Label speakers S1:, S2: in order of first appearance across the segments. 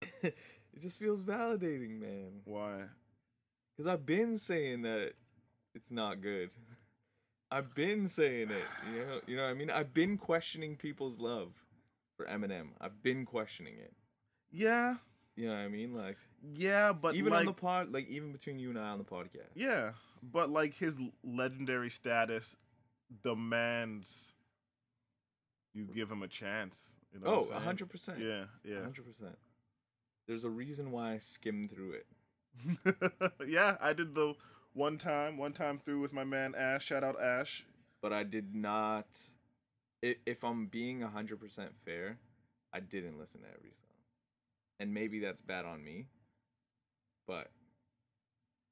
S1: it just feels validating, man.
S2: Why?
S1: Because I've been saying that it's not good. I've been saying it. You know, you know what I mean? I've been questioning people's love for Eminem. I've been questioning it.
S2: Yeah,
S1: You know what I mean? Like
S2: yeah, but
S1: even
S2: like,
S1: on the pod, like even between you and I on the podcast.
S2: yeah, but like his legendary status demands you give him a chance. You know
S1: Oh,
S2: what I'm saying?
S1: 100%.
S2: Yeah, yeah,
S1: hundred percent. There's a reason why I skimmed through it.
S2: yeah. I did the one time, one time through with my man Ash. Shout out Ash.
S1: but I did not. If, if I'm being 100% fair, I didn't listen to every song. And maybe that's bad on me, but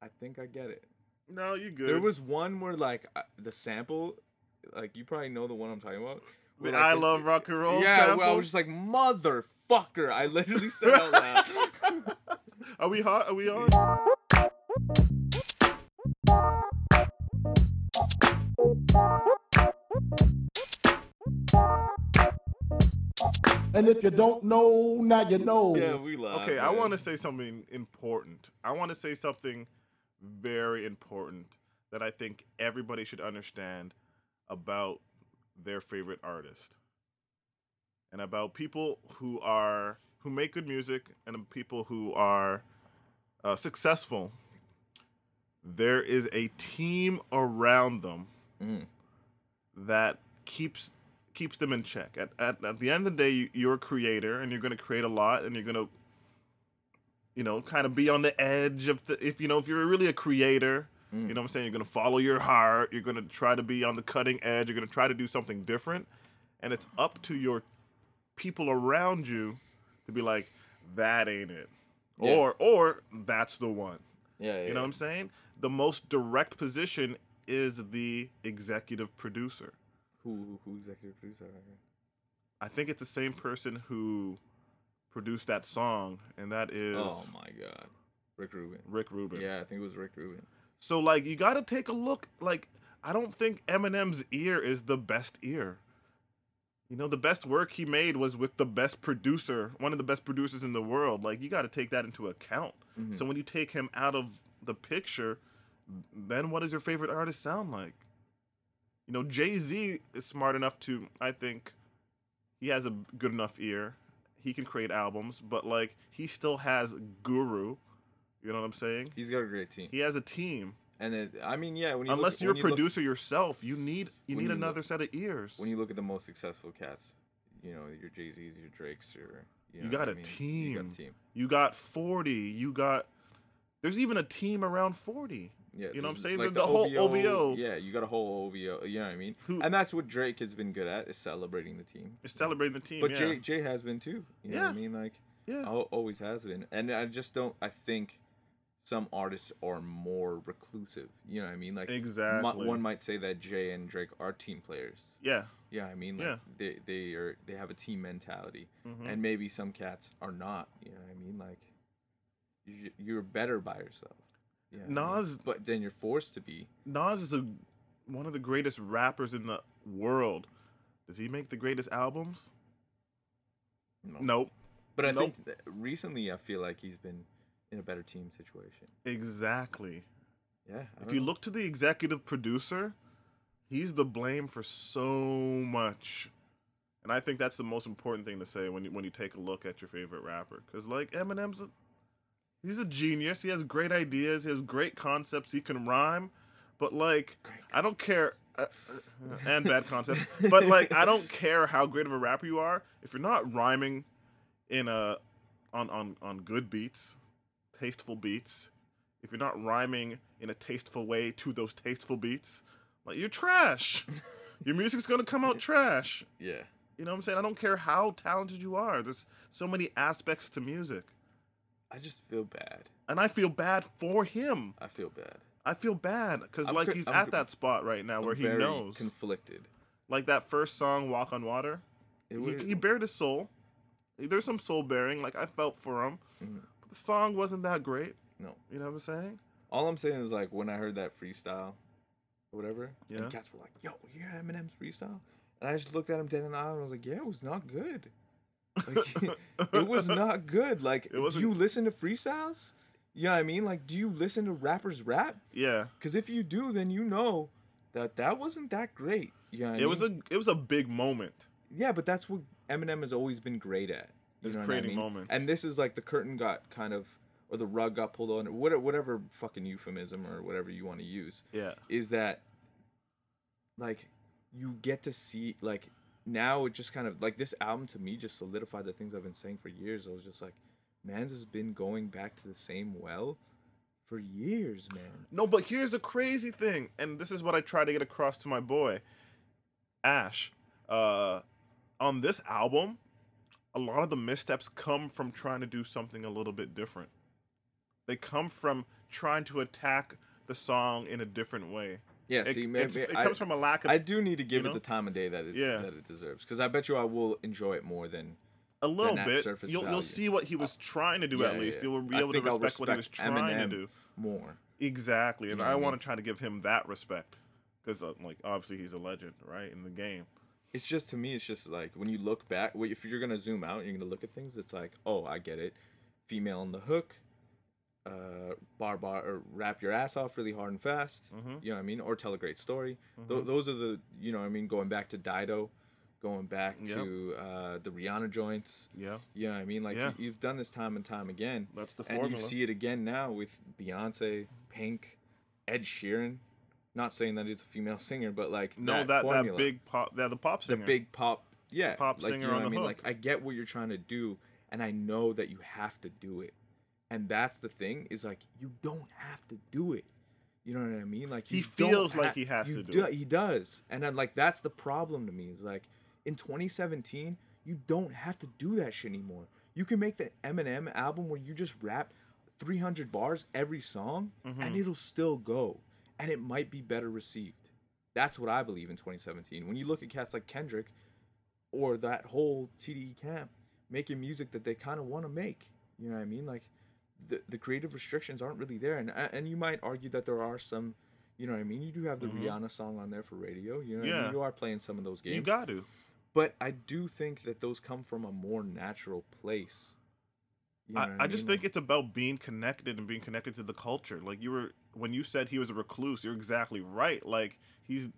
S1: I think I get it.
S2: No, you good.
S1: There was one where, like, I- the sample, like, you probably know the one I'm talking about.
S2: the
S1: where, like,
S2: I
S1: the-
S2: love rock and roll.
S1: Yeah, where I
S2: sample.
S1: was just like, motherfucker. I literally said out loud.
S2: Are we hot? Are we on?
S3: And if you don't know, now you know.
S1: Yeah, we laughed.
S2: Okay, I want to say something important. I want to say something very important that I think everybody should understand about their favorite artist and about people who are who make good music and people who are uh, successful. There is a team around them
S1: Mm-hmm.
S2: that keeps keeps them in check. At, at, at the end of the day, you, you're a creator and you're going to create a lot and you're going to you know, kind of be on the edge of the if you know if you're really a creator,
S1: Mm.
S2: you know what I'm saying, you're going to follow your heart, you're going to try to be on the cutting edge, you're going to try to do something different, and it's up to your people around you to be like that ain't it.
S1: Yeah.
S2: Or or that's the one.
S1: Yeah, yeah,
S2: You know what I'm saying? The most direct position is the executive producer.
S1: Who, who executive producer? I reckon?
S2: I think it's the same person who produced that song, and that is
S1: Oh, my God. Rick Rubin.
S2: Rick Rubin.
S1: Yeah, I think it was Rick Rubin.
S2: So like you gotta take a look. Like I don't think Eminem's ear is the best ear. You know, the best work he made was with the best producer, one of the best producers in the world. Like you gotta take that into account.
S1: Mm-hmm.
S2: So when you take him out of the picture, then what does your favorite artist sound like? You know, Jay Z is smart enough to, I think, he has a good enough ear. He can create albums, but like he still has Guru. You know what I'm saying?
S1: He's got a great team.
S2: He has a team.
S1: And it, I mean, yeah, when you
S2: Unless
S1: look,
S2: you're a
S1: when you look,
S2: producer yourself, you need you
S1: when
S2: need
S1: you
S2: another
S1: look-
S2: set of ears.
S1: when you look at the most successful cats, you know your Jay Z's, your Drakes, your you, know what
S2: you got
S1: I
S2: a
S1: mean?
S2: team.
S1: You got a team.
S2: You got 40. You got there's even a team around 40.
S1: Yeah,
S2: you know what
S1: there's,
S2: I'm saying?
S1: like,
S2: the, the whole OVO
S1: Yeah, you got a whole OVO. You know what I mean?
S2: Who-
S1: and that's what Drake has been good at is celebrating the team.
S2: is celebrating the team.
S1: But
S2: yeah.
S1: Jay Jay has been too. You know what
S2: Yeah.
S1: I mean? Like
S2: Yeah.
S1: al- always has been. And I just don't. I think some artists are more reclusive. You know what I mean? Like mi-
S2: Exactly.
S1: one might say that Jay and Drake are team players.
S2: yeah.
S1: Yeah, I mean, like
S2: Yeah.
S1: they they are they have a team mentality,
S2: Mm-hmm.
S1: and maybe some cats are not. You know, what I mean, like you, you're better by yourself. Yeah,
S2: Nas-
S1: but then you're forced to be.
S2: Nas is a, one of the greatest rappers in the world. Does he make the greatest albums?
S1: No.
S2: Nope.
S1: But I
S2: Nope.
S1: think that recently I feel like he's been in a better team situation.
S2: Exactly.
S1: Yeah, I
S2: If
S1: don't
S2: you
S1: know.
S2: look to the executive producer, he's the blame for so much. And I think that's the most important thing to say when you when you take a look at your favorite rapper cuz like Eminem's a, he's a genius. He has great ideas, he has great concepts, he can rhyme, but like I don't care uh, uh, and bad concepts. but like I don't care how great of a rapper you are if you're not rhyming in a on on on good beats, tasteful beats. If you're not rhyming in a tasteful way to those tasteful beats, like you're trash. Your music's gonna come out trash.
S1: yeah,
S2: You know what I'm saying? I don't care how talented you are. There's so many aspects to music,
S1: I just feel bad.
S2: and I feel bad for him.
S1: I feel bad.
S2: I feel bad because
S1: I'm
S2: like
S1: cr-
S2: he's
S1: I'm
S2: at
S1: cr-
S2: that spot right now where
S1: I'm
S2: he
S1: very
S2: knows.
S1: conflicted.
S2: like that first song, "Walk on Water."
S1: It
S2: he,
S1: was,
S2: he bared his soul. There's some soul bearing. Like I felt for him.
S1: Mm-hmm.
S2: But the song wasn't that great.
S1: no.
S2: You know what I'm saying?
S1: All I'm saying is like when I heard that freestyle, or whatever,
S2: Yeah.
S1: and cats were like, "Yo, you hear Eminem's freestyle?" And I just looked at him dead in the eye and I was like, "Yeah, it was not good." Like, it was not good. Like, do
S2: wasn't-
S1: you listen to freestyles? You know what I mean? Like, do you listen to rappers rap?
S2: Yeah.
S1: Because if you do, then you know that that wasn't that great. You know what I
S2: It was
S1: mean?
S2: a it was a big moment.
S1: yeah, but that's what Eminem has always been great at. You
S2: Is
S1: know what I
S2: creating
S1: mean?
S2: moments.
S1: And this is like the curtain got kind of, or the rug got pulled on, whatever, whatever fucking euphemism or whatever you want to use
S2: Yeah.
S1: is that like you get to see like now it just kind of like this album to me just solidified the things I've been saying for years. I was just like, Mans has been going back to the same well for years, man.
S2: No, but here's the crazy thing, and this is what I try to get across to my boy, Ash. Uh, on this album, a lot of the missteps come from trying to do something a little bit different. They come from trying to attack the song in a different way.
S1: Yeah,
S2: It,
S1: see,
S2: it's-
S1: maybe
S2: it
S1: I,
S2: comes from a lack of
S1: I do need to give
S2: you know?
S1: it the time of day that it
S2: Yeah.
S1: that it deserves because I bet you I will enjoy it more than
S2: a little
S1: that
S2: bit.
S1: surface
S2: You'll,
S1: value. Uh,
S2: you'll see what he was trying to do
S1: Yeah,
S2: at
S1: yeah,
S2: least.
S1: yeah.
S2: You'll be
S1: I
S2: able to
S1: think I'll
S2: respect, what he was
S1: respect
S2: trying
S1: Eminem
S2: to do.
S1: more.
S2: Exactly, and
S1: You know
S2: I
S1: what I
S2: want
S1: mean?
S2: to try to give him that respect because, like, obviously he's a legend, right, in the game.
S1: it's just to me it's just like when you look back wh- if you're gonna zoom out and you're gonna look at things it's like oh i get it female on the hook uh bar bar or wrap your ass off really hard and fast
S2: Mhm.
S1: you know what i mean or tell a great story Tho-
S2: Mm-hmm.
S1: those are the you know what i mean going back to dido going back
S2: Yep.
S1: to uh the rihanna joints
S2: Yeah,
S1: you know what i mean like
S2: Yeah.
S1: you, have done this time and time again
S2: that's the
S1: and you
S2: formula.
S1: see it again now with beyonce pink ed sheeran not saying that he's a female singer but like
S2: no, that
S1: formula
S2: that big pop, yeah, the pop singer,
S1: the big pop yeah
S2: pop
S1: like,
S2: singer
S1: you know what
S2: on the
S1: i mean
S2: hook.
S1: like i get what you're trying to do and i know that you have to do it and that's the thing is like you don't have to do it you know what i mean like
S2: He
S1: you don't
S2: feels
S1: ha-
S2: like he has
S1: you
S2: to do it.
S1: he does and i'm like that's the problem to me is like in 2017 you don't have to do that shit anymore you can make the eminem album where you just rap 300 bars every song
S2: Mm-hmm.
S1: and it'll still go and it might be better received that's what I believe in 2017. When you look at cats like Kendrick or that whole TDE camp making music that they kind of want to make, you know what I mean? Like the, the creative restrictions aren't really there, and and you might argue that there are some, you know what I mean? You do have the Rihanna song on there for radio, you know? What I
S2: Mm-hmm. Yeah.
S1: mean? You are playing some of those games,
S2: you got to.
S1: but I do think that those come from a more natural place. You know
S2: I,
S1: what
S2: I just
S1: mean?
S2: think
S1: Like,
S2: it's about being connected and being connected to the culture. Like you were when you said he was a recluse, you're exactly right. Like he's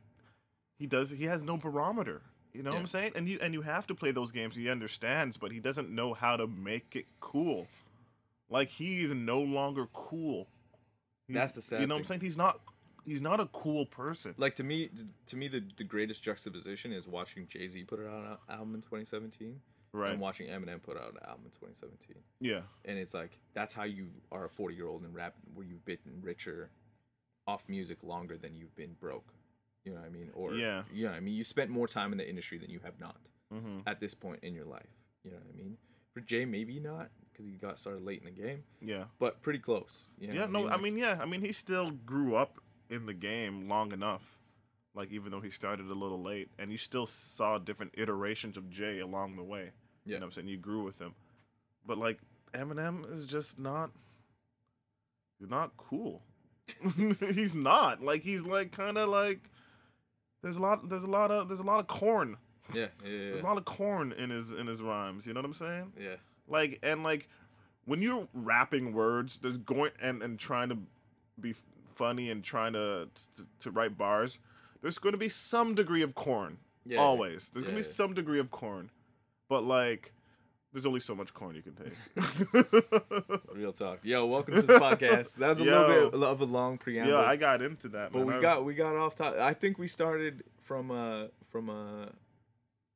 S2: he does he has no barometer. You know what
S1: Yeah.
S2: I'm saying? And you and you have to play those games. He understands, but he doesn't know how to make it cool. Like he is no longer cool. He's-
S1: That's the sad
S2: You know what I'm
S1: thing.
S2: saying? He's not he's not a cool person.
S1: like to me, to me, the, the greatest juxtaposition is watching Jay Z put out an album in 2017.
S2: Right.
S1: I'm watching Eminem put out an album in 2017,
S2: yeah.
S1: and it's like that's how you are a 40 year old in rap, where you've been richer off music longer than you've been broke. You know what I mean? Or
S2: Yeah.
S1: you know what I mean. You spent more time in the industry than you have not
S2: Mm-hmm.
S1: at this point in your life. You know what I mean? For Jay, maybe not because he got started late in the game,
S2: Yeah.
S1: but pretty close. You know
S2: Yeah,
S1: what
S2: no, I
S1: Like,
S2: mean, yeah, I mean, he still grew up in the game long enough. Like, even though he started a little late, and you still saw different iterations of Jay along the way. You
S1: Yeah.
S2: know what I'm saying? You grew with him. But, like, Eminem is just not. He's not cool. he's not. Like, he's, like, kind of like. There's a lot. There's a lot of. There's a lot of corn.
S1: yeah, yeah,
S2: There's a
S1: yeah,
S2: lot of corn in his in his rhymes. You know what I'm saying?
S1: yeah.
S2: like and like when you're rapping words there's going and and trying to be f- funny and trying to to, to write bars there's going to be some degree of corn
S1: Yeah.
S2: always there's going
S1: Yeah,
S2: to be
S1: yeah.
S2: some degree of corn but like there's only so much corn you can take
S1: Real talk. Yo, welcome to the podcast. That was a
S2: Yo.
S1: little bit of a long preamble.
S2: yeah i got into that
S1: But
S2: man.
S1: we
S2: I-
S1: got we got off topic. I think we started from uh from uh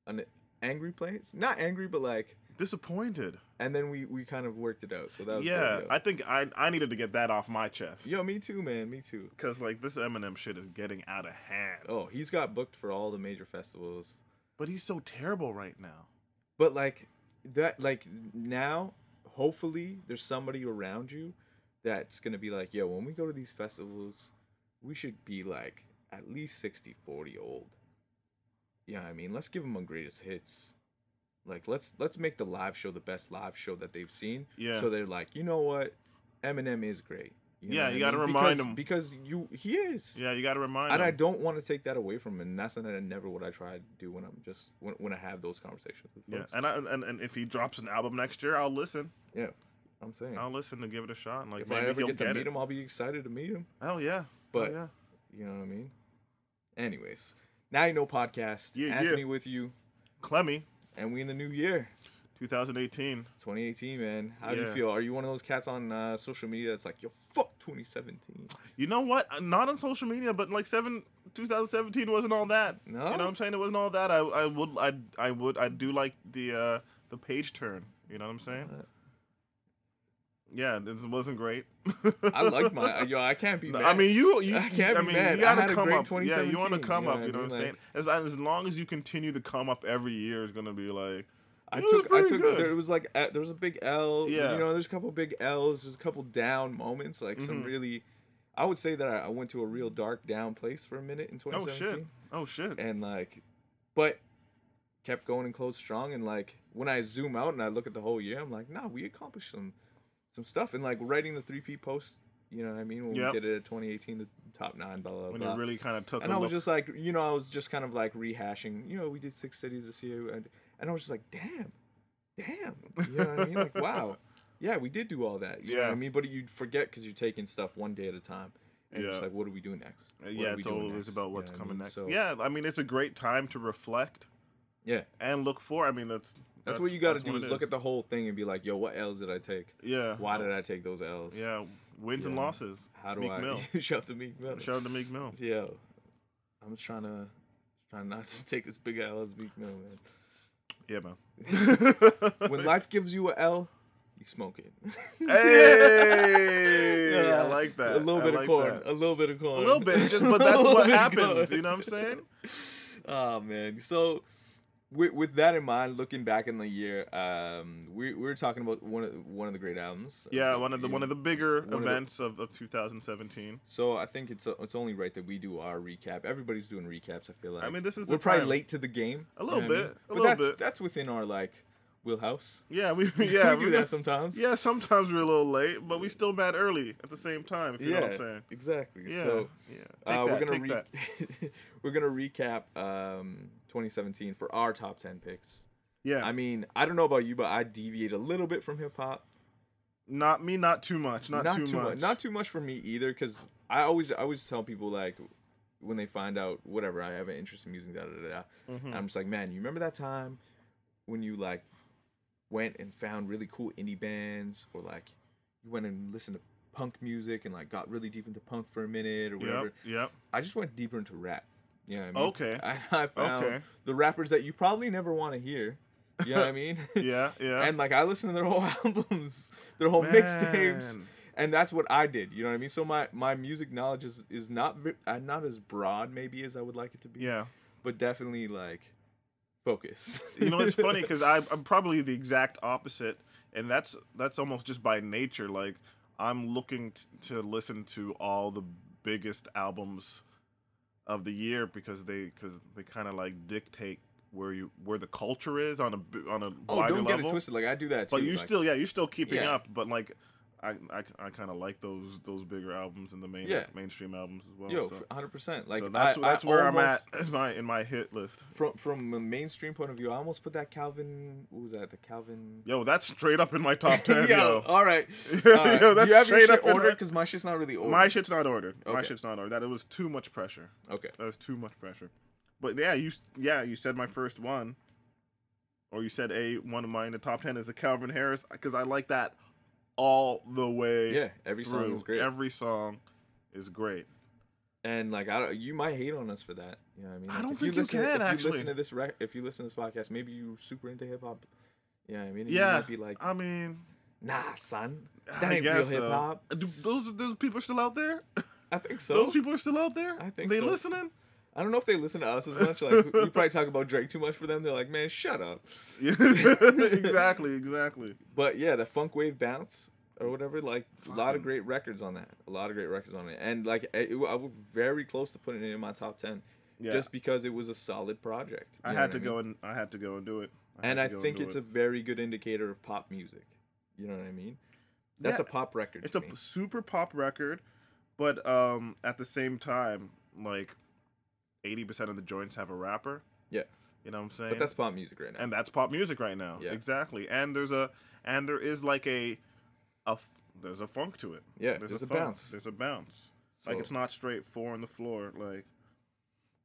S1: an angry place, not angry, but like,
S2: disappointed
S1: and then we we kind of worked it out. So that was
S2: yeah
S1: pretty dope.
S2: i think i i needed to get that off my chest
S1: Yo, me too, man. Me too.
S2: because like this eminem shit is getting out of hand
S1: Oh, he's got booked for all the major festivals.
S2: but he's so terrible right now
S1: But like that, like now, hopefully there's somebody around you that's gonna be like, yo, when we go to these festivals, we should be like at least 60, 40 old. Yeah, I mean, let's give them a greatest hits. Like let's let's make the live show the best live show that they've seen.
S2: Yeah.
S1: So they're like, you know what, Eminem is great. know
S2: Yeah,
S1: what
S2: you
S1: I
S2: gotta
S1: mean?
S2: remind
S1: Because-
S2: him.
S1: because you he is.
S2: Yeah, you got to remind.
S1: and I
S2: them.
S1: don't want to take that away from him. And that's not never what I try to do when I'm just when, when I have those conversations with
S2: Yeah,
S1: folks.
S2: and, I, and and if he drops an album next year, I'll listen.
S1: yeah, I'm saying
S2: I'll listen to give it a shot. And like
S1: if I
S2: maybe
S1: ever
S2: he'll
S1: get to
S2: get
S1: meet
S2: it.
S1: him, I'll be excited to meet him.
S2: Oh yeah.
S1: But-
S2: oh, yeah.
S1: You know what I mean? Anyways, now you know podcast.
S2: Yeah, yeah.
S1: Anthony with you,
S2: Clemmy,
S1: and we in the new year,
S2: 2018.
S1: 2018, man. How do you
S2: Yeah.
S1: feel? Are you one of those cats on uh, social media that's like, yo, fuck 2017?
S2: You know what? I'm Not on social media, but like seven 2017 wasn't all that.
S1: No?
S2: You know what I'm saying? It wasn't all that. I I would I I would I do like the uh the page turn. You know what I'm saying?
S1: Uh,
S2: Yeah, this wasn't great.
S1: I like my yo. I can't be.
S2: No,
S1: Mad.
S2: I mean, you, you
S1: I can't
S2: I
S1: be
S2: mean,
S1: mad.
S2: you
S1: I
S2: gotta
S1: had a
S2: come
S1: great
S2: up. Yeah, you want to
S1: 2017, you
S2: come
S1: know
S2: up.
S1: what
S2: You know
S1: I
S2: what I'm
S1: mean?
S2: saying? As as long as you continue to come up every year, is gonna be like.
S1: I
S2: It was
S1: took, I
S2: pretty
S1: took.
S2: good.
S1: There was like uh, there was a big L.
S2: Yeah.
S1: You know, there's a couple big L's. There's a couple down moments. Like some
S2: Mhm.
S1: really, I would say that I, I went to a real dark down place for a minute in
S2: Oh
S1: 2017.
S2: shit! Oh shit!
S1: And like, but kept going and closed strong. And like when I zoom out and I look at the whole year, I'm like, nah, we accomplished some, some stuff. And like writing the three P post. You know what I mean? When
S2: Yep.
S1: we did it at 2018, the top nine, blah blah
S2: When
S1: blah
S2: it really kind of took
S1: and
S2: a
S1: I was
S2: look.
S1: just like, you know, I was just kind of like rehashing. You know, we did six cities this year, and and I was just like, damn, damn, you know what I mean? Like, wow, yeah, we did do all that. You know what
S2: Yeah.
S1: I mean, but you forget because you're taking stuff one day at a time, and you're just
S2: Yeah.
S1: like, what do we do next?
S2: Uh,
S1: What
S2: yeah,
S1: are we
S2: it's
S1: doing
S2: always
S1: next?
S2: about
S1: You know
S2: what's
S1: what I
S2: coming
S1: mean?
S2: next.
S1: So,
S2: yeah, I mean, it's a great time to reflect
S1: yeah, that's,
S2: and look for. I mean, that's that's,
S1: what you got to
S2: that's
S1: do
S2: what
S1: is
S2: it
S1: look at the whole thing and be like, yo, what L's did I take?
S2: yeah.
S1: Why did I take those L's?
S2: Yeah, wins and
S1: Yeah.
S2: losses.
S1: How do
S2: Meek
S1: I
S2: Mill.
S1: shout to Meek Mill?
S2: Shout out to Meek Mill.
S1: Yeah, I'm just trying to trying not to take as big a L as Meek Mill, man.
S2: Yeah, man.
S1: when life gives you a L, you smoke it.
S2: hey,
S1: Yeah.
S2: I like that.
S1: A little
S2: I
S1: bit of
S2: like
S1: corn.
S2: that.
S1: A little bit of corn.
S2: A little bit, it's just but
S1: A
S2: that's
S1: little
S2: what
S1: bit of
S2: happens.
S1: corn.
S2: You know what I'm saying?
S1: Oh man. So with, with that in mind, looking back in the year, um, we, we were talking about one of one of the great albums. uh,
S2: Yeah, one of the one of the bigger
S1: One of the-
S2: events of, of 2017.
S1: So I think it's uh, it's only right that we do our recap. Everybody's doing recaps. I feel like.
S2: I mean, this is
S1: we're
S2: the
S1: probably
S2: time.
S1: late to the game.
S2: A little
S1: you know what I
S2: bit,
S1: mean?
S2: a
S1: but
S2: little
S1: that's,
S2: bit.
S1: That's within our like wheelhouse.
S2: Yeah, we yeah
S1: we do that sometimes.
S2: Yeah, sometimes we're a little late, but we still mad early at the same time. If you know what I'm saying?
S1: Exactly.
S2: Yeah,
S1: So
S2: yeah. Take
S1: Uh,
S2: that.
S1: we're gonna
S2: take that.
S1: re- we're gonna recap um, 2017 for our top 10 picks.
S2: Yeah,
S1: I mean, I don't know about you, but I deviate a little bit from hip hop.
S2: not me, not too much, not, too, much.
S1: Not too much for me either, because I always I always tell people like when they find out whatever I have an interest in music, da da da. da
S2: Mm-hmm.
S1: and I'm just like, man, you remember that time when you like went and found really cool indie bands, or like you went and listened to punk music and like got really deep into punk for a minute or whatever.
S2: Yep, yep.
S1: I just went deeper into rap. You know what I mean?
S2: Okay.
S1: I, I found
S2: Okay.
S1: the rappers that you probably never want to hear. You know what I mean?
S2: Yeah, yeah.
S1: and like I listened to their whole albums, their whole mixtapes,
S2: Man.
S1: and that's what I did. You know what I mean? So my my music knowledge is is not ve- uh, not as broad maybe as I would like it to be.
S2: yeah.
S1: But definitely like focus.
S2: you know it's funny because i'm probably the exact opposite and that's that's almost just by nature like i'm looking t- to listen to all the biggest albums of the year because they because they kind of like dictate where you where the culture is on a b- on a
S1: oh,
S2: wider
S1: don't get
S2: level
S1: it twisted. Like I do that too.
S2: but you
S1: like-
S2: still yeah you're still keeping
S1: Yeah.
S2: up but like I, I, kind of like those those bigger albums and the main
S1: Yeah.
S2: mainstream albums as well.
S1: yo,
S2: so.
S1: 100. percent Like
S2: so that's
S1: I- I
S2: that's where I'm
S1: almost-
S2: at in my in my hit list.
S1: From from a mainstream point of view, I almost put that Calvin. What was that? The Calvin.
S2: Yo, that's straight up in my top ten. yo.
S1: all right.
S2: Yo,
S1: oh, All right. Do
S2: that's
S1: you have your
S2: straight
S1: shit
S2: up in
S1: ordered?
S2: my-
S1: Because my shit's not really ordered.
S2: My shit's not ordered. My
S1: Okay.
S2: shit's not ordered. That it was too much pressure.
S1: okay.
S2: That was too much pressure. But yeah, you yeah you said my first one, or you said a one of mine. The top ten is the Calvin Harris because I like that all the way.
S1: Yeah, every song
S2: through.
S1: is great.
S2: Every song is great.
S1: And like, I don't, you might hate on us for that. You know what I mean?
S2: I
S1: Like,
S2: don't
S1: if
S2: think you
S1: listen- if
S2: can, actually.
S1: You listen to this rec- if you listen to this podcast, maybe you're super into hip hop. You know what I mean? And You
S2: Yeah,
S1: might be like,
S2: I mean,
S1: nah, son. That
S2: I
S1: ain't real
S2: guess
S1: hip
S2: so.
S1: hop.
S2: Do those those people are still out there.
S1: I think so.
S2: those people are still out there.
S1: I think
S2: they
S1: so.
S2: listening.
S1: I don't know if they listen to us as much. Like, we we probably talk about Drake too much for them. They're like, man, shut up.
S2: Yeah, exactly, exactly.
S1: But yeah, the funk wave bounce or whatever, like a lot of great records on that. A lot of great records on it, and like it, it- I was very close to putting it in my top ten,
S2: Yeah.
S1: just because it was a solid project.
S2: I
S1: you know
S2: had to
S1: what
S2: go and I had to go and do it.
S1: mean? and
S2: had
S1: I
S2: to go
S1: think
S2: do
S1: it's
S2: it.
S1: a very good indicator of pop music. You know what I mean? That's
S2: Yeah,
S1: a pop record.
S2: it's
S1: to
S2: a
S1: me.
S2: p- super pop record, but um, at the same time, like eighty percent of the joints have a rapper.
S1: Yeah.
S2: you know what I'm saying.
S1: but that's pop music right now.
S2: and that's pop music right now.
S1: Yeah.
S2: Exactly, and there's a and there is like a a f- there's a funk to it.
S1: yeah, there's, a
S2: funk,
S1: bounce.
S2: There's a bounce.
S1: So-
S2: Like it's not straight four on the floor. Like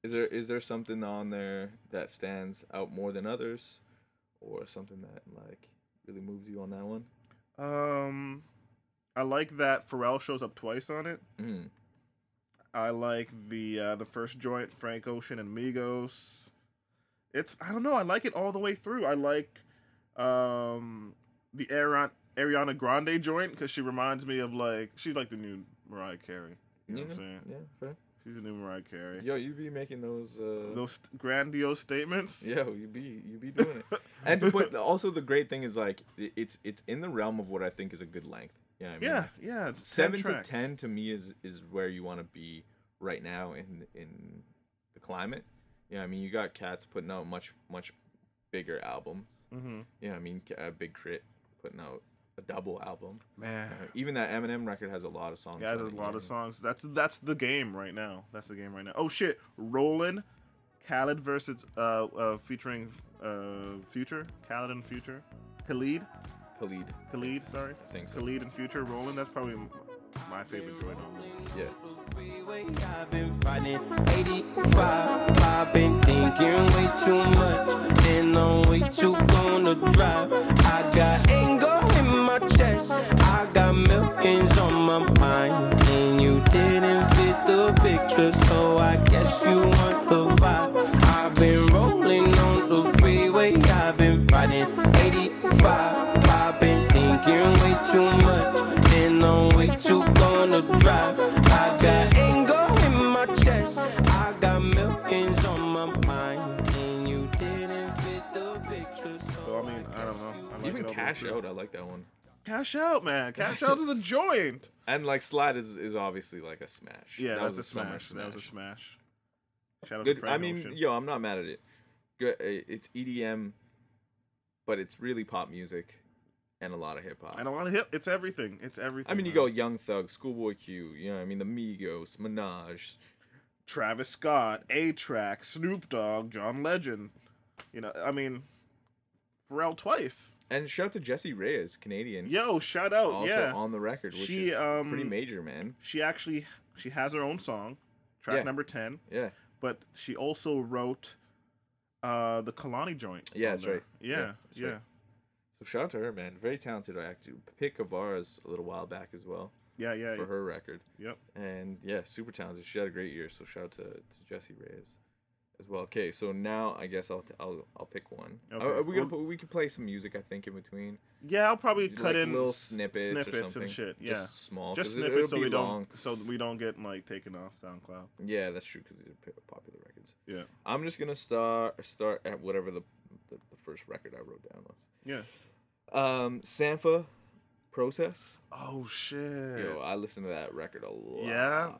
S1: Is there is there something on there that stands out more than others, or something that like really moves you on that one?
S2: um, I like that Pharrell shows up twice on it.
S1: Mm.
S2: I like the uh, the first joint, Frank Ocean and Migos. It's I don't know. I like it all the way through. I like um, the Ariana Ariana Grande joint because she reminds me of like she's like the new Mariah Carey. You know
S1: Yeah,
S2: what I'm saying?
S1: yeah, fair.
S2: She's the new Mariah Carey.
S1: Yo, you be making those. Uh,
S2: Those st- grandiose statements.
S1: Yo, you be you be doing it. And but also the great thing is like i- it's it's in the realm of what I think is a good length. Yeah, I mean,
S2: Yeah, yeah. it's 10
S1: seven to
S2: tracks.
S1: ten to me is is where you want to be right now in in the climate. Yeah, I mean you got cats putting out much much bigger albums.
S2: Mhm.
S1: Yeah, I mean uh, Big Crit putting out a double album.
S2: Man,
S1: Uh, even that Eminem record has a lot of songs.
S2: yeah,
S1: on
S2: there's
S1: it,
S2: a
S1: you
S2: lot
S1: know?
S2: of songs. That's that's the game right now. That's the game right now. Oh shit, Roland, Khaled versus uh, uh featuring uh Future, Khaled and Future, Khalid,
S1: Khalid.
S2: Khalid, sorry,
S1: I think so.
S2: Khalid and Future, Roland. That's probably m- my favorite joint on there.
S1: Yeah.
S4: Freeway, I've been riding 85. I've been thinking way too much, and I'm way too gonna drive. I got anger in my chest, I got millions on my mind, and you didn't fit the picture, so I guess you want the vibe. I've been rolling on the freeway, I've been riding 85. I've been thinking way too much, and I'm way too gonna drive. I got anger in my chest, I got millions on my mind, and you didn't fit the picture. So,
S2: So I mean, I don't know. I like
S1: Even
S2: it all the way
S1: Cash
S2: through.
S1: Out, I like that one.
S2: Cash out, man. Cash out is a joint.
S1: And like Slide is, is obviously like a smash.
S2: Yeah,
S1: That
S2: that's a
S1: was summer
S2: smash. That was a smash. Shout out to
S1: Good. I
S2: Frank
S1: mean,
S2: Ocean.
S1: yo, I'm not mad at it. Good. uh, It's EDM, but it's really pop music, and a lot of hip hop.
S2: and a lot of hip. It's everything. It's everything.
S1: I mean, you
S2: man.
S1: go Young Thug, Schoolboy Q. You know, what I mean, the Migos, Minaj.
S2: Travis Scott, A Track, Snoop Dogg, John Legend. You know, I mean, Pharrell twice.
S1: And shout out to Jesse Reyes, Canadian.
S2: Yo, shout out.
S1: Also
S2: yeah,
S1: on the record, which
S2: She,
S1: is pretty
S2: um,
S1: major, man.
S2: she actually she has her own song, track
S1: Yeah.
S2: number ten.
S1: Yeah.
S2: But she also wrote uh the Kalani joint.
S1: Yeah,
S2: on
S1: that's
S2: there.
S1: right. Yeah,
S2: Yeah,
S1: that's
S2: yeah,
S1: right. So shout out to her, man. Very talented actor. Pick of ours a little while back as well
S2: yeah, yeah.
S1: for her record.
S2: Yep.
S1: And yeah, super talented. She had a great year, so shout out to, to Jesse Reyes as well. Okay, so now I guess I'll I'll, I'll pick one.
S2: Okay.
S1: Are, are we gonna
S2: Well-
S1: put- we could play some music I think in between.
S2: Yeah, I'll probably
S1: Like
S2: cut in
S1: little
S2: s-
S1: snippets, or something.
S2: and shit. Yeah,
S1: Just small.
S2: just
S1: 'cause it-
S2: snippets
S1: it'll
S2: so we
S1: be long.
S2: don't so we don't get like taken off SoundCloud.
S1: Yeah, that's true because these are p- popular records.
S2: Yeah,
S1: I'm just gonna start start at whatever the the, the first record I wrote down was.
S2: yeah.
S1: Um, Sampha, Process.
S2: Oh shit.
S1: Yo, I listened to that record a lot.
S2: Yeah?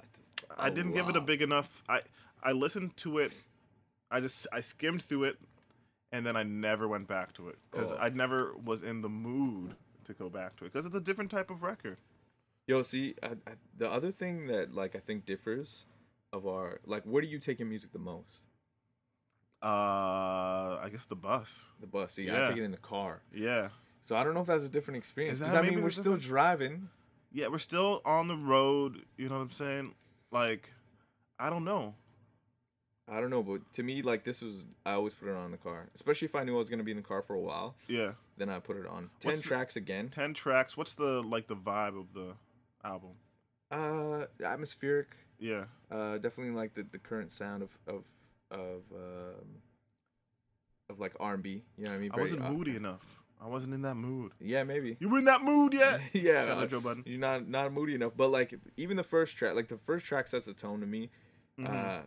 S2: I
S1: I
S2: didn't give it a big enough. I I listened to it. I just I skimmed through it, and then I never went back to it because
S1: Oh.
S2: I never was in the mood to go back to it because it's a different type of record.
S1: Yo, see, I, I, the other thing that like I think differs of our like, where do you take your music the most?
S2: Uh, I guess the bus.
S1: The bus. See, I
S2: Yeah.
S1: take it in the car.
S2: Yeah,
S1: So I don't know if that's a different experience.
S2: Is that
S1: 'cause, I
S2: maybe
S1: mean, we're
S2: the
S1: still
S2: difference?
S1: driving.
S2: yeah. We're still on the road. You know what I'm saying? Like, I don't know.
S1: I don't know, but to me, like this was I always put it on in the car, especially if I knew I was gonna be in the car for a while.
S2: Yeah,
S1: Then I put it on. Ten
S2: What's the-
S1: tracks again.
S2: ten tracks. What's the like the vibe of the album?
S1: Uh, atmospheric.
S2: Yeah,
S1: Uh, definitely like the, the current sound of of of um, of like R and B. You know what I mean?
S2: I wasn't
S1: uh,
S2: moody enough. I wasn't in that mood.
S1: Yeah, maybe.
S2: You in that mood yet?
S1: yeah,
S2: Shout out
S1: uh,
S2: Joe Budden.
S1: You're not not moody enough, but like even the first track, like the first track sets a tone to me.
S2: Mm-hmm.
S1: Uh,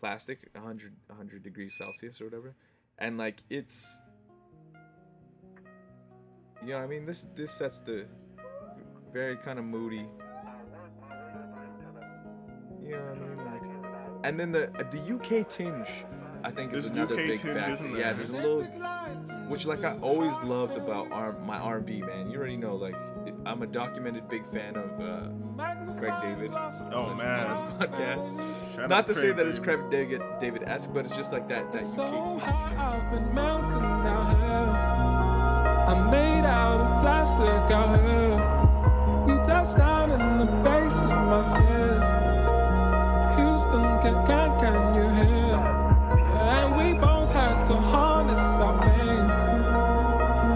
S1: plastic, 100, 100 degrees Celsius or whatever, and like it's, you know, what I mean, this this sets the very kind of moody. You know what I mean, like, and then the the UK tinge, I think is
S2: There's
S1: another
S2: UK
S1: big
S2: tinge,
S1: factor.
S2: isn't there?
S1: Yeah, there's a little which like I always loved about R- my R&B man. You already know, like it, I'm a documented big fan of uh, Craig David.
S2: Oh,
S1: on this-
S2: man.
S1: on this podcast.
S2: Shout
S1: Not
S2: out
S1: to say
S2: Craig
S1: that it's
S2: David.
S1: Craig David David esque, but it's just like that that
S5: So
S1: unique.
S5: high I've been mounting out here. I'm made out of plastic out here. You touched down in the face of my fears. Houston, can, can, can you hear? And we both had to harness our pain.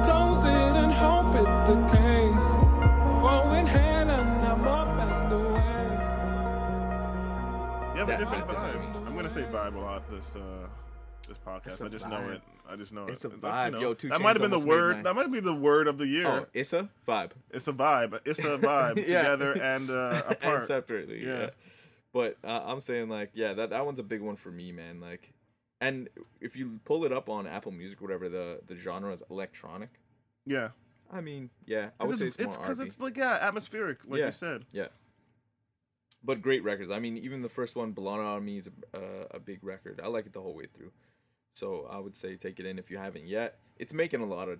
S5: Close it and hope it decays. Oh, in hand and I'm up and away.
S2: You have a
S1: That-
S2: different
S1: that did it to
S2: vibe.
S1: me.
S2: I'm gonna say vibe a lot this uh this podcast.
S1: a
S2: I just know
S1: vibe.
S2: it. I just know
S1: It's
S2: it.
S1: a
S2: That's, you
S1: vibe.
S2: know,
S1: Yo, Two
S2: that might have
S1: Chainz
S2: been the
S1: almost made
S2: word.
S1: mine.
S2: That might be the word of the year.
S1: Oh, it's a vibe.
S2: It's a vibe. It's a vibe
S1: Yeah.
S2: together and uh,
S1: and
S2: apart.
S1: separately. Yeah.
S2: Yeah.
S1: But uh, I'm saying like, yeah, that, that one's a big one for me, man. Like, and if you pull it up on Apple Music, whatever the the genre is, electronic.
S2: yeah,
S1: I mean, yeah, I
S2: It's
S1: would
S2: just-
S1: say it's,
S2: it's
S1: more
S2: because
S1: R&B.
S2: it's like yeah, atmospheric, like
S1: Yeah.
S2: you said.
S1: yeah. But great records. I mean, even the first one, Blonde on Me, is a, uh, a big record. I like it the whole way through. So I would say take it in if you haven't yet. It's making a lot of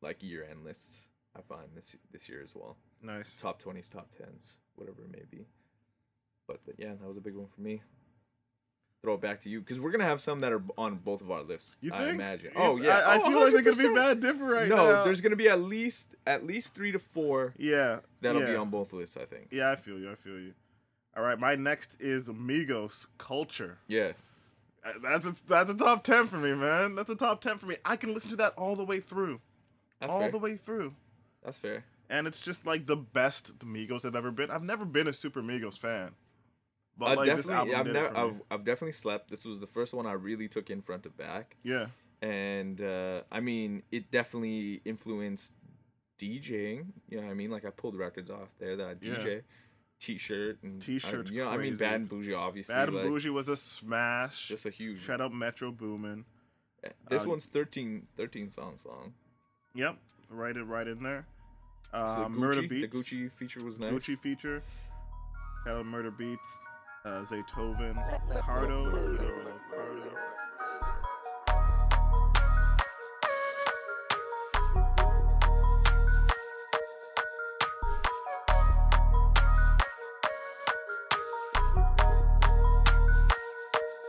S1: like year end lists. I find this this year as well.
S2: Nice.
S1: top 20s, top 10s, whatever it may be. But th- yeah, that was a big one for me. Throw it back to you because we're gonna have some that are b- on both of our lists.
S2: You think?
S1: I imagine.
S2: You-
S1: Oh yeah,
S2: I, I
S1: Oh,
S2: feel like they're gonna be
S1: 100%.
S2: mad different right
S1: no,
S2: now.
S1: there's gonna be at least at least three to four
S2: yeah.
S1: that'll
S2: yeah.
S1: be on both lists. I think.
S2: Yeah, I feel you. I feel you. All right, my next is Migos Culture.
S1: Yeah.
S2: Uh, That's a, that's a top ten for me, man. That's a top ten for me. I can listen to that all the way through,
S1: That's
S2: all
S1: fair.
S2: the way through,
S1: That's fair.
S2: and it's just like the best Migos I've ever been. I've never been a super Migos fan, but
S1: I
S2: like this
S1: definitely,
S2: album
S1: I've,
S2: did it
S1: never,
S2: for me.
S1: I've, I've definitely slept. This was the first one I really took in front to back,
S2: Yeah,
S1: and uh, I mean, it definitely influenced DJing. You know what I mean? Like I pulled records off there that I
S2: Yeah.
S1: DJ, T-shirt and I-
S2: T-shirt's
S1: You know, I mean,
S2: crazy.
S1: Bad and Bougie obviously.
S2: Bad and
S1: like,
S2: Bougie was a smash.
S1: Just a huge.
S2: Shout out Metro Boomin.
S1: This
S2: uh,
S1: one's 13, 13 songs long.
S2: Yep, right it right in there. Uh,
S1: So
S2: Murder
S1: Gucci, the
S2: Beats,
S1: Gucci feature was nice.
S2: Gucci feature. Shout out Murder Beats, uh, Zaytoven, Cardo. You know, I love Cardo.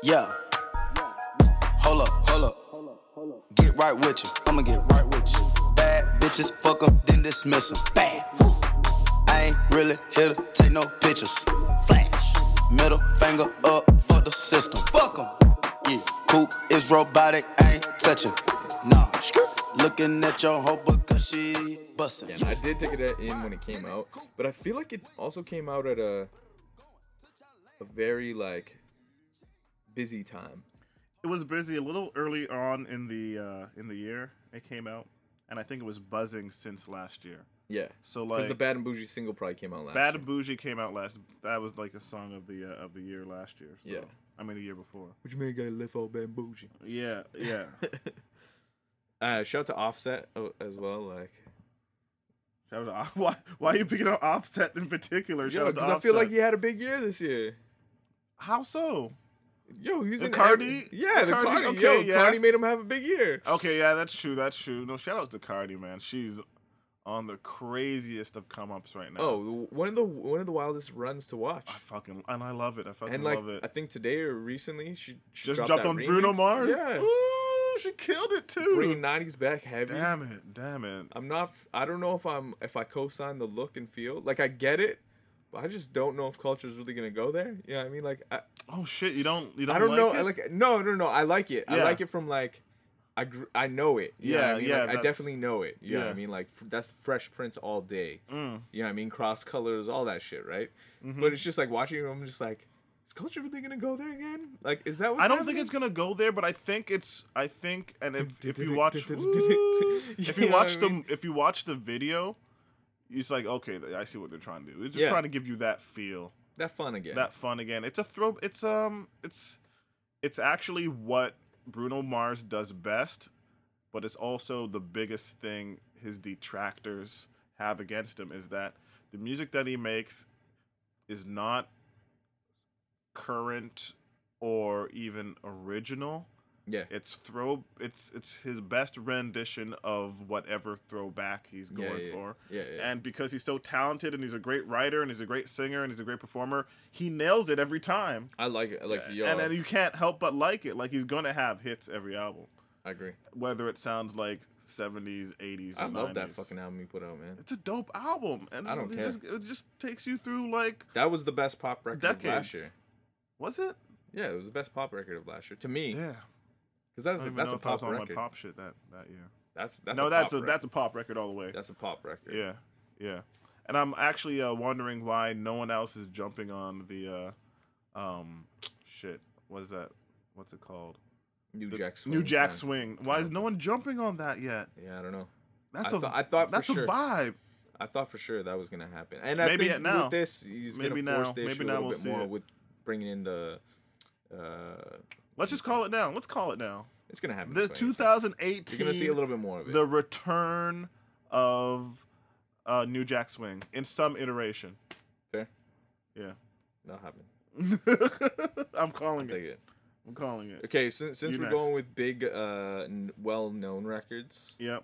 S6: Yeah. Hold up, hold up. Get right with you. I'ma get right with you. Bad bitches, fuck 'em, then dismiss 'em. Bad. Woo. I ain't really here to take no pictures. Flash. Middle finger up for the system. Fuck 'em. Yeah. Poop is robotic, I ain't touching. Nah. Looking at your hoe because she bustin'.
S1: Yeah, I did take it in when it came out, but I feel like it also came out at a a very like busy time.
S2: it was busy a little early on in the uh, in the year it came out, and I think it was buzzing since last year.
S1: Yeah.
S2: So
S1: Because
S2: like
S1: the Bad and Bougie single probably came out last.
S2: Bad
S1: year.
S2: and Bougie came out last. That was like a song of the uh, of the year last year. so-
S1: Yeah.
S2: I mean the year before.
S1: Which man got left all Bad and Bougie.
S2: Yeah, yeah.
S1: Uh, shout out to Offset uh, as well. Like,
S2: Shout out to Off- why why are you picking on Offset in particular? Shout
S1: yo,
S2: out to
S1: because I feel like
S2: Offset.
S1: he had a big year this year.
S2: How so?
S1: Yo, he's
S2: The
S1: in
S2: Cardi?
S1: every- Yeah,
S2: The
S1: the
S2: Cardi-
S1: Cardi.
S2: okay,
S1: yo,
S2: yeah.
S1: Cardi made him have a big year.
S2: Okay, yeah, that's true. That's true. No, shout out to Cardi, man. She's on the craziest of come ups right now.
S1: Oh, w- one of the one of the wildest runs to watch.
S2: I fucking and I love it. I fucking
S1: And like,
S2: love it.
S1: I think today or recently, she, she
S2: Just
S1: dropped,
S2: jumped
S1: that
S2: on Bruno
S1: remix.
S2: Mars.
S1: Yeah,
S2: Ooh, she killed it too.
S1: bringing '90s back heavy.
S2: damn it, damn it.
S1: I'm not. f- I don't know if I'm if I co-sign the look and feel. Like I get it, but I just don't know if culture is really gonna go there. You know what I mean? Like I,
S2: Oh shit, you don't you don't
S1: I don't
S2: like
S1: know.
S2: it?
S1: I like no, no, no. I like it. I
S2: Yeah.
S1: like it from like, I gr- I know it. You know what
S2: Yeah,
S1: I mean?
S2: yeah,
S1: Like, I
S2: that's-
S1: definitely know it. You know what
S2: Yeah.
S1: I mean? Like f- that's Fresh Prince all day.
S2: Mm.
S1: You know what I mean? Cross colors, all that shit, right?
S2: Mm-hmm.
S1: But it's just like watching it. I'm just like, is culture really gonna go there again? Like, is that what?
S2: I don't think it's gonna go there, but I think it's I think and if if you watch
S1: You
S2: if
S1: know what
S2: you watch
S1: I
S2: the
S1: mean?
S2: if you watch the video, it's like okay, I see what they're trying to do. It's just
S1: Yeah.
S2: trying to give you that feel,
S1: that fun again.
S2: that fun again. It's a throw. It's um, it's it's actually what Bruno Mars does best, but it's also the biggest thing his detractors have against him is that the music that he makes is not current or even original.
S1: Yeah.
S2: It's throw. It's it's his best rendition of whatever throwback he's
S1: Yeah,
S2: going
S1: yeah,
S2: for.
S1: yeah, yeah.
S2: And because he's so talented, and he's a great writer, and he's a great singer, and he's a great performer, he nails it every time.
S1: I like it. I like yo.
S2: And then you can't help but like it. Like he's gonna have hits every album,
S1: I agree.
S2: whether it sounds like '70s, '80s. Or
S1: I love that
S2: 90s.
S1: fucking album you put out, man.
S2: It's a dope album, and
S1: I don't
S2: it
S1: care.
S2: just it just takes you through like
S1: That was the best pop record of last
S2: decades.
S1: year.
S2: Was it?
S1: Yeah, it was the best pop record of last year to me.
S2: Yeah.
S1: because that's
S2: I don't even
S1: that's
S2: know
S1: a
S2: if I
S1: pop
S2: was on
S1: record.
S2: my pop shit that that year.
S1: That's that's
S2: no,
S1: a
S2: that's
S1: pop
S2: a
S1: record.
S2: that's a pop record all the way.
S1: that's a pop record.
S2: Yeah, yeah. And I'm actually uh, wondering why no one else is jumping on the, uh, um, shit. What is that? What's it called?
S1: New
S2: The
S1: Jack Swing.
S2: New Jack
S1: kinda.
S2: Swing. Why is no one jumping on that yet?
S1: Yeah, I don't know.
S2: That's
S1: I
S2: a
S1: thought- I thought for
S2: that's
S1: sure.
S2: a vibe.
S1: I thought for sure that was gonna happen, and I
S2: Maybe
S1: think
S2: at now.
S1: with this, he's
S2: Maybe
S1: gonna force
S2: now.
S1: the
S2: Maybe
S1: issue a
S2: now
S1: little
S2: we'll
S1: bit
S2: see
S1: more
S2: it.
S1: with bringing in the. Uh,
S2: Let's just call it now. Let's call it now.
S1: it's gonna happen.
S2: The
S1: this way.
S2: 2018.
S1: You're gonna see a little bit more of it.
S2: The return of uh, New Jack Swing in some iteration.
S1: Fair.
S2: Yeah.
S1: That'll happen.
S2: I'm calling
S1: I'll take
S2: it.
S1: it.
S2: I'm calling it.
S1: Okay, since since
S2: You
S1: we're
S2: next.
S1: going with big, uh, n- well-known records,
S2: Yep.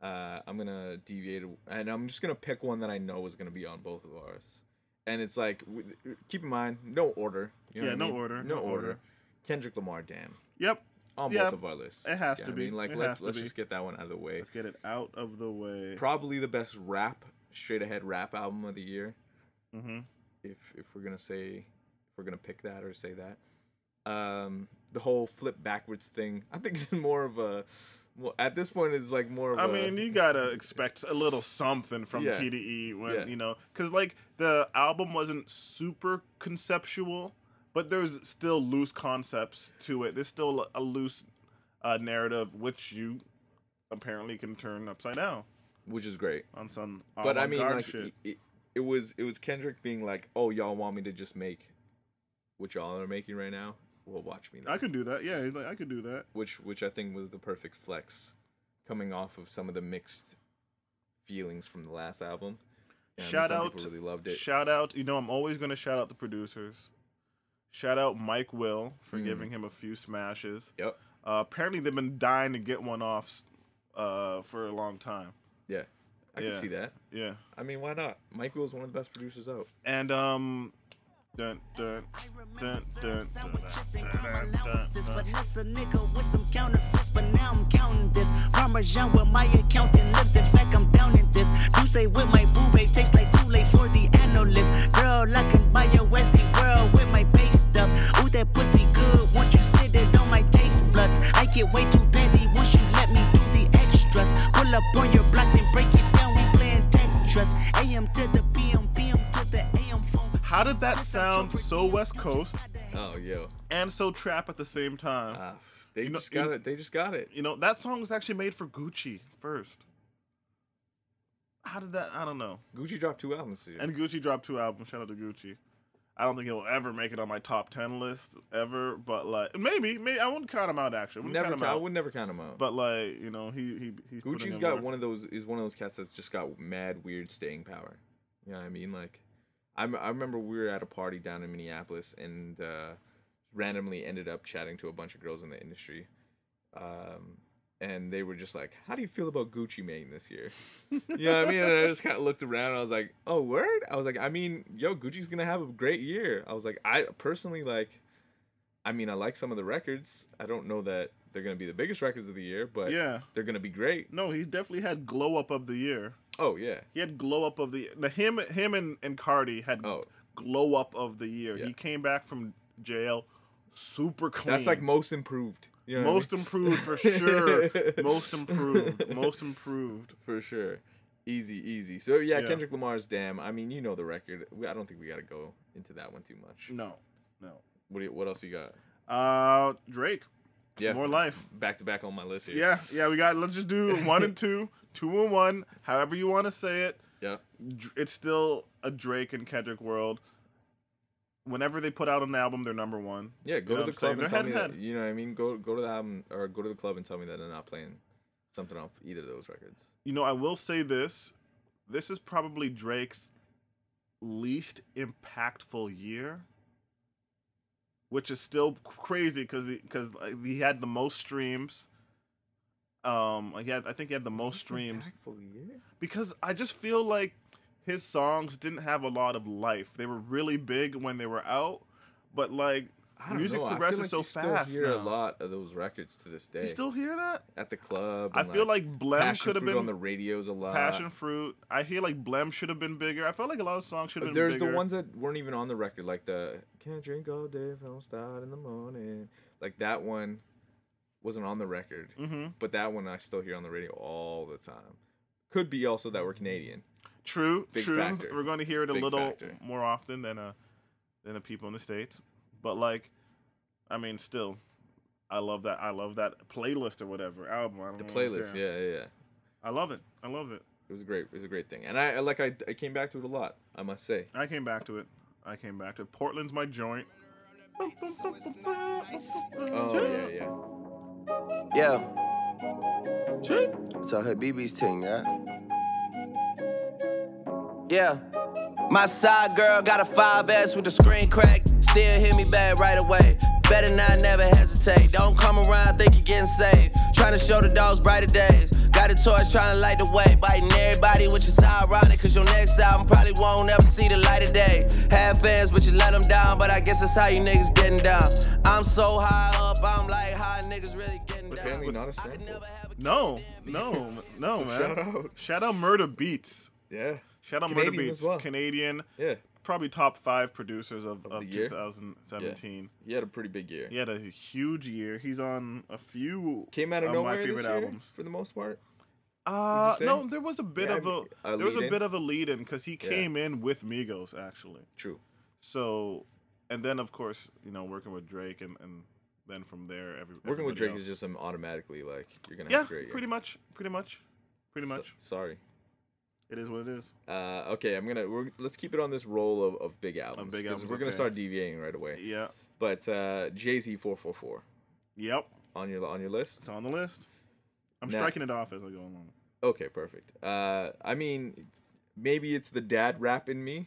S1: uh, I'm gonna deviate, and I'm just gonna pick one that I know is gonna be on both of ours. And it's like, w- keep in mind, no order. you know
S2: Yeah,
S1: what I
S2: no
S1: mean?
S2: order,
S1: No,
S2: no
S1: order.
S2: order.
S1: Kendrick Lamar, damn,
S2: Yep.
S1: on
S2: Yeah,
S1: both of our lists.
S2: it has
S1: You
S2: to
S1: know what I
S2: be.
S1: mean? Like,
S2: It
S1: let's
S2: has to
S1: let's
S2: be.
S1: just get that one out of the way.
S2: Let's get it out of the way.
S1: Probably the best rap, straight ahead rap album of the year.
S2: hmm
S1: If if we're gonna say, if we're gonna pick that or say that, um, the whole flip backwards thing, I think it's more of a. Well, at this point, it's like more of
S2: I
S1: a
S2: mean, you gotta expect a little something from
S1: Yeah.
S2: TDE when
S1: Yeah.
S2: you know, because like the album wasn't super conceptual, but there's still loose concepts to it. There's still a loose uh, narrative which you apparently can turn upside down
S1: which is great.
S2: on some.
S1: but I mean,
S2: Oh, avant-garde
S1: like
S2: shit.
S1: it, it, it was it was Kendrick being like, "Oh, y'all want me to just make what y'all are making right now? Well, watch me." Then.
S2: I could do that. Yeah, he's like, I could do that.
S1: which which I think was the perfect flex, coming off of some of the mixed feelings from the last album. Yeah, I mean,
S2: shout
S1: some
S2: out
S1: people really loved it.
S2: Shout out, you know, I'm always gonna shout out the producers. Shout out Mike Will for
S1: Mm.
S2: giving him a few smashes.
S1: yep.
S2: Uh, apparently, they've been dying to get one off uh, for a long time.
S1: Yeah. I
S2: Yeah.
S1: can see that.
S2: Yeah,
S1: I mean, why not? Mike Will's one of the best producers out.
S2: and um, dun dun dun dun dun dun dun. dun,
S7: allowances,
S2: dun.
S7: but this a nigga with some counterfeits. But now I'm counting this Parmesan with my accountant lips. In fact, I'm down in this. You say with my boo babe tastes like Kool-Aid for the analyst. Girl, I can buy your Westy world with my base stuff. Ooh, that pussy good. Once you sit it on my taste buds, I get way too petty once you let me do the extras. Pull up on your block and break it down. We playing Tetris. AM to the PM, PM to the AM phone.
S2: How did that sound so West Coast
S1: Oh, yo.
S2: and so trap at the same time?
S1: Ah, they
S2: You know-
S1: just got
S2: you-
S1: it. They just got it.
S2: you know that song was actually made for Gucci first. How did that? I don't know.
S1: Gucci dropped two albums this year.
S2: And Gucci dropped two albums. Shout out to Gucci. I don't think he'll ever make it on my top ten list ever, but like maybe, maybe I wouldn't count him out actually. I wouldn't
S1: never
S2: count
S1: count,
S2: him
S1: I
S2: out.
S1: would never count him out.
S2: But like you know, he he he's putting
S1: Gucci's
S2: in
S1: got
S2: work.
S1: one of those. Is one of those cats that's just got mad weird staying power. You know what I mean? Like, I m- I remember we were at a party down in Minneapolis and uh, randomly ended up chatting to a bunch of girls in the industry, um, and they were just like, "How do you feel about Gucci Mane this year?" You know what I mean? And I just kind of looked around. And I was like, "Oh, word!" I was like, "I mean, yo, Gucci's gonna have a great year." I was like, "I personally like." I mean, I like some of the records. I don't know that they're gonna be the biggest records of the year, but
S2: Yeah.
S1: they're gonna be great.
S2: No, he definitely had glow up of the year.
S1: Oh yeah,
S2: He had glow up of the now him him and and Cardi had
S1: Oh.
S2: glow up of the year.
S1: Yeah.
S2: He came back from jail super clean.
S1: that's like most improved. You know what I
S2: most
S1: mean?
S2: improved for sure. most improved. Most improved.
S1: for sure. Easy, easy. So yeah,
S2: Yeah.
S1: Kendrick Lamar's "Damn." I mean, you know the record. We- I don't think we gotta go into that one too much.
S2: No, no.
S1: What do you, What else you got?
S2: Uh, Drake.
S1: Yeah,
S2: More life.
S1: Back to back on my list here.
S2: Yeah, yeah, we got. Let's just do one and two, two and one. However you want to say it,
S1: yeah.
S2: Dr- it's still a Drake and Kendrick world. Whenever they put out an album, they're number one.
S1: Yeah, go
S2: You know
S1: to the
S2: what I'm
S1: club and
S2: saying?
S1: tell me
S2: They're head
S1: that. You know what I mean? Go go to the album or go to the club and tell me that they're not playing something off either of those records.
S2: You know, I will say this: this is probably Drake's least impactful year. which is still crazy because because like, he had the most streams. Um, he had I think he had the most streams because I just feel like his songs didn't have a lot of life. They were really big when they were out, but like
S1: I don't
S2: music
S1: know, I feel
S2: progresses
S1: like
S2: so
S1: you
S2: fast.
S1: Still hear a
S2: now.
S1: lot of those records to this day.
S2: You still hear that?
S1: at the club.
S2: I
S1: and,
S2: feel like Blem
S1: Passion
S2: could have
S1: Fruit on
S2: been
S1: the radios a lot.
S2: Passion Fruit. I hear like Blem should have been bigger. I felt like a lot of songs should have been
S1: There's
S2: bigger.
S1: the ones that weren't even on the record, like the "Can't Drink All Day, if I Don't Start in the Morning." Like that one wasn't on the record,
S2: hmm
S1: but that one I still hear on the radio all the time. Could be also that we're Canadian.
S2: True,
S1: Big
S2: true.
S1: factor.
S2: We're going to hear it a
S1: Big
S2: little
S1: factor.
S2: more often than uh than the people in the states, but like, I mean, still, I love that. I love that playlist or whatever album. I don't
S1: The
S2: really
S1: playlist,
S2: care.
S1: yeah, yeah, yeah.
S2: I love it. I love it.
S1: It was a great, it was a great thing, and I I- like I, I came back to it a lot. I must say,
S2: I came back to it. I came back to it. Portland's my joint.
S1: oh yeah, yeah.
S6: Yeah. It's all her BB's thing, yeah. Yeah. My side girl got a 5S with the screen crack. Still hit me back right away. Better not never hesitate. Don't come around, think you're getting saved. Trying to show the dogs brighter days. Got a torch trying to light the way. Biting everybody, which is ironic, cause your next album probably won't ever see the light of day. Have fans, but you let them down. But I guess that's how you niggas getting down. I'm so high up, I'm like, how niggas really getting down.
S1: Apparently not a
S6: I could
S1: sample.
S6: never have a
S2: No, no, no, man.
S1: shout out.
S2: Shout out Murder Beats.
S1: Yeah.
S2: Shout out Murder
S1: Canadian as
S2: Beats.
S1: well.
S2: Canadian.
S1: Yeah.
S2: Probably top five producers of, of,
S1: the year?
S2: 2017.
S1: He had a pretty big year.
S2: He had a huge year. He's on a few
S1: Came out of
S2: my
S1: nowhere
S2: favorite
S1: this year,
S2: albums.
S1: for the most part.
S2: Uh,
S1: say?
S2: no, there was a bit
S1: Yeah,
S2: of
S1: I
S2: a,
S1: mean, a
S2: there was a
S1: lead-in?
S2: bit of a lead in because he came in with Migos actually.
S1: True.
S2: So, and then of course you know working with Drake and, and then from there every,
S1: Working with
S2: everybody
S1: Drake is
S2: else.
S1: just um, automatically like you're gonna
S2: yeah
S1: have a great year.
S2: pretty much pretty much pretty
S1: So-
S2: much
S1: sorry.
S2: it is what it is.
S1: Uh, okay, I'm gonna we're, let's keep it on this roll of, of big albums
S2: big
S1: because
S2: albums,
S1: we're gonna
S2: okay.
S1: start deviating right away.
S2: Yeah.
S1: But uh, Jay Z four four four
S2: Yep.
S1: on your on your list.
S2: It's on the list. I'm
S1: Now-
S2: striking it off as I go along.
S1: Okay, perfect. Uh, I mean, it's- maybe it's the dad rap in me.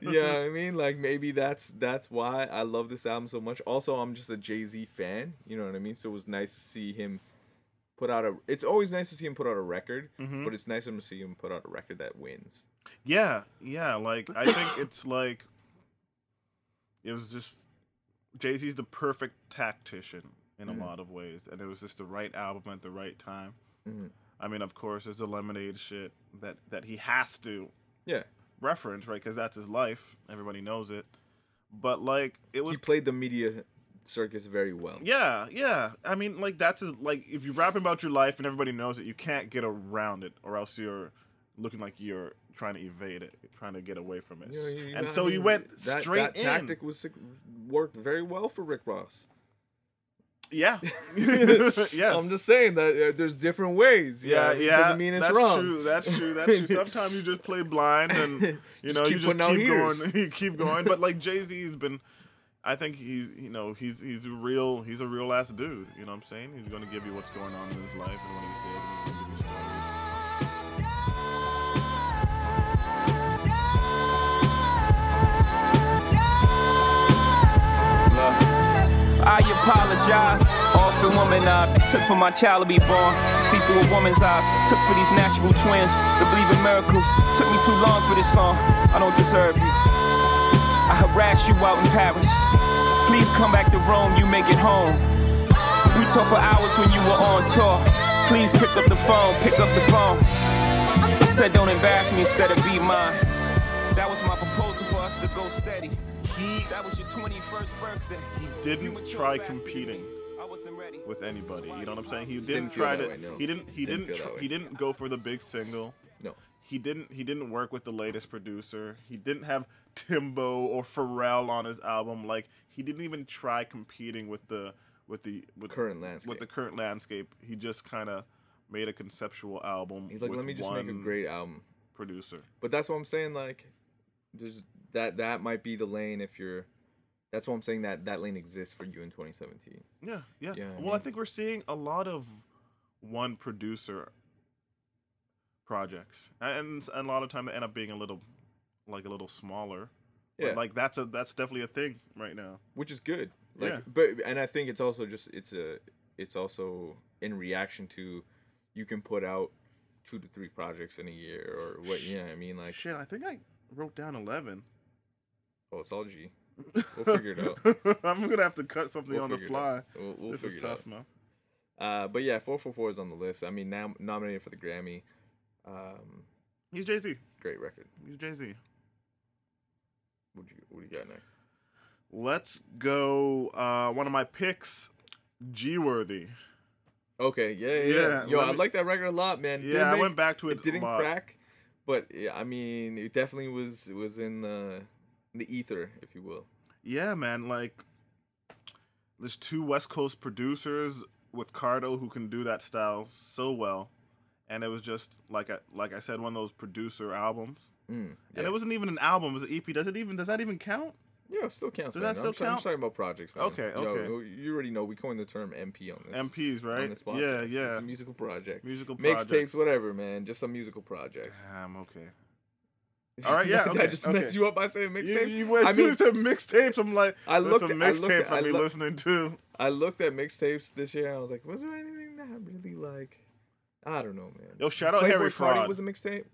S1: yeah, I mean, like maybe that's that's why I love this album so much. Also, I'm just a Jay Z fan. You know what I mean? So it was nice to see him put out a. It's always nice to see him put out a record,
S2: Mm-hmm.
S1: but it's nicer to see him put out a record that wins.
S2: Yeah, yeah. Like I think it's like it was just Jay Z's the perfect tactician in
S1: Mm-hmm.
S2: a lot of ways, and it was just the right album at the right time.
S1: Mm-hmm.
S2: I mean, of course, there's the Lemonade shit that that he has to
S1: Yeah,
S2: reference, right? Because that's his life. Everybody knows it. But like, it was
S1: he played the media circus very well.
S2: Yeah, yeah. I mean, like that's his, like if you rap about your life and everybody knows it, you can't get around it, or else you're looking like you're trying to evade it, trying to get away from it.
S1: You know, you-
S2: and
S1: I
S2: so you
S1: mean,
S2: went
S1: that,
S2: straight
S1: that
S2: in.
S1: tactic was worked very well for Rick Ross.
S2: yeah. yes.
S1: I'm just saying that uh, there's different ways. you know,
S2: Yeah,
S1: it
S2: yeah.
S1: Doesn't mean it's
S2: that's
S1: wrong.
S2: true. That's true. That's true. Sometimes you just play blind, and you
S1: Just
S2: know
S1: keep
S2: you just
S1: putting out
S2: keep
S1: heaters.
S2: going. You keep going. But like Jay Z's been, I think he's you know he's he's a real he's a real ass dude. You know what I'm saying? He's gonna give you what's going on in his life and when he's dead. And he's gonna give you stories.
S4: I apologize. Often womanized. Took for my child to be born. See through a woman's eyes. Took for these natural twins to believe in miracles. Took me too long for this song. I don't deserve you. I harass you out in Paris. Please come back to Rome. You make it home. We talked for hours when you were on tour. Please pick up the phone. Pick up the phone. I said, don't embarrass me instead of be mine. That was my proposal for us to go steady.
S2: He
S4: That was your 21st birthday.
S2: he
S4: You
S2: didn't
S4: mature
S2: try
S4: faster than
S2: competing
S4: me. I wasn't ready.
S2: with anybody. You know what I'm saying? He didn't,
S1: Didn't feel
S2: try
S1: that
S2: to.
S1: way, no.
S2: He didn't. He
S1: Didn't
S2: didn't.
S1: feel that
S2: tr-
S1: way.
S2: he didn't go for the big single.
S1: No.
S2: He didn't. He didn't work with the latest producer. He didn't have Timbo or Pharrell on his album. Like he didn't even try competing with the with the with,
S1: Current
S2: With
S1: landscape.
S2: the current landscape, he just kind of made a conceptual album.
S1: He's like,
S2: with
S1: let me just make a
S2: one
S1: great album.
S2: producer.
S1: But that's what I'm saying. Like, there's that that might be the lane if you're. That's what I'm saying. That that lane exists for you in 2017.
S2: Yeah, yeah.
S1: Yeah, I
S2: well, I,
S1: mean-
S2: think we're seeing a lot of one producer projects, and, and a lot of time they end up being a little, like a little smaller. But,
S1: Yeah, like
S2: like that's a that's definitely a thing right now.
S1: which is good. like
S2: Yeah.
S1: but and i think it's also just it's a it's also in reaction to you can put out two to three projects in a year or what you know what i mean like
S2: Shit, I think I wrote down eleven.
S1: oh it's all g we'll figure it out
S2: I'm gonna have to cut something
S1: We'll
S2: on the
S1: figure it out.
S2: fly.
S1: We'll- we'll
S2: this is
S1: figure it
S2: tough,
S1: out.
S2: man.
S1: uh but yeah 444 is on the list i mean now nominated for the grammy um
S2: He's Jay Z.
S1: great record
S2: He's Jay Z.
S1: what do you what do you got next
S2: Let's go. Uh, one of my picks, G Worthy.
S1: okay yeah yeah, yeah.
S2: Yeah,
S1: yo
S2: let
S1: i
S2: me-
S1: like that record a lot man
S2: Yeah,
S1: Didn't
S2: I
S1: make-
S2: went back to it.
S1: it didn't
S2: a lot.
S1: crack but yeah, i mean it definitely was it was in the in the ether if you will
S2: Yeah, man. Like, there's two West Coast producers with Cardo who can do that style so well, and it was just like I like I said, one of those producer albums.
S1: Mm,
S2: And
S1: yeah.
S2: it wasn't even an album; it was an EP. Does it even? Does that even count?
S1: Yeah, it still counts.
S2: Does
S1: man.
S2: that
S1: I'm,
S2: still
S1: sorry- I'm
S2: count?
S1: sorry about projects. Man.
S2: Okay,
S1: Yo,
S2: okay.
S1: yo, you already know we coined the term MP on this.
S2: MPs,
S1: on
S2: right?
S1: this
S2: yeah,
S1: podcast. It's
S2: yeah.
S1: a musical project.
S2: Musical projects.
S1: Mixtapes, whatever, man. Just a musical project.
S2: Damn. Okay. All right, yeah,
S1: Did I
S2: okay,
S1: just
S2: okay.
S1: messed you up by saying
S2: You,
S1: mixtape.
S2: you went
S1: I
S2: as soon
S1: mean,
S2: as you said mixtapes. I'm like,
S1: I
S2: there's
S1: looked
S2: some
S1: at- I looked
S2: mixtapes
S1: at-
S2: I'll
S1: I
S2: be
S1: look-
S2: listening to.
S1: I looked at mixtapes this year and I was like, was there anything that I really like? I don't know, man.
S2: Yo, shout out
S1: Playboy
S2: Oh, Harry
S1: Cardi
S2: Fraud.
S1: was a mixtape.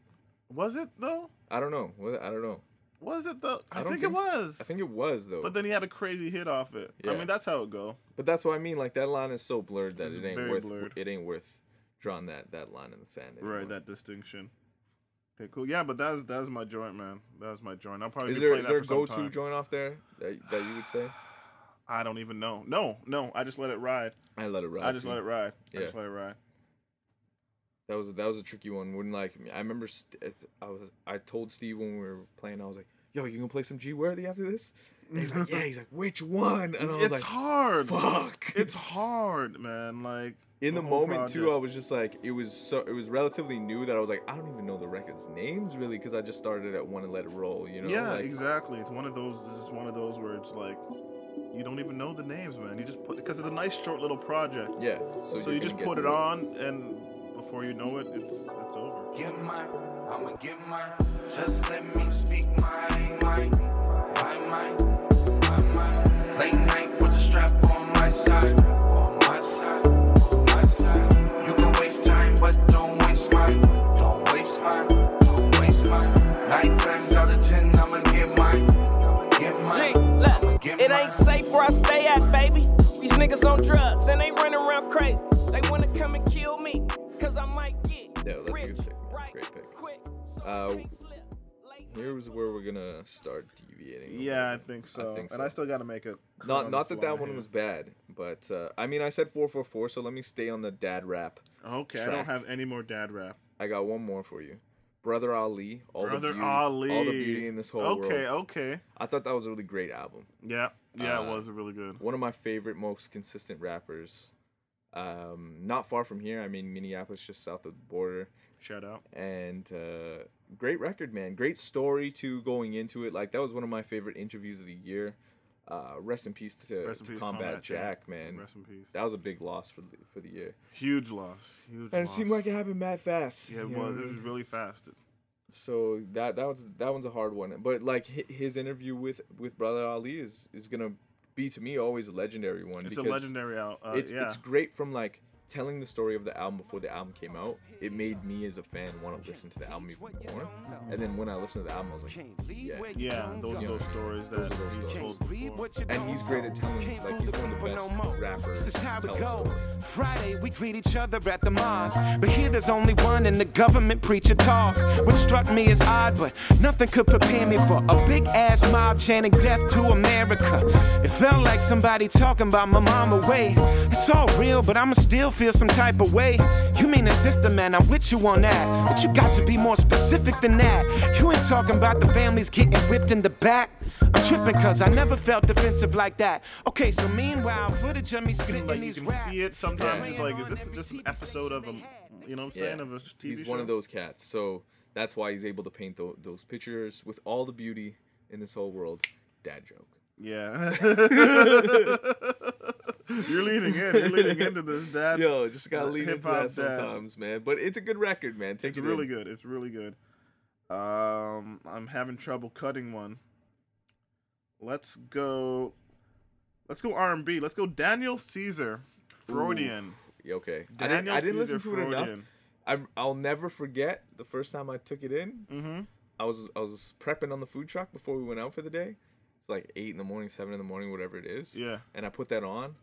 S2: Was it though?
S1: I don't know. What- I don't know.
S2: Was it though? I,
S1: don't
S2: think it
S1: think so.
S2: was.
S1: I think it was though.
S2: But
S1: But,
S2: then he had a crazy hit off it. I
S1: Yeah.
S2: mean, that's how it go.
S1: that's what I mean. Like that line is so blurred that
S2: It's
S1: it ain't
S2: very
S1: worth.
S2: blurred.
S1: It ain't worth drawing that that line in the sand. anymore.
S2: Right, that distinction. Okay, cool. Yeah, but that's that's my joint, man. That's my joint. I'll probably
S1: Is
S2: be
S1: there
S2: playing
S1: is
S2: that
S1: there a
S2: for some
S1: go
S2: time.
S1: to joint off there that, that you would say?
S2: I don't even know. No, no. I just let it ride.
S1: I let it ride.
S2: I just
S1: too.
S2: let it ride. I
S1: Yeah.
S2: just let it ride.
S1: That was that was a tricky one. Wouldn't like I remember st- I was I told Steve when we were playing I was like, "Yo, you gonna play some G Worthy after this?" And he's like, "Yeah." He's like, "Which one?" And I was
S2: It's
S1: like,
S2: hard.
S1: "Fuck."
S2: It's hard, man. Like
S1: in the
S2: whole
S1: moment too. I
S2: project.
S1: was just like, it was so it was relatively new that I was like, I don't even know the record's names really because I just started at one and let it roll. You know?
S2: yeah,
S1: like,
S2: exactly. It's one of those. It's just one of those where it's like you don't even know the names, man. You just put because it's a nice short little project.
S1: Yeah. So,
S2: So
S1: you're
S2: you
S1: gonna
S2: just
S1: get
S2: put it
S1: through
S2: on, and before you know it, it's it's over.
S8: Get mine, I'ma get mine. Just let me speak my mind, my mind, my mind. Late night with the strap on my side, on my side, on my side. You can waste time, but don't waste mine. Don't waste mine, don't waste mine. Nine times out of ten, I'ma get mine, I'ma get
S9: G,
S8: mine.
S9: look,
S8: Get
S9: it
S8: mine.
S9: ain't safe where I stay at, baby. These niggas on drugs and they running around crazy. They wanna come and kill me, cause I might get
S1: Yeah, that's a
S9: rich,
S1: good pick, man.
S9: right,
S1: Great pick.
S9: quick, so
S1: Uh,
S9: I can't slip. Late
S1: Here's where we're gonna start deviating. a little
S2: Yeah, I
S1: bit.
S2: think so.
S1: think
S2: And I still got to make a cut on
S1: Not
S2: the
S1: not that
S2: fly
S1: that one
S2: here.
S1: was bad, but uh, I mean I said four four four, so let me stay on the dad rap.
S2: Okay, I don't
S1: track.
S2: have any more dad rap.
S1: I got one more for you, brother Ali. All the
S2: Brother
S1: beauty,
S2: Ali.
S1: all the beauty in this whole world.
S2: Okay, okay.
S1: I thought that was a really great album.
S2: Yeah, yeah, it
S1: Uh,
S2: was really good.
S1: One of my favorite, most consistent rappers. Um, not far from here. I mean Minneapolis, just south of the border,
S2: Shout out.
S1: and uh, great record, man. Great story too going into it. Like that was one of my favorite interviews of the year. Uh, rest in peace to,
S2: Rest in
S1: to
S2: peace,
S1: Combat,
S2: Combat Jack.
S1: Jack, man.
S2: Rest in peace.
S1: That was a big loss for the, for the year.
S2: Huge loss. Huge.
S1: and it
S2: loss.
S1: seemed like it happened mad fast.
S2: Yeah, it
S1: you know
S2: was.
S1: what I
S2: It was
S1: mean?
S2: really fast.
S1: So that that was that one's a hard one, but like hi- his interview with with Brother Ali is is gonna be to me always a legendary one.
S2: It's a
S1: because
S2: legendary out. Uh,
S1: It's
S2: yeah.
S1: it's great from like telling the story of the album before the album came out. It made me as a fan want to listen to the album even more. And then when I listened to the album, I was like, yeah.
S2: yeah, those are
S1: Yeah.
S2: those stories that
S1: are those
S2: he's
S1: stories.
S2: told before.
S1: And he's great at telling, like he's one of the best rappers
S8: This is
S1: to
S8: how
S1: tell
S8: it
S1: a
S8: go.
S1: story.
S8: Friday, we greet each other at the mosque. But here there's only one, and the government preacher talks. What struck me as odd, but nothing could prepare me for a big ass mob chanting death to America. It felt like somebody talking about my mom away. It's all real, but I'ma still feel some type of way. You mean the system, man, I'm with you on that. But you got to be more specific than that. You ain't talking about the families getting whipped in the back. I'm tripping cause I never felt defensive like that. Okay, so meanwhile, footage of me spitting
S2: Like you
S8: these
S2: can
S8: raps.
S2: see it sometimes.
S1: Yeah.
S2: It's like, is this just an episode of a, you know, what I'm saying, of a TV
S1: he's
S2: show?
S1: one of those cats. So that's why he's able to paint tho- those pictures with all the beauty in this whole world. Dad joke.
S2: Yeah. you're leaning in. You're leaning into this dad.
S1: Yo, just gotta
S2: the
S1: lean into
S2: hip-hop
S1: that
S2: dad.
S1: sometimes, man. But it's a good record, man. Take
S2: It's
S1: it
S2: really
S1: in.
S2: good. It's really good. Um, I'm having trouble cutting one. Let's go. Let's go R and B. Let's go Daniel Caesar, Freudian.
S1: Yeah, Okay. I didn't,
S2: Daniel
S1: I didn't listen
S2: Caesar
S1: to it enough.
S2: Freudian.
S1: I, I'll never forget the first time I took it in. Mm-hmm. I was I was prepping on the food truck before we went out for the day. It's like eight in the morning, seven in the morning, whatever it is.
S2: Yeah.
S1: And I put that on,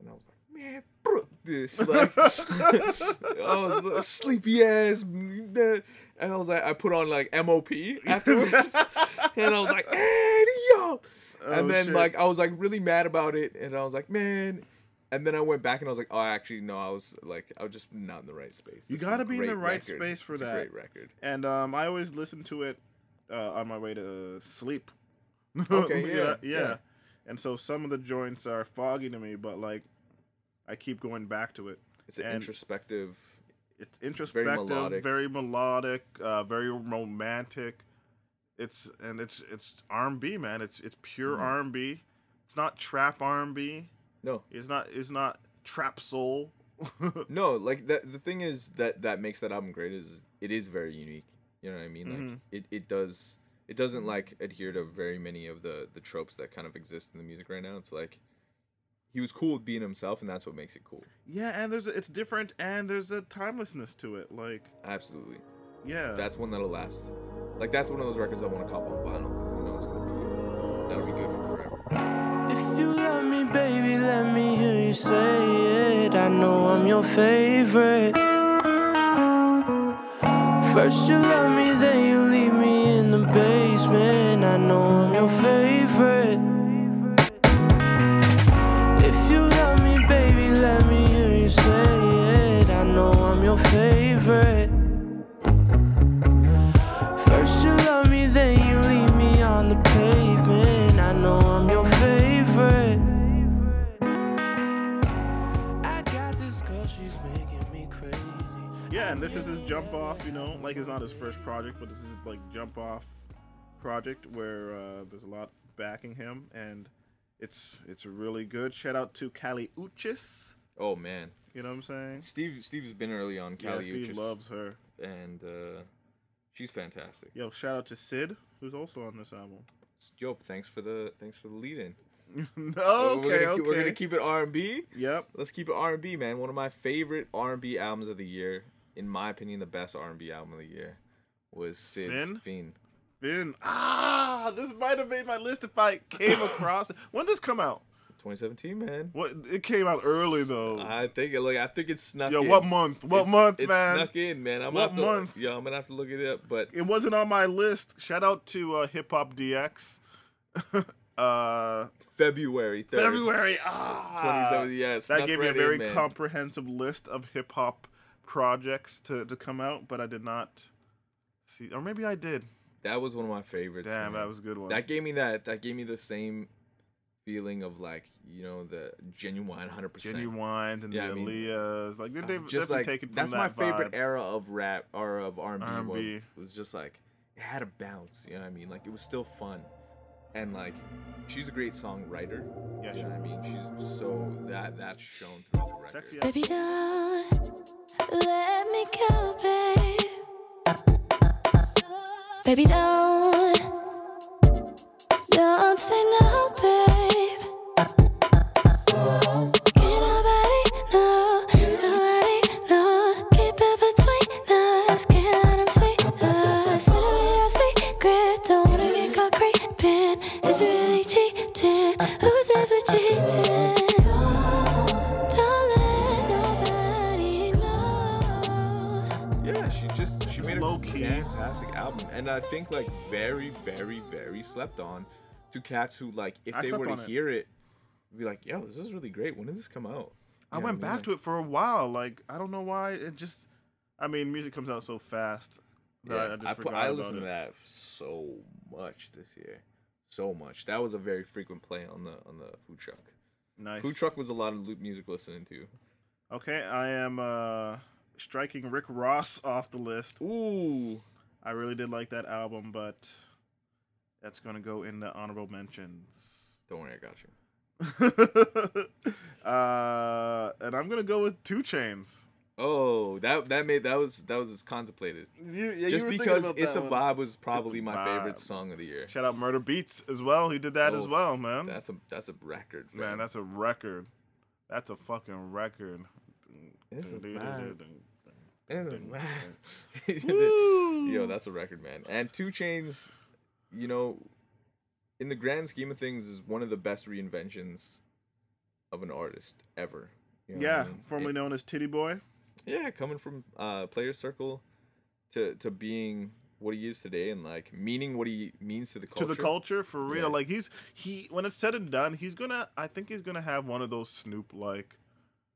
S1: and I was like, man, bro, this like, I was like, sleepy ass. mm, And I was like, I put on like MOP afterwards, and I was like, Eddie, yo.
S2: Oh,
S1: and then
S2: shit.
S1: like I was like really mad about it, and I was like, man. And then I went back and I was like, oh, actually, no, I was like, I was just not in the right space.
S2: You
S1: This is
S2: gotta
S1: a
S2: be in the
S1: great
S2: right
S1: record.
S2: space for
S1: It's a
S2: that.
S1: great record.
S2: And um, I always listen to it uh, on my way to sleep.
S1: Okay,
S2: You
S1: yeah,
S2: know? yeah,
S1: yeah.
S2: And so some of the joints are foggy to me, but like I keep going back to it.
S1: It's an
S2: And
S1: introspective.
S2: It's introspective, very melodic,
S1: melodic.
S2: very, uh, very romantic. It's and it's it's R and B, man. It's it's pure R and B. It's not trap R and B.
S1: No,
S2: It's not it's not trap soul.
S1: no, like that. The thing is that that makes that album great is it is very unique. You know what I mean? Like
S2: Mm-hmm.
S1: it, it does it doesn't like adhere to very many of the the tropes that kind of exist in the music right now. It's like he was cool with being himself, and that's what makes it cool.
S2: yeah, and there's a, it's different, and there's a timelessness to it. Like
S1: Absolutely,
S2: yeah,
S1: that's one that'll last. Like that's one of those records I want to cop on vinyl. You know, it's gonna be that'll be good for forever.
S4: If you love me, baby, let me hear you say it. I know I'm your favorite. First you love me, then you leave me in the basement. I know I'm your favorite. If you love me, baby, let me hear you say it. I know I'm your favorite. First you love me, then you leave me on the pavement. I know I'm your favorite. I got this girl, she's making me crazy.
S2: Yeah, and this is his jump off, you know, like it's not his first project, but this is like jump off project where uh, there's a lot backing him, and it's it's really good. Shout out to Cali Uchis,
S1: Oh man,
S2: you know what I'm saying?
S1: Steve Steve's been early on Cali
S2: yeah, Steve
S1: Uchis,
S2: loves her.
S1: and uh, she's fantastic.
S2: Yo, shout out to Sid, who's also on this album.
S1: Yo, thanks for the thanks for the lead in.
S2: okay,
S1: we're gonna,
S2: okay.
S1: keep- We're gonna keep it R and B.
S2: Yep.
S1: Let's keep it R and B, man. One of my favorite R and B albums of the year, in my opinion, the best R and B album of the year was Sid's
S2: Finn?
S1: Fiend.
S2: Finn. Ah, this might have made my list if I came across it. When did this come out?
S1: 2017, man.
S2: What it came out early though.
S1: I think it like I think it's snuck.
S2: Yo,
S1: in.
S2: what month? What
S1: It's-
S2: month,
S1: it's
S2: man?
S1: snuck in, man. I'm
S2: What
S1: gonna have to,
S2: month?
S1: Yeah, I'm gonna have to look it up. But
S2: it wasn't on my list. Shout out to uh, Hip Hop DX. uh,
S1: February 3rd,
S2: February. Ah,
S1: 2017. Yeah, it
S2: that
S1: snuck
S2: gave me
S1: right
S2: a very
S1: in, man.
S2: comprehensive list of hip hop projects to, to come out, but I did not see, or maybe I did.
S1: That was one of my favorites.
S2: Damn,
S1: man.
S2: that was a good one.
S1: That gave me that. That gave me the same feeling of like you know the genuine 100 percent.
S2: Genuine and
S1: Yeah,
S2: the
S1: I mean,
S2: Aaliyahs, like they,
S1: Uh,
S2: they've
S1: just
S2: definitely
S1: like
S2: taken from
S1: that's
S2: that
S1: my favorite
S2: vibe.
S1: era of rap or of R and B.
S2: R&B.
S1: It was just like it had a bounce. You know what I mean? Like it was still fun, and like she's a great songwriter.
S2: Yeah,
S1: you know
S2: sure.
S1: what I mean? She's so that that's shown through the record.
S2: Sexy
S10: Baby, don't let me go, babe. Baby, don't. Don't say no, babe. Can't nobody know, nobody know. Keep it between us, can't let 'em see us. It'll be our secret, don't wanna get caught creeping. Is it really cheating? Who says we're cheating? Don't let nobody know.
S1: Yeah, she just she made a
S2: low-key.
S1: fantastic album, and I think like very, very, very slept on to cats who like if
S2: I
S1: they
S2: slept
S1: were to
S2: on it.
S1: hear it, be like, "Yo, this is really great. When did this come out?"
S2: I went back to it for a while. Like I don't know why it just. I mean, music comes out so fast that I, I just
S1: I, put,
S2: forgot
S1: I
S2: about
S1: listened
S2: it.
S1: to that so much this year, so much. That was a very frequent play on the on the food truck.
S2: Nice.
S1: Food truck was a lot of loop music listening to.
S2: Okay, I am uh, striking Rick Ross off the list.
S1: Ooh,
S2: I really did like that album, but that's gonna go in the honorable mentions.
S1: don't worry, I got you.
S2: uh, and I'm gonna go with Two Chains.
S1: Oh, that that made that was that was contemplated.
S2: You, yeah,
S1: Just
S2: you were thinking
S1: because
S2: about
S1: it's a
S2: that one.
S1: vibe was probably my
S2: Vibe.
S1: favorite song of the year.
S2: Shout out Murder Beats as well. He did that as
S1: Oh,
S2: well, man.
S1: That's a that's a record.
S2: man,
S1: fam.
S2: that's a record. That's a fucking record.
S1: It's a
S2: Ding,
S1: Yo, that's a record, man. And Two Chains, you know, in the grand scheme of things, is one of the best reinventions of an artist ever. You know what I
S2: Yeah,
S1: mean?
S2: formerly
S1: It-
S2: known as Titty Boy.
S1: yeah, coming from uh player circle to to being what he is today and like meaning what he means to the culture.
S2: to the culture for real.
S1: Yeah.
S2: Like he's he when it's said and done, he's gonna. I think he's gonna have one of those Snoop like.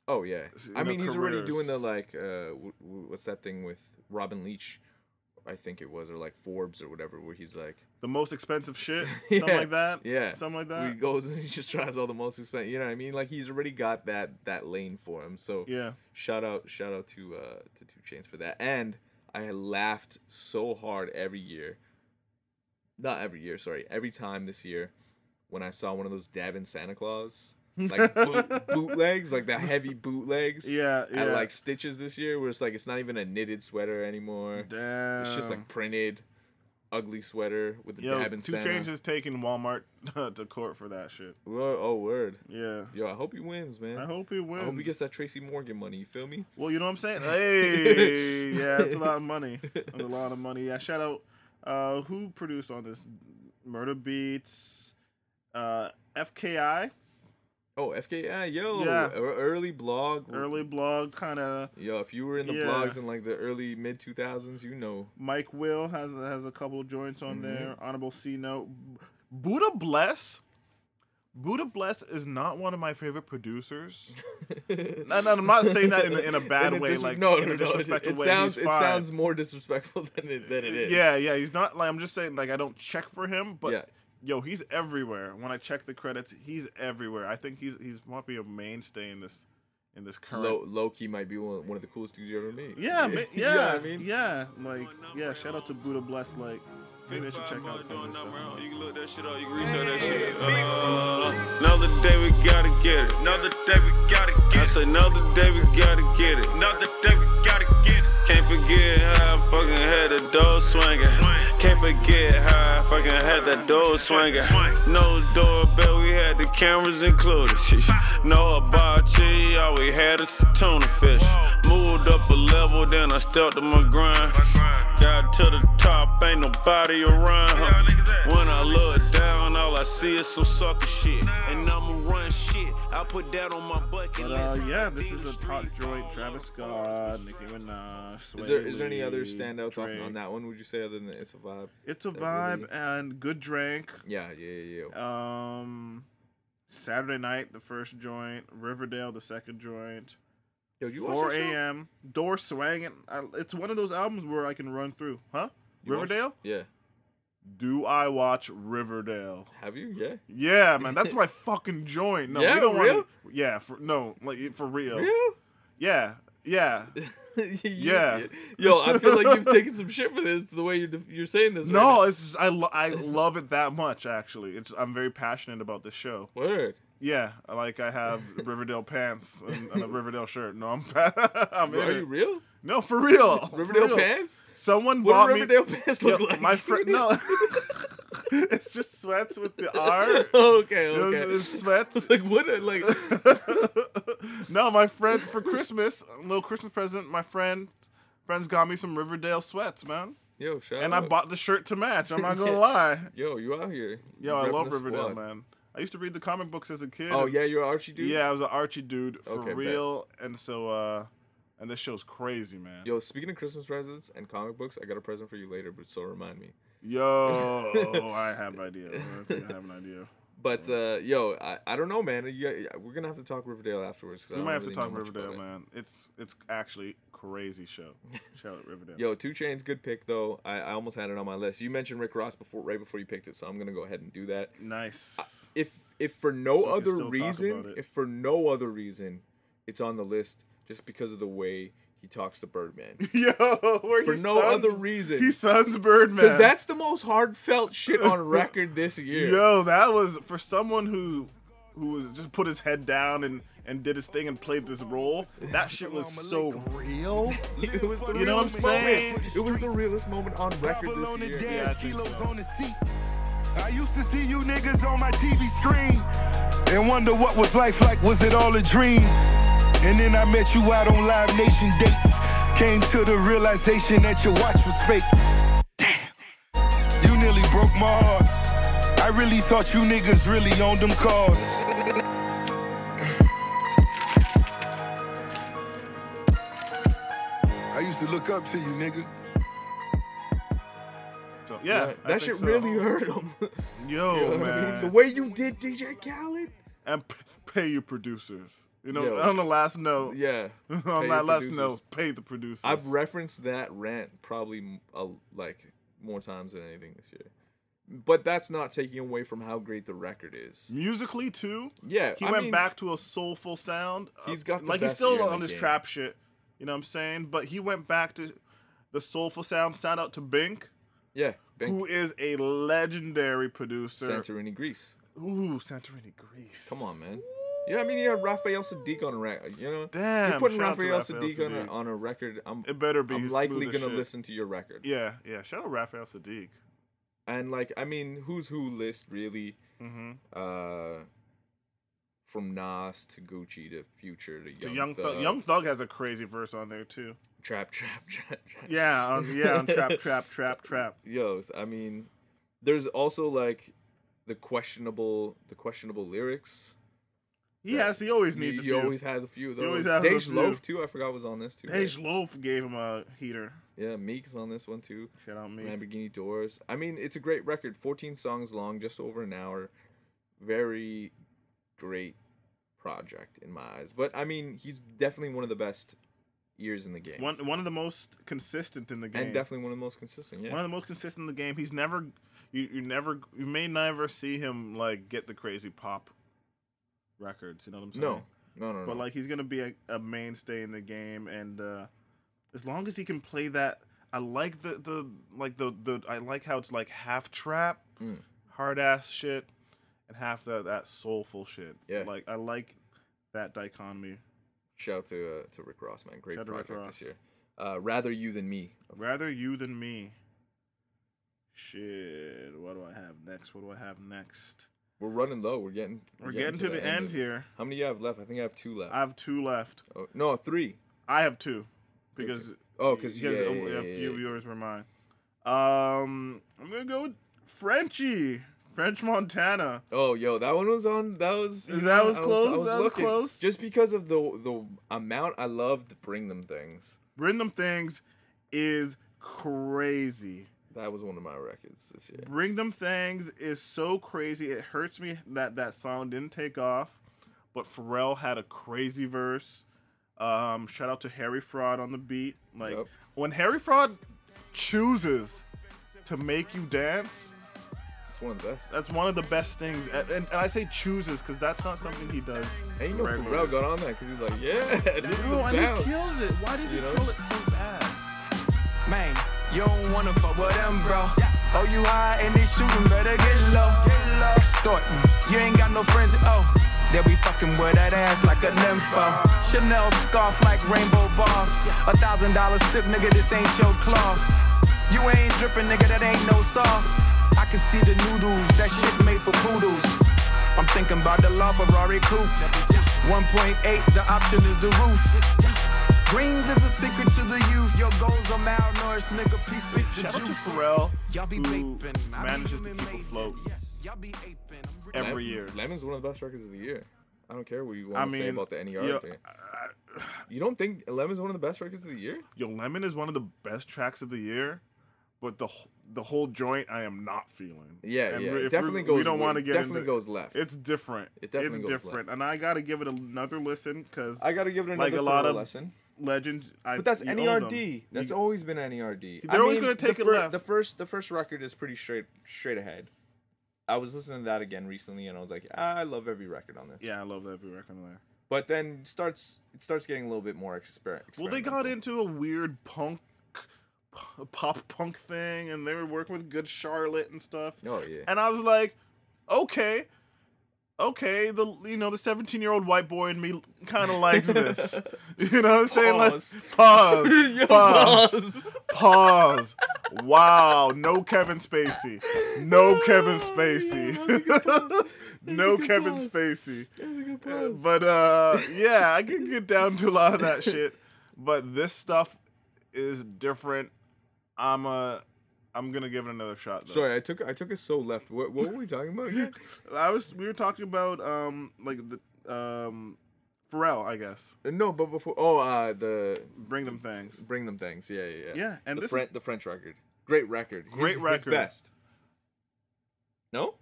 S1: Oh yeah,
S2: you
S1: I
S2: know,
S1: mean he's already
S2: careers.
S1: doing the like uh w- w- what's that thing with Robin Leach, I think it was or like Forbes or whatever where he's like
S2: The most expensive shit, something like that.
S1: yeah
S2: something like
S1: Where
S2: that.
S1: He goes and he just tries all the most expensive. You know what I mean? Like he's already got that that lane for him. So
S2: Yeah.
S1: shout out shout out to uh to Two Chains for that. And I laughed so hard every year. Not every year, sorry, every time this year when I saw one of those dabbing Santa Claus. like boot, bootlegs, like the heavy bootlegs.
S2: Yeah,
S1: At
S2: yeah.
S1: like stitches this year, where it's like it's not even a knitted sweater anymore.
S2: Damn.
S1: It's just like printed, ugly sweater with the
S2: Yo,
S1: dabbing
S2: two
S1: Santa.
S2: chains is taking Walmart to court for that shit.
S1: Word, oh word.
S2: Yeah.
S1: Yo, I hope he wins, man.
S2: I hope he
S1: I
S2: wins.
S1: hope he gets that Tracy Morgan money. You feel me?
S2: Well, you know what I'm saying? Hey, yeah, it's a lot of money. It's a lot of money. Yeah, shout out uh, who produced on this Murder Beats, uh, FKI,
S1: Oh, FKI, yo,
S2: Yeah.
S1: ear- early blog.
S2: early blog kind of.
S1: Yo, if you were in the
S2: Yeah.
S1: blogs in like the early mid two thousands, you know.
S2: Mike Will has has a couple of joints
S1: Mm-hmm.
S2: on there. Honorable C note. Buddha Bless. Buddha Bless is not one of my favorite producers. no, no, I'm not saying that in a, in a bad
S1: In a
S2: way,
S1: dis-
S2: like
S1: no,
S2: in
S1: no,
S2: a
S1: no, it-
S2: disrespectful
S1: it
S2: way.
S1: sounds
S2: he's
S1: it
S2: fine.
S1: sounds more disrespectful than it than it is.
S2: Yeah, yeah, he's not like I'm just saying like I don't check for him, but
S1: Yeah.
S2: yo, he's everywhere. When I check the credits, he's everywhere. I think he's he's might be a mainstay in this in this current.
S1: Low, low key might be one, one of the coolest dudes you ever meet.
S2: Yeah, ma- yeah,
S1: You know what I mean?
S2: yeah, like yeah. Shout out to Buddha Bless, like maybe I should check out some of his stuff.
S11: You can look that shit up, you can research that shit. Uh, another day we gotta get it. Another day we gotta get it. I said another day we gotta get it. Another day we gotta get it. Can't forget how I fucking had that door swinging. Can't forget how I fucking had that door swinging. No doorbell, we had the cameras included. Sheesh. No hibachi, all we had is the tuna fish. Moved up a level, then I stepped to my grind. Got to the top, ain't nobody around. When I look down, all I see is some sucker shit. And I'ma run shit. I put that on my bucket
S2: But
S11: list.
S2: uh, yeah, this is a top joint. Travis Scott, Nicki Minaj.
S1: Is
S2: Swae
S1: there is there any other
S2: Lee,
S1: standouts off on
S2: Drake.
S1: that one? Would you say other than it's a vibe?
S2: It's a
S1: that
S2: vibe
S1: really-
S2: and good drink.
S1: Yeah, yeah, yeah.
S2: Uh,
S1: yeah.
S2: Um, Saturday night, the first joint. Riverdale, the second joint.
S1: Yo, you watch
S2: 4
S1: that show?
S2: a.m. Door swinging. I, it's one of those albums where I can run through. Huh?
S1: You watch-
S2: Riverdale?
S1: Yeah.
S2: Do I watch Riverdale?
S1: Have you? Yeah.
S2: Yeah, man, that's my fucking joint. No,
S1: Yeah,
S2: we don't
S1: real?
S2: want. Yeah, for no, like for real. Yeah, yeah.
S1: You-
S2: Yeah.
S1: Yo, I feel like you've taken some shit for this. The way you're def- you're saying this.
S2: No, it's just, I lo- I love it that much. Actually, it's I'm very passionate about this show.
S1: Right now. Word.
S2: Yeah, like I have Riverdale pants and, and a Riverdale shirt. No, I'm I'm
S1: Bro,
S2: in
S1: are
S2: it.
S1: you real?
S2: No, for real. for
S1: Riverdale
S2: real.
S1: pants?
S2: Someone
S1: What
S2: bought
S1: do
S2: me
S1: Riverdale pants look
S2: Yo,
S1: like?
S2: My friend, no. it's just sweats with the R.
S1: okay,
S2: It was-
S1: okay.
S2: it's sweats.
S1: It's like what? a- Like
S2: no, my friend for Christmas, a little Christmas present, my friend friends got me some Riverdale sweats, man.
S1: yo, shout
S2: And I
S1: out.
S2: bought the shirt to match. I'm not gonna lie.
S1: Yo, you out here?
S2: Yo, I
S1: repping
S2: love
S1: the
S2: Riverdale,
S1: squad.
S2: man. I used to read the comic books as a kid.
S1: Oh
S2: and-
S1: yeah, you're Archie dude.
S2: Yeah, I was an Archie dude for
S1: Okay, bet.
S2: real. And so uh and this show's crazy, man.
S1: Yo, speaking of Christmas presents and comic books, I got a present for you later, but so remind me.
S2: Yo, I have idea. I think I have an idea.
S1: But uh, yo, I, I don't know, man. You, we're gonna have to talk Riverdale afterwards. 'cause I
S2: We
S1: don't
S2: might have
S1: really
S2: to talk
S1: know much about
S2: Riverdale,
S1: it.
S2: man. It's it's actually crazy show. Shout out Riverdale.
S1: Yo, Two Chains, good pick though. I, I almost had it on my list. You mentioned Rick Ross before, right before you picked it, so I'm gonna go ahead and do that.
S2: nice.
S1: If if for no
S2: So we can
S1: other
S2: still talk about
S1: reason,
S2: it.
S1: if for no other reason, it's on the list just because of the way he talks to Birdman.
S2: Yo, where
S1: For
S2: he
S1: no
S2: sons-
S1: other reason.
S2: He sons Birdman.
S1: Because that's the most heartfelt shit on record this year.
S2: Yo, that was for someone who who was just put his head down and and did his thing and played this role. That shit was so real.
S1: it was the
S2: you know what
S1: realest
S2: I'm saying?
S1: moment. It was the realest moment on record
S12: Bible on the
S1: this year.
S12: dash, kilos on the seat. I used to see you niggas on my TV screen and wonder what was life like. Was it all a dream? And then I met you out on Live Nation dates. Came to the realization that your watch was fake. Damn, you nearly broke my heart. I really thought you niggas really owned them cars. I used to look up to you, nigga.
S2: So, yeah, I
S1: that
S2: think
S1: shit
S2: so.
S1: really hurt him.
S2: Yo,
S1: You know what I mean?
S2: man.
S1: The way you did DJ Khaled.
S2: and p- pay your producers. You know,
S1: Yo.
S2: on the last note.
S1: Yeah.
S2: on
S1: Pay
S2: that
S1: your
S2: last
S1: producers.
S2: note, pay the producers.
S1: I've referenced that rant probably m- a, like more times than anything this year. But that's not taking away from how great the record is.
S2: musically too.
S1: Yeah,
S2: he
S1: I
S2: went
S1: mean-
S2: back to a soulful sound. uh,
S1: He's got the
S2: like
S1: best
S2: he's still
S1: ear in
S2: on
S1: the
S2: this
S1: game.
S2: trap shit. You know what I'm saying? But he went back to the soulful sound. Shout out to Bink,
S1: Yeah, Bank
S2: who is a legendary producer.
S1: Santorini, Greece.
S2: Ooh, Santorini, Greece.
S1: Come on, man. Yeah, I mean, you had Raphael Sadiq on a record. You know,
S2: Damn,
S1: you're putting
S2: shout out to
S1: Raphael,
S2: Raphael
S1: Sadiq, on, a,
S2: Sadiq.
S1: on a record. I'm
S2: It better be
S1: I'm
S2: smooth
S1: likely
S2: as
S1: gonna
S2: shit.
S1: listen to your record.
S2: Yeah, yeah. Shout out Raphael Sadiq.
S1: And like, I mean, who's who list really?
S2: Mm-hmm.
S1: Uh, from Nas to Gucci to Future to Young,
S2: So Young
S1: Thug,
S2: Thug, Young Thug has a crazy verse on there too.
S1: Trap Trap Trap. trap.
S2: Yeah, on, yeah, on trap, trap, trap, trap.
S1: yo s- i mean there's also like the questionable the questionable lyrics
S2: Yes, he always
S1: he,
S2: needs.
S1: he
S2: a few.
S1: always has a few of
S2: He always
S1: those
S2: has a
S1: Dej
S2: few.
S1: Loaf too i forgot was on this too right?
S2: Page Loaf gave him a heater.
S1: yeah meek's on this one too
S2: Shout out me.
S1: lamborghini doors i mean it's a great record 14 songs long just over an hour very great project in my eyes but i mean he's definitely one of the best years in the game
S2: One one of the most consistent in the game.
S1: and definitely one of the most consistent yeah
S2: one of the most consistent in the game. He's never you, you never you may never see him like get the crazy pop records. You know what I'm saying?
S1: no no no no
S2: But like he's gonna be a, a mainstay in the game, and uh, as long as he can play that, I like the the like the the I like how it's like half trap,
S1: Mm.
S2: hard ass shit, and half that that soulful shit.
S1: Yeah.
S2: like I like that dichotomy.
S1: Shout to uh, to Rick Ross, man. Great
S2: Shout to Rick
S1: project this
S2: Ross.
S1: year. Uh, Rather you than me.
S2: Rather you than me. Shit, what do I have next? What do I have next?
S1: We're running low. We're getting
S2: We're getting to the end
S1: of-
S2: here.
S1: How many do you have left? I think I have two left.
S2: I have two left.
S1: oh, no, three.
S2: I have two because
S1: two. Oh, 'cause-
S2: because
S1: yeah,
S2: a,
S1: yeah,
S2: a
S1: yeah,
S2: few
S1: yeah.
S2: of yours were mine. Um, I'm gonna go with Frenchie, French Montana.
S1: Oh, yo, that one was on. That was
S2: Is that was
S1: I
S2: close?
S1: I
S2: That was
S1: looking.
S2: close?
S1: Just because of the the amount I love to bring them things.
S2: Bring them things is crazy.
S1: That was one of my records this year.
S2: Bring them things is so crazy. It hurts me that that song didn't take off, but Pharrell had a crazy verse. Um, shout out to Harry Fraud on the beat. Like
S1: Yep.
S2: when Harry Fraud chooses to make you dance,
S1: It's one of the best.
S2: that's one of the best things. And, and, and I say chooses because that's not something he does.
S1: And you know
S2: regularly.
S1: Pharrell got on that because he's like, yeah, this is the
S2: Yo, and he
S1: bounce.
S2: kills it. Why does he
S1: You know?
S2: kill it so bad?
S4: Man, you don't wanna fuck with them, bro. Oh, you high and they shooting, better get low. Extorting, you ain't got no friends, oh. They be fucking with that ass like a nympho. Chanel scarf like rainbow bar. A thousand dollar sip, nigga, this ain't your cloth. You ain't dripping, nigga, that ain't no sauce. I can see the noodles, that shit made for poodles. I'm thinking about the law Ferrari coupe. 1.8, the option is the roof. Dreams is a secret to the youth. Your goals are malnourished, nigga. Peace with the
S2: Shout out to
S4: juice.
S2: Pharrell,
S4: Y'all be
S2: who
S4: vaping. I be
S2: manages to
S4: human
S2: keep
S4: made.
S2: afloat
S4: Yes, y'all be aping. I'm rich.
S1: Lem-
S2: every year.
S1: Lemon's one of the best records of the year. I don't care what you want
S2: I
S1: to say
S2: mean,
S1: about the NER.
S2: yo,
S1: thing. You don't think Lemon's one of the best records of the year?
S2: Yo, Lemon is one of the best tracks of the year, but the wh- the whole joint I am not feeling.
S1: Yeah,
S2: And
S1: yeah.
S2: we're-
S1: It
S2: if
S1: definitely
S2: we're-
S1: goes.
S2: We don't want to get
S1: definitely
S2: into,
S1: goes left.
S2: It's different.
S1: It definitely
S2: it's
S1: goes
S2: different, and I gotta give it another listen because
S1: I gotta give it another
S2: like a lot of
S1: lesson.
S2: legends. I,
S1: But that's
S2: you owe them.
S1: NERD. That's
S2: You-
S1: always been E NERD.
S2: They're always gonna take
S1: the
S2: it
S1: fir-
S2: left.
S1: The first, the first record is pretty straight, straight ahead. I was listening to that again recently, and I was like, "Ah, I love every record on this.
S2: Yeah, I love every record on there.
S1: But then starts, it starts getting a little bit more exper- experimental.
S2: Well, they got into a weird punk, p- pop punk thing, and they were working with Good Charlotte and stuff.
S1: Oh yeah.
S2: And I was like, okay, okay, the you know the seventeen year old white boy in me kind of likes this. you know what I'm saying?
S1: Pause.
S2: Like, pause,
S1: Yo,
S2: pause, pause. Wow, no Kevin Spacey, no Kevin
S1: Oh,
S2: Spacey, no Kevin Spacey. But uh, yeah, I can get down to a lot of that shit. But this stuff is different. I'm a. I'm gonna give it another shot. Though.
S1: Sorry, I took I took us so left. What, what were we talking about again?
S2: I was we were talking about um like the um Pharrell, I guess.
S1: No, but before oh uh the
S2: Bring them things.
S1: bring them things. Yeah, yeah, yeah.
S2: Yeah, and
S1: the
S2: this
S1: French the French record, great record, He's-
S2: Great
S1: he's
S2: record.
S1: best. No,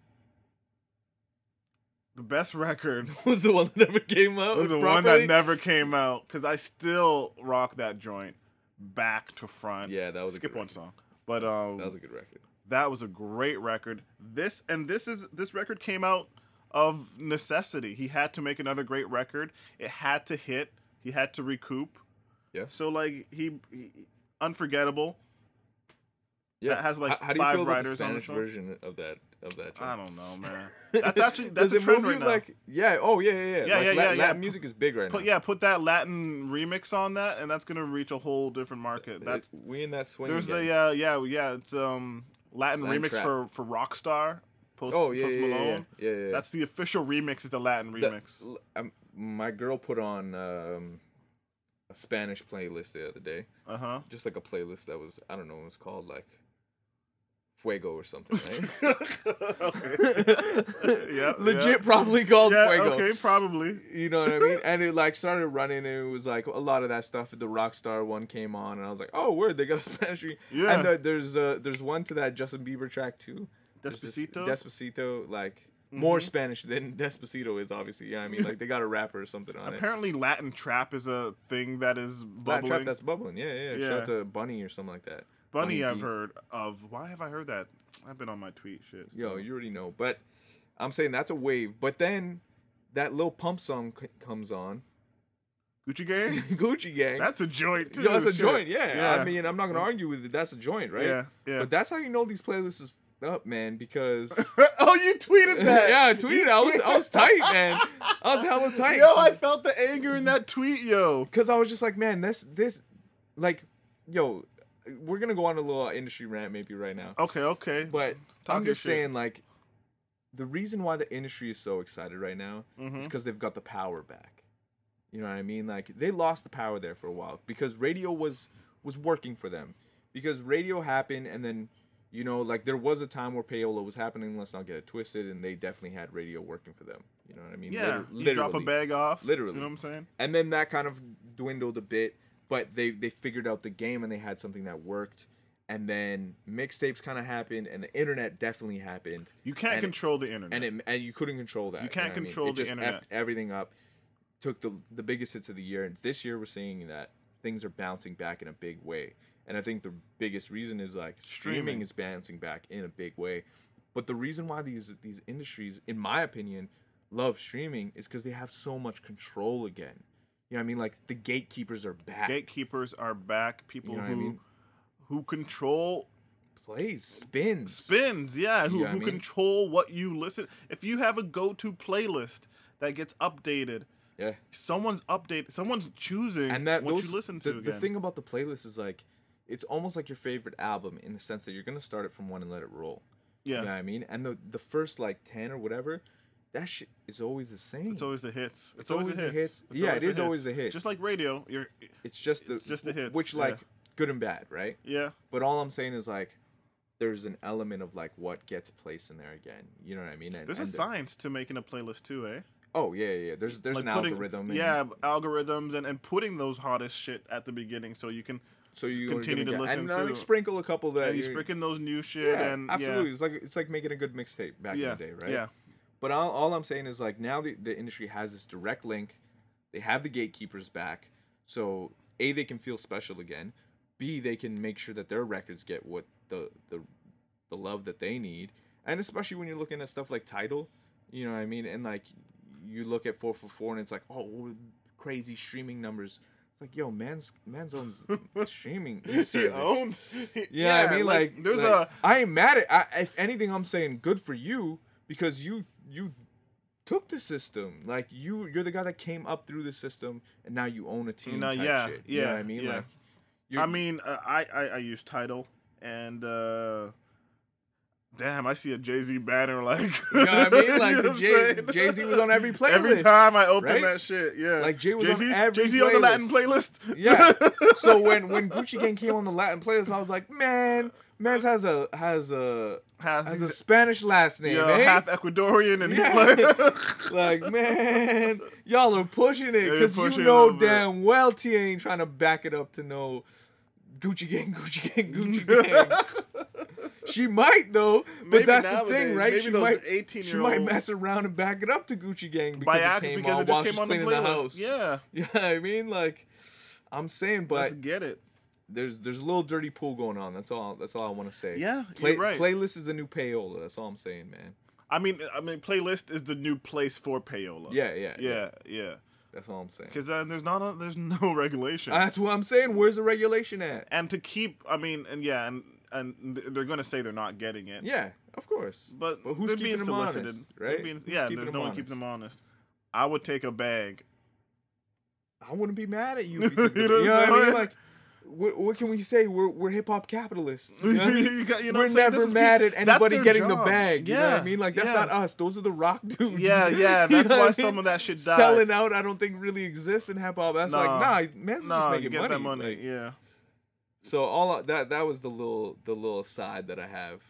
S2: The best record
S1: was the one that never came out.
S2: was the one
S1: properly?
S2: that never came out because I still rock that joint back to front.
S1: Yeah, that was a
S2: skip
S1: good
S2: one
S1: record.
S2: song, but um
S1: That was a good record.
S2: that was a great record. This and this is this record came out of necessity. He had to make another great record. It had to hit. He had to recoup.
S1: Yeah.
S2: So like he, he unforgettable.
S1: Yeah,
S2: that has, like,
S1: how, how do you
S2: five
S1: feel about the
S2: writers on the
S1: Spanish
S2: song?
S1: version of that of that? track?
S2: I don't know, man. Um, That's actually
S1: Does
S2: that's a
S1: it
S2: trend
S1: move
S2: right
S1: you,
S2: now.
S1: Like yeah, oh yeah, yeah, yeah,
S2: Yeah,
S1: Like,
S2: yeah,
S1: Latin-
S2: yeah, yeah.
S1: Latin music is big right
S2: Put
S1: now.
S2: yeah, put that Latin remix on that, and that's gonna reach a whole different market. That's
S1: we in that swing.
S2: there's
S1: again.
S2: the uh, yeah yeah it's um Latin,
S1: Latin
S2: remix
S1: trap.
S2: for for Rockstar. Post,
S1: Oh, yeah,
S2: Post
S1: yeah, yeah, yeah.
S2: Malone.
S1: Yeah, yeah, yeah.
S2: That's the official remix. Is the Latin
S1: That-
S2: remix.
S1: l- um, my girl put on um, a Spanish playlist the other day.
S2: Uh huh.
S1: Just like a playlist that was I don't know what it was called like Fuego or something, right?
S2: Yeah.
S1: Legit
S2: yeah.
S1: probably called
S2: Yeah.
S1: Fuego.
S2: Okay. Probably.
S1: You know what I mean? And it like started running and it was like a lot of that stuff. The Rockstar one came on and I was like, Oh word, they got a Spanish re-"
S2: Yeah.
S1: And the, there's uh there's one to that Justin Bieber track too. There's this
S2: Despacito? Mm-hmm.
S1: Despacito, like more Spanish than Despacito is obviously, you know what I mean? Like they got a rapper or something on it.
S2: Apparently, Latin trap is a thing that is
S1: Latin
S2: bubbling.
S1: trap that's bubbling. Yeah, yeah, yeah. Shout
S2: Yeah.
S1: out to Bunny or something like that.
S2: Bunny, I've
S1: D.
S2: heard of. Why have I heard that? I've been on my tweet shit.
S1: Yo,
S2: so.
S1: you already know. But I'm saying that's a wave. But then that Lil Pump song c- comes on.
S2: Gucci Gang.
S1: Gucci Gang.
S2: That's a joint too.
S1: Yo, that's a
S2: shit.
S1: joint, yeah. I mean, I'm not gonna argue with it. That's a joint, right?
S2: Yeah, yeah.
S1: But that's how you know these playlists is up, man, because
S2: oh, you tweeted that.
S1: yeah, I tweeted. I was I was tight, man. I was hella tight.
S2: Yo, I felt the anger in that tweet, yo.
S1: Cause I was just like, man, this this, like, yo, we're gonna go on a little industry rant maybe right now.
S2: Okay, okay.
S1: But
S2: Talk
S1: I'm
S2: your
S1: just
S2: shit.
S1: saying, like, the reason why the industry is so excited right now
S2: Mm-hmm.
S1: is because they've got the power back. You know what I mean? Like, they lost the power there for a while because radio was was working for them. Because radio happened, and then you know, like, there was a time where payola was happening. Let's not get it twisted, and they definitely had radio working for them. You know what I mean?
S2: yeah,
S1: Liter-
S2: you drop a
S1: literally
S2: bag off.
S1: literally.
S2: You know what I'm saying?
S1: and then that kind of dwindled a bit, but they they figured out the game and they had something that worked. And then mixtapes kind of happened, and the internet definitely happened.
S2: You can't
S1: And-
S2: control the internet.
S1: and it and you couldn't control that.
S2: You can't
S1: what I mean?
S2: control
S1: It
S2: the
S1: just
S2: internet.
S1: effed everything up. Took the the biggest hits of the year, and this year we're seeing that things are bouncing back in a big way. And I think the biggest reason is like streaming,
S2: Streaming.
S1: is bouncing back in a big way. But the reason why these these industries, in my opinion, love streaming is because they have so much control again. You know what I mean? Like the gatekeepers are back.
S2: Gatekeepers are back. People
S1: You know what
S2: who
S1: I mean?
S2: who control
S1: Plays spins.
S2: spins. Yeah, who
S1: know what I
S2: who
S1: mean?
S2: control what you listen. If you have a go to playlist that gets updated,
S1: Yeah.
S2: someone's update. Someone's choosing
S1: and that
S2: what
S1: those,
S2: you
S1: the,
S2: listen to.
S1: the
S2: again.
S1: thing about the playlist is like it's almost like your favorite album in the sense that you're gonna start it from one and let it roll
S2: yeah,
S1: you know what i mean and the the first like 10 or whatever that shit is always the same
S2: it's always the hits. It's,
S1: always the
S2: the
S1: hits.
S2: It's
S1: Yeah,
S2: always
S1: it
S2: the
S1: is always the hits.
S2: Just like radio, you're
S1: it's just the
S2: it's just the hits,
S1: which
S2: yeah.
S1: like good and bad right
S2: yeah.
S1: but all i'm saying is like there's an element of like what gets placed in there again you know what i mean and,
S2: There's a
S1: and uh, the-
S2: science to making a playlist too, eh?
S1: oh yeah yeah yeah. there's there's an
S2: putting-
S1: algorithm and
S2: yeah, b- algorithms and, and putting those hottest shit at the beginning so you can
S1: so you are gonna
S2: continue to
S1: get-
S2: listen
S1: and uh,
S2: through.
S1: like sprinkle a couple that
S2: and you
S1: you're-
S2: sprinkle those new shit
S1: yeah,
S2: and
S1: absolutely it's like it's like making a good mixtape back
S2: yeah,
S1: in the day right
S2: yeah,
S1: But all, all I'm saying is like now the, the industry has this direct link. They have the gatekeepers back. So A, they can feel special again. B, they can make sure that their records get what the the, the love that they need. And especially when you're looking at stuff like title, you know what I mean? And like you look at four for four and it's like, oh we're crazy streaming numbers. It's like, yo, man's man's owns streaming.
S2: He
S1: service.
S2: owned.
S1: Yeah, I mean, like,
S2: there's
S1: like,
S2: a
S1: I ain't mad at. I, if anything, I'm saying good for you because you you took the system. Like you, you're the guy that came up through the system, and now you own a team.
S2: No,
S1: type
S2: yeah,
S1: shit.
S2: yeah,
S1: You know what I mean,
S2: yeah.
S1: like,
S2: I mean, uh, I, I I use title and uh damn, I see a Jay Z banner like
S1: You know what I mean? Like
S2: You know
S1: the
S2: what I'm saying?
S1: Jay Jay Z was on every playlist.
S2: Every time I open
S1: right?
S2: that shit, yeah.
S1: Like Jay was
S2: Jay-Z,
S1: on every
S2: Jay-Z on the Latin playlist.
S1: Yeah. So when when Gucci Gang came on the Latin playlist, I was like, man, man's has a has a
S2: has,
S1: a Spanish last name,
S2: Yeah,
S1: eh?
S2: half Ecuadorian and
S1: Yeah.
S2: he's like
S1: like man, y'all are pushing it
S2: Yeah,
S1: because you
S2: pushing it a
S1: know
S2: little bit.
S1: damn well T ain't trying to back it up to no Gucci Gang, Gucci Gang, Gucci Gang. she might though, but
S2: Maybe
S1: that's the
S2: nowadays,
S1: thing, right?
S2: maybe
S1: she
S2: those
S1: might,
S2: 18
S1: she
S2: year
S1: might
S2: old-
S1: mess around and back it up to Gucci Gang because
S2: by
S1: it
S2: accident
S1: came
S2: because
S1: on
S2: it
S1: while
S2: just came
S1: she's
S2: on the
S1: cleaning the
S2: playlist.
S1: house.
S2: Yeah.
S1: Yeah, I mean, like, I'm saying, but
S2: Let's get it.
S1: There's there's a little dirty pool going on. That's all. That's all I want to say.
S2: Yeah,
S1: Play,
S2: you're right.
S1: Playlist is the new payola. That's all I'm saying, man.
S2: I mean, I mean, playlist is the new place for payola.
S1: Yeah, yeah,
S2: yeah, yeah.
S1: That's all I'm saying.
S2: Because then uh, there's not a, there's no regulation.
S1: That's what I'm saying. Where's the regulation at?
S2: and to keep, I mean, and yeah, and and th- they're gonna say they're not getting it.
S1: Yeah, of course.
S2: but,
S1: But who's
S2: they're
S1: keeping
S2: being
S1: them
S2: solicited,
S1: honest,
S2: They're
S1: right?
S2: being-
S1: Who's
S2: yeah,
S1: keeping
S2: there's
S1: them
S2: no one
S1: honest?
S2: keeping them honest. I would take a bag.
S1: I wouldn't be mad at you. if you, did
S2: You
S1: it.
S2: know
S1: you know what
S2: what I'm
S1: I mean?
S2: saying?
S1: Like, what, what can we say? We're we're hip hop capitalists. You know what I mean?
S2: You got- you know
S1: we're
S2: what I'm saying? This
S1: never
S2: is
S1: mad
S2: peop-
S1: at
S2: that's
S1: anybody
S2: their
S1: getting the
S2: job.
S1: bag. You know what
S2: Yeah,
S1: I mean? Like that's
S2: yeah.
S1: not us. Those are the rock dudes.
S2: Yeah, yeah,
S1: You
S2: that's
S1: know what
S2: why
S1: I mean?
S2: some of that shit died.
S1: Selling out, I don't think really exists in hip hop. That's like, nah, man's
S2: nah,
S1: just making
S2: get
S1: money.
S2: that money.
S1: Like,
S2: yeah,
S1: So all I- that that was the little the little side that I have.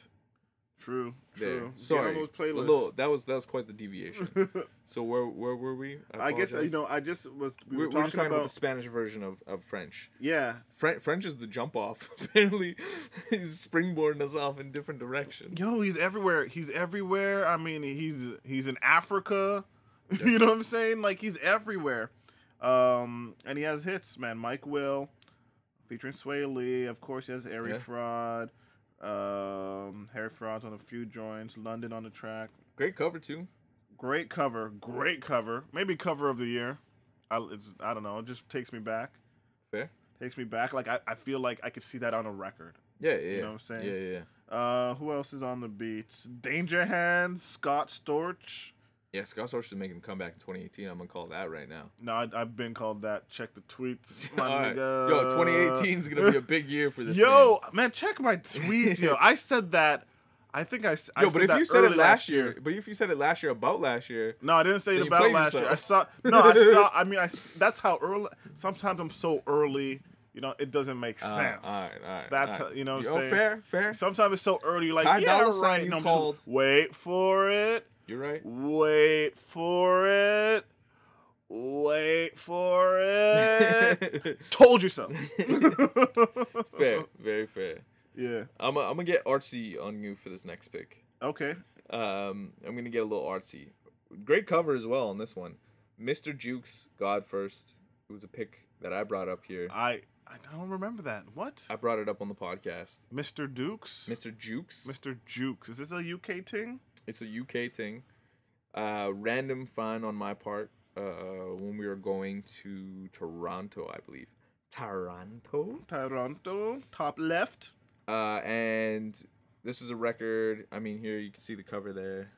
S2: true,
S1: There.
S2: true.
S1: Sorry.
S2: Get on those
S1: The
S2: playlists.
S1: little- that was that was quite the deviation. so where where were we?
S2: I, guess you
S1: apologize.
S2: know. I just was. We
S1: we're,
S2: were
S1: we're just talking about,
S2: about
S1: the Spanish version of, of French.
S2: Yeah.
S1: French, French is the jump off. Apparently, he's springboarding us off in different directions.
S2: Yo, he's everywhere. He's everywhere. I mean, he's he's in Africa. you know what I'm saying? Like he's everywhere. Um, and he has hits, man. Mike Will, featuring Sway Lee. Of course, he has Harry
S1: Yeah.
S2: Fraud. Um, Harry Fraud's on a few joints. London on the track.
S1: Great cover too.
S2: Great cover. Great cover. Maybe cover of the year. I, it's, I don't know. It just takes me back.
S1: Fair.
S2: Takes me back. Like I, I feel like I could see that on a record.
S1: Yeah, yeah.
S2: You
S1: yeah.
S2: know what I'm saying?
S1: Yeah, yeah. yeah.
S2: Uh, who else is on the beats? Danger Hands, Scott Storch.
S1: Yeah, Scott Storch is making a comeback in 2018. I'm gonna call that right now.
S2: No, I, I've been called that. Check the tweets. My
S1: All right.
S2: nigga.
S1: Yo, 2018 is gonna be a big year for this.
S2: Yo, man. check my tweets. Yo, I said that. I think I. s- I
S1: man. yo, but if
S2: that
S1: you said it
S2: early
S1: last year, but if you said it last year about last year,
S2: No, I didn't say it
S1: Then you
S2: about
S1: played
S2: last year. I saw.
S1: yourself.
S2: No, I saw. I mean, I. s- That's how early. Sometimes I'm so early. You know, it doesn't make
S1: Ah,
S2: sense.
S1: all right, all right,
S2: That's
S1: all right.
S2: how, you know. What
S1: Yo,
S2: I'm saying?
S1: Oh, fair, fair.
S2: Sometimes it's so early. You're like,
S1: Ty
S2: yeah,
S1: Dolla Sign
S2: right.
S1: you
S2: And I'm
S1: called.
S2: just wait for it.
S1: You're right.
S2: Wait for it. Wait for it. Told you so.
S1: fair, very fair.
S2: Yeah.
S1: I'm i I'm gonna get artsy on you for this next pick.
S2: Okay.
S1: Um, I'm gonna get a little artsy. Great cover as well on this one. Mr. Jukes, God First. It was a pick that I brought up here.
S2: I I don't remember that. What?
S1: I brought it up on the podcast.
S2: Mr. Dukes.
S1: Mr. Jukes.
S2: Mr. Jukes. Is this a UK thing?
S1: It's a UK thing. Uh, random find on my part. Uh, when we were going to Toronto, I believe. Toronto.
S2: Toronto. Top left.
S1: Uh, and this is a record. I mean, here you can see the cover there.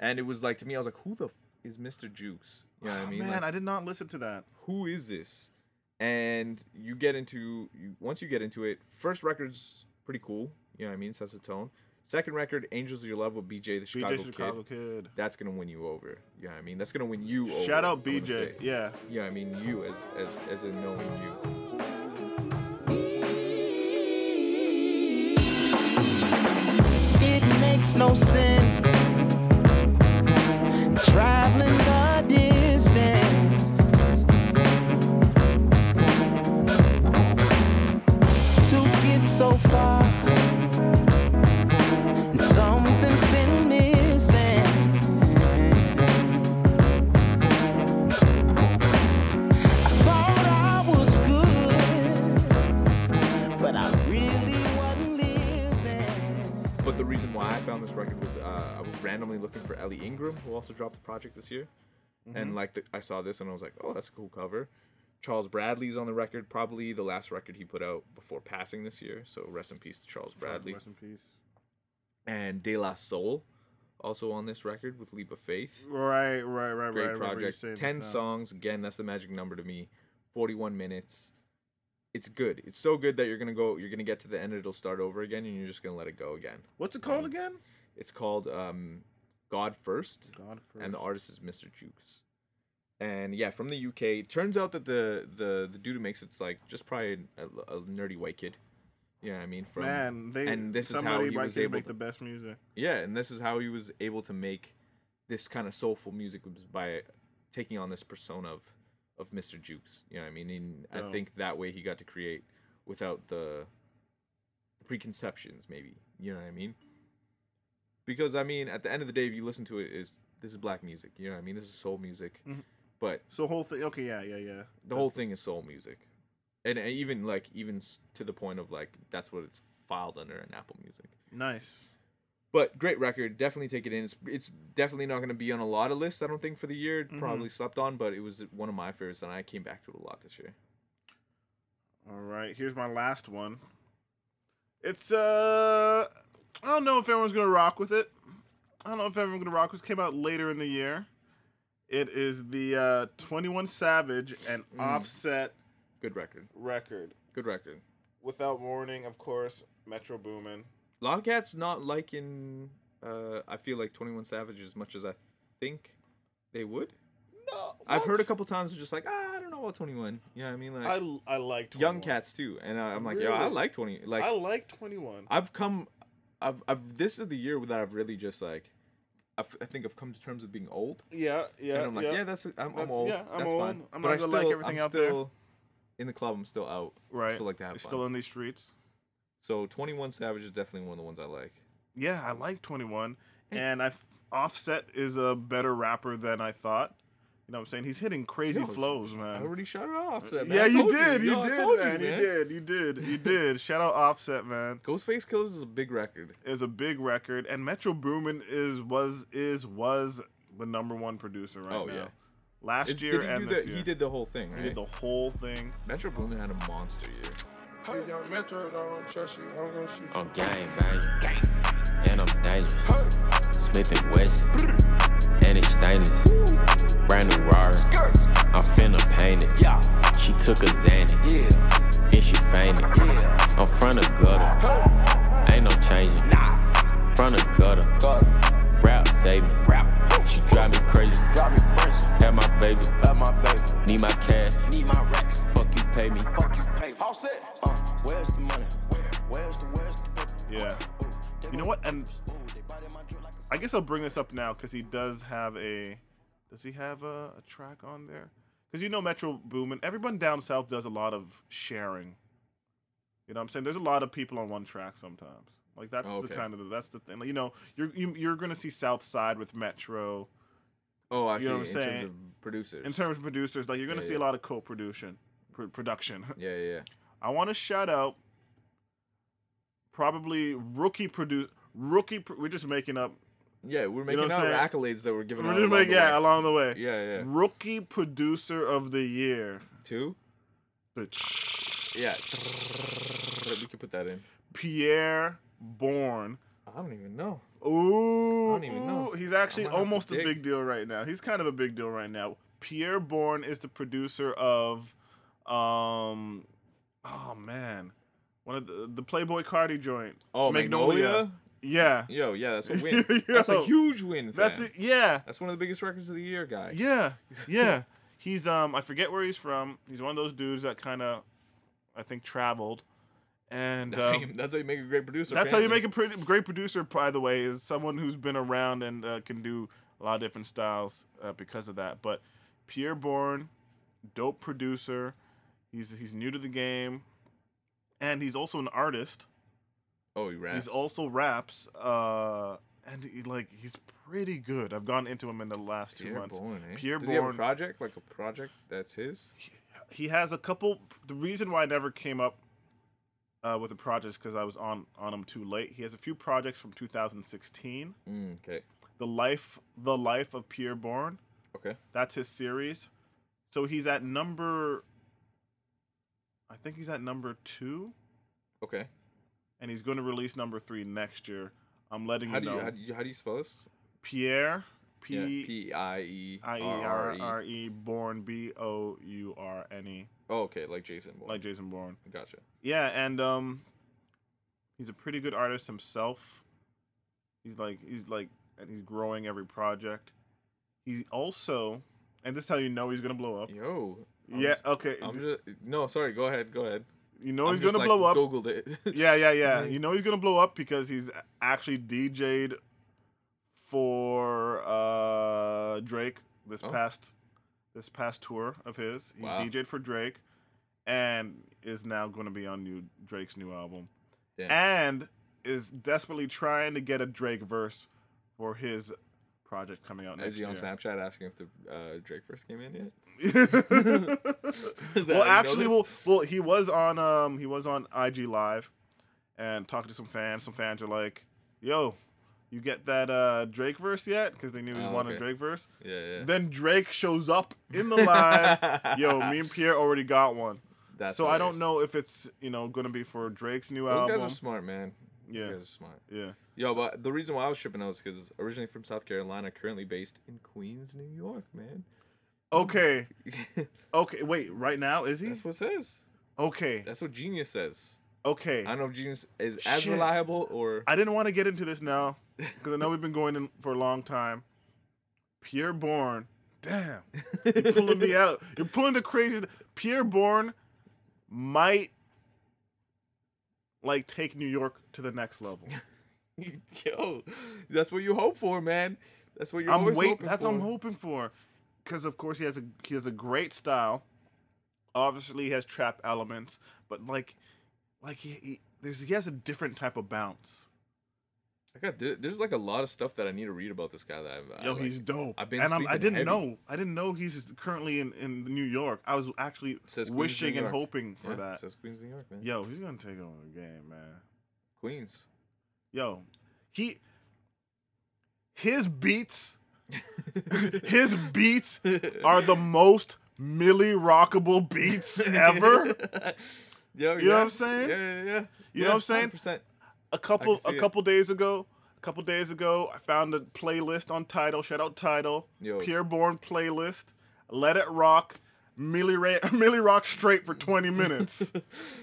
S1: And it was like to me, I was like, "Who the f- is Mr. Jukes?" You know what I
S2: Oh,
S1: mean?
S2: man,
S1: Like,
S2: I did not listen to that.
S1: who is this? And you get into you once you get into it, first record's pretty cool. You know what I mean? Sets the tone. Second record, "Angels of Your Love" with BJ the Chicago,
S2: BJ Chicago
S1: Kid.
S2: Kid.
S1: That's gonna win you over. You know what I mean? That's gonna win you over.
S2: Shout out
S1: I wanna
S2: BJ.
S1: say.
S2: Yeah.
S1: Yeah, I mean you as as as a knowing you.
S13: it makes no sense. Traveling the distance. To get so far, something's been missing. I thought I was good, but I really wasn't living.
S1: But the reason why I found this record was uh, I was randomly looking for Ellie Ingram, who also dropped a project this year,
S2: Mhm.
S1: and like the, I saw this and I was like, oh, that's a cool cover. Charles Bradley's on the record, probably the last record he put out before passing this year. So rest in peace to Charles Bradley
S2: Rest in peace.
S1: and De La Soul. also on this record with Leap of Faith.
S2: Right, right, right,
S1: Great
S2: right. I remember you
S1: project.
S2: saying this
S1: Ten
S2: now.
S1: songs. Again, that's the magic number to me. Forty-one minutes. It's good. It's so good that you're gonna go. You're gonna get to the end. It'll start over again, and you're just gonna let it go again.
S2: What's it called again?
S1: It's called um, God First.
S2: God
S1: And the
S2: First.
S1: artist is Mr. Jukes. And yeah, from the UK. It turns out that the the the dude who makes it's like just probably a, a nerdy white kid. Yeah, I mean from
S2: Man, they
S1: and this is how
S2: somebody
S1: he
S2: by
S1: was
S2: kids
S1: able
S2: make
S1: to
S2: the best music.
S1: yeah, and this is how he was able to make this kind of soulful music was by taking on this persona of of Mr. Jukes. You know what I mean? And
S2: Yeah.
S1: I think that way he got to create without the preconceptions, maybe. You know what I mean? Because I mean, at the end of the day, if you listen to it, is this is black music? You know what I mean? This is soul music,
S2: Mhm.
S1: but
S2: So whole thing. Okay, yeah, yeah, yeah.
S1: the whole thing is soul music, and, and even like even s- to the point of like that's what it's filed under in Apple Music.
S2: Nice.
S1: But great record, definitely take it in. It's, it's definitely not going to be on a lot of lists, I don't think, for the year. It
S2: Mhm.
S1: Probably slept on, but it was one of my favorites, and I came back to it a lot this year.
S2: All right, here's my last one. It's uh, I don't know if everyone's gonna rock with it. I don't know if everyone's gonna rock. with It came out later in the year. It is the uh, Twenty One Savage and
S1: Mm.
S2: Offset
S1: Good record.
S2: record.
S1: Good record.
S2: Without warning, of course, Metro Boomin.
S1: A lot of cats not liking. Uh, I feel like Twenty One Savage as much as I think they would.
S2: No,
S1: I've heard a
S2: what?
S1: couple times just like ah, I don't know about Twenty One. You know what I mean? Like
S2: I I like 21.
S1: young cats too, and I, I'm like, yo, I
S2: Really?
S1: like Twenty. Like
S2: I like Twenty One.
S1: I've come, I've, I've. This is the year that I've really just like, I've, I think I've come to terms with being old.
S2: Yeah, yeah,
S1: And I'm like,
S2: yeah.
S1: yeah, that's, I'm, I'm
S2: That's-
S1: old.
S2: yeah, I'm
S1: that's
S2: old.
S1: Fine.
S2: I'm
S1: But
S2: not
S1: I
S2: gonna like
S1: still-
S2: everything
S1: I'm
S2: out there.
S1: still In the club, I'm still out.
S2: Right.
S1: I still like to have
S2: You're
S1: fun.
S2: still in these streets.
S1: so 21 Savage is definitely one of the ones I like.
S2: Yeah, I like 21.
S1: Eh.
S2: And I Offset is a better rapper than I thought. You know what I'm saying? He's hitting crazy
S1: Yo,
S2: flows, man.
S1: I already shut it off. man.
S2: yeah,
S1: I
S2: you
S1: told
S2: did. You,
S1: Yo, I
S2: did,
S1: told
S2: man. You did. You did. You did. Shout out Offset, man.
S1: Ghostface Killers is a big record.
S2: Is a big record, and Metro Boomin is was is was the number one producer right
S1: Oh,
S2: now.
S1: yeah.
S2: Last
S1: Is- did he
S2: year
S1: do
S2: and
S1: the-
S2: this year,
S1: He did the whole thing.
S2: He did
S1: right?
S2: the whole thing.
S1: Metro Boomin had a monster year.
S14: Hey, young Metro, I don't trust you. I'm gonna shoot
S15: I'm gang bang. And I'm dangerous. Smith and Wesson. And it's stainless. Brand new Rari. I'm finna paint it. She took a Xanax. Yeah. Then she fainted. Yeah. I'm front of gutter. Ain't no changing. Nah. Front of gutter. Gutter. Rap save me. Rap. She drive me crazy. Drive me crazy. Have my baby. Have my baby. Need my cash. Need my racks. Fuck you pay me. Fuck you pay me. All set. Uh, where's the money?
S6: Where's the where's the
S2: Yeah. You know what? And I guess I'll bring this up now because he does have a. Does he have a, a track on there? Because you know Metro Boomin. Everyone down south does a lot of sharing. You know what I'm saying? There's a lot of people on one track sometimes. Like that's
S1: Oh,
S2: the
S1: okay.
S2: kind of that's the thing. Like, you know, you're you, you're gonna see South Side with Metro.
S1: Oh, I see,
S2: You know what I'm
S1: in
S2: saying?
S1: terms of producers.
S2: In terms of producers, like you're gonna
S1: Yeah,
S2: see
S1: yeah.
S2: a lot of co-production, pr- production.
S1: Yeah, yeah, yeah.
S2: I want to shout out probably rookie produce rookie. Pro- we're just making up.
S1: Yeah, we're
S2: You know
S1: making
S2: what
S1: out
S2: I'm
S1: our accolades that we're giving
S2: We're
S1: out
S2: just
S1: along
S2: making
S1: the
S2: yeah
S1: way.
S2: along the way.
S1: Yeah, yeah.
S2: Rookie producer of the year.
S1: Two. Yeah. We could put that in.
S2: Pierre Bourne.
S1: I don't even know.
S2: Ooh.
S1: I don't even know.
S2: He's actually
S1: I might have to
S2: almost a
S1: dig.
S2: big deal right now. He's kind of a big deal right now. Pierre Bourne is the producer of um oh man. One of the, the Playboy Cardi joint.
S1: Oh, Magnolia?
S2: Yeah.
S1: Yo, yeah, that's a win.
S2: Yo.
S1: that's a huge win.
S2: That's
S1: fam.
S2: it. Yeah.
S1: That's one of the biggest records of the year, guy.
S2: Yeah, yeah. he's um, I forget where he's from. He's one of those dudes that kind of, I think, traveled, and
S1: That's,
S2: um,
S1: how you, that's how you make a great producer.
S2: that's how you make
S1: apparently.
S2: a pretty, great producer. By the way, is someone who's been around and uh, can do a lot of different styles uh, because of that. But Pierre Bourne, dope producer. He's he's new to the game, and he's also an artist.
S1: Oh, he raps.
S2: He's also raps, uh, and he, like he's pretty good. I've gone into him in the last two
S1: Pierre
S2: months.
S1: Bourne, eh?
S2: Pierre
S1: Does he have a
S2: Bourne,
S1: project like a project that's his?
S2: he has a couple. The reason why I never came up uh, with the projects because I was on on him too late. He has a few projects from 2016.
S1: Mm, okay.
S2: The life, the life of Pierre Bourne.
S1: Okay.
S2: That's his series. So he's at number. I think he's at number two,
S1: Okay.
S2: and he's going to release number three next year. I'm letting
S1: How
S2: you
S1: do
S2: know.
S1: you, how do you how do you spell this?
S2: Pierre.
S1: Yeah,
S2: P
S1: P I E
S2: I E
S1: R
S2: R R E Born B O U R N E.
S1: Oh, okay, like Jason Bourne.
S2: Like Jason Bourne.
S1: Gotcha.
S2: Yeah, and um, he's a pretty good artist himself. He's like he's like and he's growing every project. He's also, and this is how you know he's gonna blow up.
S1: Yo. I'm
S2: Yeah.
S1: just-
S2: Okay.
S1: I'm just no. Sorry. Go ahead. Go ahead.
S2: You know
S1: I'm
S2: he's
S1: just,
S2: gonna
S1: like,
S2: blow up.
S1: Googled it.
S2: yeah, yeah, yeah. You know he's gonna blow up because he's actually DJ'd for uh, Drake this
S1: Oh.
S2: past this past tour of his. He
S1: Wow.
S2: DJ'd for Drake and is now gonna be on new Drake's new album.
S1: Damn.
S2: And is desperately trying to get a Drake verse for his project coming out next
S1: Is he
S2: year.
S1: on Snapchat asking if the uh, Drake first came in yet? Is that
S2: well,
S1: how you know
S2: actually,
S1: this?
S2: well, well, he was on um he was on IG Live, and talking to some fans. Some fans are like, "Yo, you get that uh Drake verse yet?" Because they knew he
S1: Oh,
S2: wanted
S1: okay.
S2: Drake verse.
S1: Yeah, yeah.
S2: Then Drake shows up in the live. Yo, me and Pierre already got one.
S1: That's
S2: so I don't know if it's you know gonna be for Drake's new
S1: Those
S2: album.
S1: guys are smart, man.
S2: Yeah.
S1: Those guys are smart.
S2: Yeah.
S1: Yo, but the reason why I was tripping out was because originally from South Carolina, currently based in Queens, New York, man.
S2: Okay. okay. Wait. Right now is he? That's
S1: what says.
S2: Okay.
S1: That's what Genius says.
S2: Okay.
S1: I don't know if Genius is as
S2: Shit.
S1: reliable or.
S2: I didn't want to get into this now because I know we've been going in for a long time. Pierre Bourne, damn, you're pulling me out. You're pulling the crazy. Pierre Bourne might like take New York to the next level.
S1: Yo, that's what you hope for, man. That's what you're
S2: I'm
S1: always
S2: wait.
S1: hoping
S2: that's
S1: for.
S2: what I'm hoping for, because of course he has a he has a great style. Obviously, he has trap elements, but like, like he, he there's he has a different type of bounce.
S1: I got there- there's like a lot of stuff that I need to read about this guy. That I've, I,
S2: Yo,
S1: like-
S2: he's dope.
S1: I've been
S2: and I'm, I
S1: sleeping
S2: didn't
S1: heavy.
S2: know. I didn't know he's just currently in, in New York. I was actually
S1: Says Queens, New
S2: wishing and
S1: York.
S2: hoping for
S1: Yeah,
S2: that.
S1: Says Queens, New York, man.
S2: Yo, he's gonna take over the game, man.
S1: Queens.
S2: Yo, he his beats, his beats are the most Millie rockable beats ever.
S1: Yo,
S2: you know what
S1: yeah.
S2: I'm saying?
S1: Yeah, yeah, yeah.
S2: You
S1: Yeah,
S2: know what I'm saying?
S1: 100%.
S2: A couple,
S1: can
S2: a
S1: see it.
S2: couple days ago, a couple days ago, I found a playlist on Title. Shout out Title.
S1: Yo.
S2: Pierre Bourne playlist. Let it rock. Millie, Ray, Millie rock straight for 20 minutes.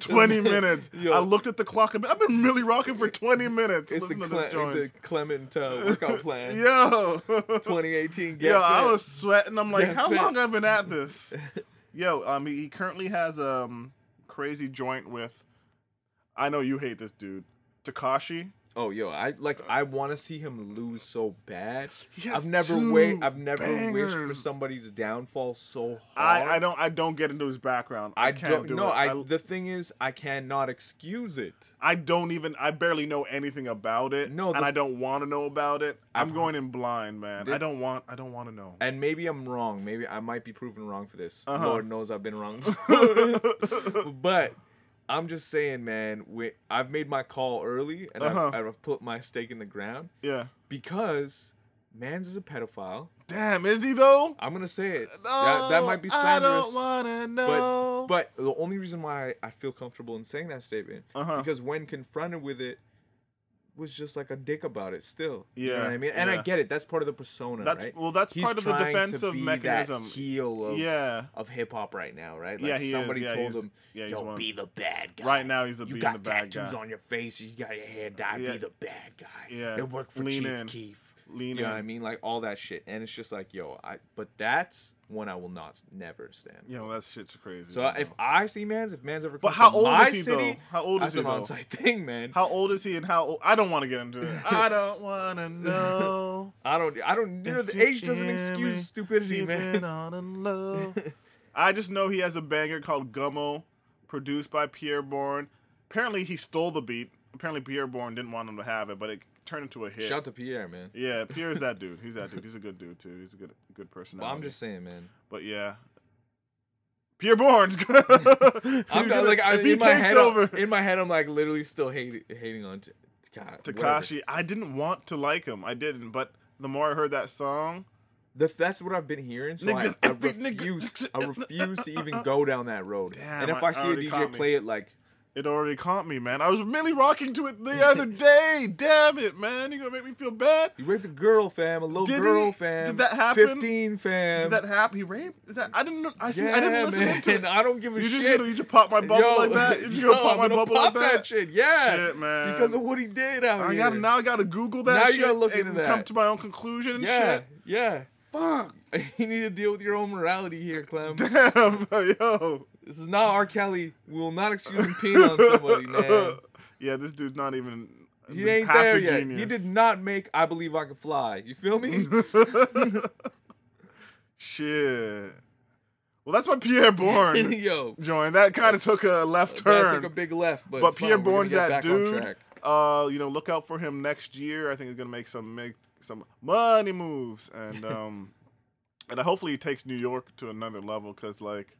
S2: 20 minutes. I looked at the clock. and I've been Millie rocking for 20 minutes.
S1: It's the,
S2: Listen to
S1: Cle-
S2: this joint.
S1: the Clement uh, workout plan.
S2: Yo.
S1: 2018. Get
S2: Yo, I
S1: fit.
S2: was sweating. I'm like,
S1: Get
S2: how
S1: fit.
S2: long I've been at this? Yo, um, he he currently has um crazy joint with. I know you hate this dude, Takashi.
S1: Oh, yo, I like. I want to see him lose so bad.
S2: Uh. He has
S1: I've never
S2: two
S1: wait. I've never wished for
S2: bangers.
S1: somebody's downfall so hard.
S2: I, I don't I don't get into his background. I,
S1: I,
S2: can't
S1: don't
S2: do
S1: know.
S2: it.
S1: I, the thing is, I cannot excuse it.
S2: I don't even I barely know anything about it. No,
S1: the
S2: and I
S1: f-
S2: don't want to know about it. I'm
S1: I've-
S2: going in blind, man.
S1: Thi-
S2: I don't want I don't want to know.
S1: And maybe I'm wrong. Maybe I might be proven wrong for this.
S2: Uh-huh.
S1: Lord knows I've been wrong. before. but I'm just saying, man. We, I've made my call early, and I've,
S2: Uh-huh.
S1: I've put my stake in the ground.
S2: Yeah.
S1: Because Mans is a pedophile.
S2: Damn, is he though?
S1: I'm gonna say it.
S2: No,
S1: that, that might be
S2: I
S1: slanderous.
S2: don't wanna know.
S1: But, but the only reason why I feel comfortable in saying that statement
S2: Uh-huh.
S1: because when confronted with it, was just like a dick about it. Still, you know
S2: Yeah,
S1: what I mean, and I
S2: yeah.
S1: get it. That's part of the persona,
S2: That's-
S1: right?
S2: well, that's
S1: He's
S2: part of the
S1: trying to
S2: defensive
S1: be that
S2: mechanism.
S1: heel of
S2: Yeah.
S1: of hip hop right now, right? Like
S2: Yeah, he is.
S1: somebody
S2: Yeah,
S1: told
S2: he's-
S1: him,
S2: yeah, he's
S1: "Yo,
S2: one-
S1: be the bad guy."
S2: Right now, he's a
S1: you
S2: being
S1: got
S2: the bad
S1: tattoos
S2: guy.
S1: on your face. You got your hair dyed.
S2: Yeah.
S1: Be the bad guy.
S2: Yeah.
S1: it worked for
S2: Lean
S1: Chief
S2: in.
S1: Keef.
S2: Lean
S1: you know what
S2: in.
S1: I mean? Like all that shit, and it's just like, yo, I. But that's one I will not s- never stand.
S2: Yeah, well, that shit's crazy.
S1: So if I see Mans, if Mans ever comes
S2: But how
S1: to
S2: old
S1: my
S2: is he
S1: city,
S2: though? How old
S1: that's
S2: is he
S1: an
S2: though?
S1: on-site thing, man.
S2: How old is he and how old? I don't want to get into it. I don't want to know.
S1: I don't, I don't. You know,
S2: If
S1: the
S2: you
S1: age doesn't
S2: hear me,
S1: excuse stupidity,
S2: you've been
S1: man.
S2: on in love. I just know he has a banger called Gummo, produced by Pierre Bourne. Apparently, he stole the beat. Apparently, Pierre Bourne didn't want him to have it, but it turned into a hit.
S1: Shout to Pierre, man.
S2: Yeah, Pierre's that dude. He's that dude. He's a good dude too. He's a good good
S1: But
S2: personality.
S1: I'm just saying, man.
S2: But yeah. Pierre Bourne's good.
S1: I'm not like I, in my head. I'm- In my head, I'm like literally still hating, hating on t- God, whatever.
S2: Takashi, I didn't want to like him. I didn't, but the more I heard that song,
S1: the, that's what I've been hearing. So I,
S2: Niggas,
S1: I
S2: every nigga-
S1: refuse. I refuse to even go down that road.
S2: Damn,
S1: and if
S2: I-
S1: I see a
S2: already
S1: DJ
S2: caught me.
S1: play it like
S2: It already caught me, man. I was merely rocking to it the other day. Damn it, man. You're going to make me feel bad.
S1: You raped a girl, fam. A little
S2: Did
S1: girl,
S2: he?
S1: fam.
S2: Did that happen?
S1: 15, fam.
S2: Did that happen? He raped? Is that, I didn't know. I, see, I didn't listen
S1: man.
S2: to it.
S1: I don't give a
S2: you
S1: shit.
S2: Just gonna, you just pop my bubble
S1: Yo,
S2: like that? You just
S1: yo,
S2: gonna pop
S1: I'm
S2: my
S1: gonna
S2: bubble
S1: pop
S2: like that?
S1: that shit, yeah.
S2: Shit, man.
S1: Because of what he did out
S2: I
S1: here.
S2: Gotta, now I got to Google that
S1: Now you
S2: shit
S1: gotta look
S2: and
S1: into that.
S2: come to my own conclusion and
S1: yeah,
S2: shit.
S1: yeah.
S2: Fuck.
S1: You need to deal with your own morality here, Clem.
S2: Damn, yo.
S1: This is not R. Kelly. We will not excuse him peeing on somebody, man.
S2: Yeah, this dude's not even
S1: He ain't
S2: half
S1: there
S2: a
S1: yet.
S2: genius.
S1: He did not make I Believe I Could Fly. You feel me?
S2: Shit. Well, that's why Pierre Bourne
S1: Yo.
S2: joined. That kind of took a
S1: That
S2: left turn.
S1: took a big left, but it's fine.
S2: Pierre
S1: We're gonna
S2: Bourne's
S1: get
S2: that
S1: back on
S2: dude.
S1: track.
S2: Uh, you know, look out for him next year. I think he's gonna make some make some money moves, and um, and hopefully he takes New York to another level because like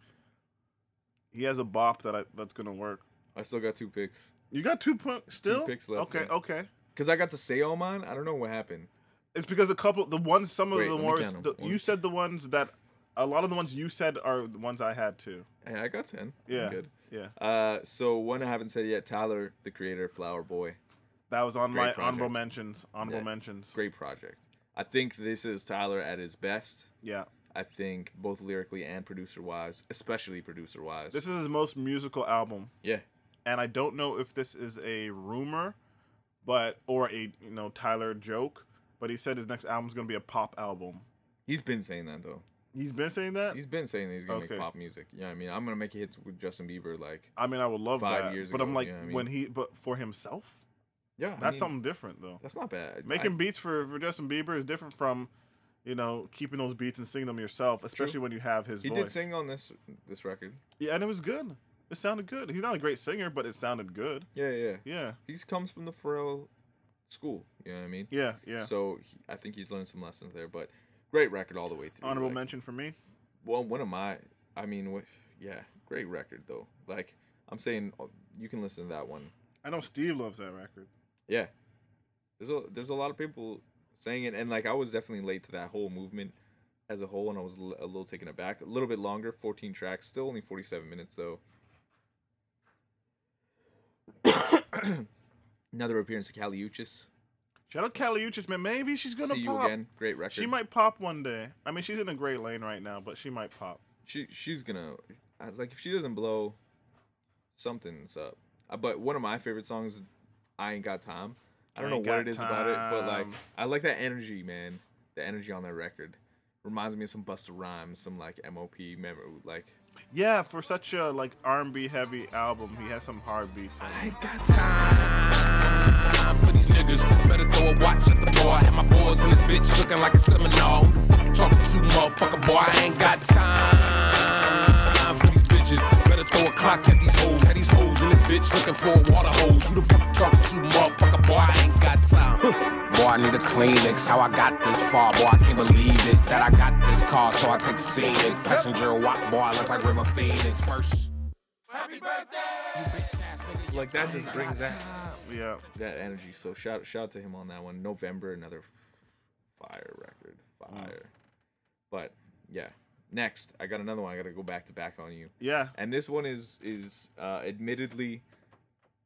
S2: he has a bop that I, that's gonna work.
S1: I still got two picks.
S2: You got two pun- still
S1: picks left,
S2: Okay,
S1: man.
S2: okay.
S1: Because I got to say all mine. I don't know what happened.
S2: It's because a couple, the ones, some of
S1: Wait,
S2: the
S1: let me
S2: ones
S1: count 'em.
S2: the,
S1: One,
S2: you said the ones that a lot of the ones you said are the ones I had too.
S1: Hey, I got 10. I'm
S2: Yeah,
S1: good.
S2: yeah.
S1: Uh, so one I haven't said yet, Tyler, the creator, Flower Boy.
S2: That was on
S1: Great
S2: my
S1: project.
S2: honorable mentions. Honorable
S1: Yeah.
S2: mentions.
S1: Great project. I think this is Tyler at his best.
S2: Yeah.
S1: I think both lyrically and producer wise, especially producer wise.
S2: This is his most musical album.
S1: Yeah.
S2: And I don't know if this is a rumor, but or a you know Tyler joke, but he said his next album's gonna be a pop album.
S1: He's been saying that though.
S2: He's been saying that.
S1: He's been saying that he's gonna
S2: Okay.
S1: make pop music. You know what I mean? I'm gonna make hits with Justin Bieber like
S2: I mean, I would love
S1: five
S2: that,
S1: years
S2: but
S1: ago.
S2: I'm like
S1: you know what I mean?
S2: when he but for himself.
S1: Yeah, I
S2: that's
S1: mean,
S2: something different though.
S1: That's not bad.
S2: Making
S1: I-
S2: beats for, for Justin Bieber is different from, you know, keeping those beats and singing them yourself, especially when you have his
S1: he
S2: voice.
S1: did sing on this this record.
S2: Yeah, and it was good. It sounded good. He's not a great singer, but it sounded good.
S1: Yeah, yeah.
S2: Yeah.
S1: He comes from the Pharrell school. You know what I mean?
S2: Yeah, yeah.
S1: So he, I think he's learned some lessons there. But great record all the way through.
S2: Honorable
S1: like,
S2: mention for me.
S1: Well, one of my, I mean, with, yeah, great record though. Like I'm saying, uh, you can listen to that one.
S2: I know Steve loves that record.
S1: Yeah, there's a there's a lot of people saying it, and like I was definitely late to that whole movement as a whole, and I was l- a little taken aback. A little bit longer, 14 tracks, still only 47 minutes though. Another appearance of Cali Uchis.
S2: Shout out Caliuchis, man. Maybe she's gonna
S1: See you
S2: pop.
S1: again. Great record.
S2: She might pop one day. I mean, she's in a great lane right now, but she might pop.
S1: she she's gonna I- like if she doesn't blow something's up Uh, but one of my favorite songs i ain't got time i don't know
S2: Ain't
S1: what it
S2: Got
S1: is about it but like
S2: Time.
S1: i like that energy man the energy on that record reminds me of some busta rhymes some like mop member like
S2: Yeah, for such a like R&B heavy album, he has some hard beats. On I
S1: got
S16: time for these niggas. Better throw a watch at the door. I had my boys in this bitch looking like a seminar. Who the fuck you talking to, motherfucker? Boy, I ain't got time for these bitches. Better throw a clock at these hoes. Had these hoes in this bitch looking for a water hose. Who the fuck you talking to, motherfucker? Boy, I ain't got time. Boy, I need a Kleenex. How I got this far, boy, I can't believe it. That I got this car, so I take scenic. Passenger walk, boy, I look like River Phoenix. First.
S1: like that just brings that
S2: yeah
S1: that energy so shout shout out to him on that one november another fire record fire
S2: Mm.
S1: but yeah next i got another one i gotta go back to back on you
S2: Yeah.
S1: and this one is is uh admittedly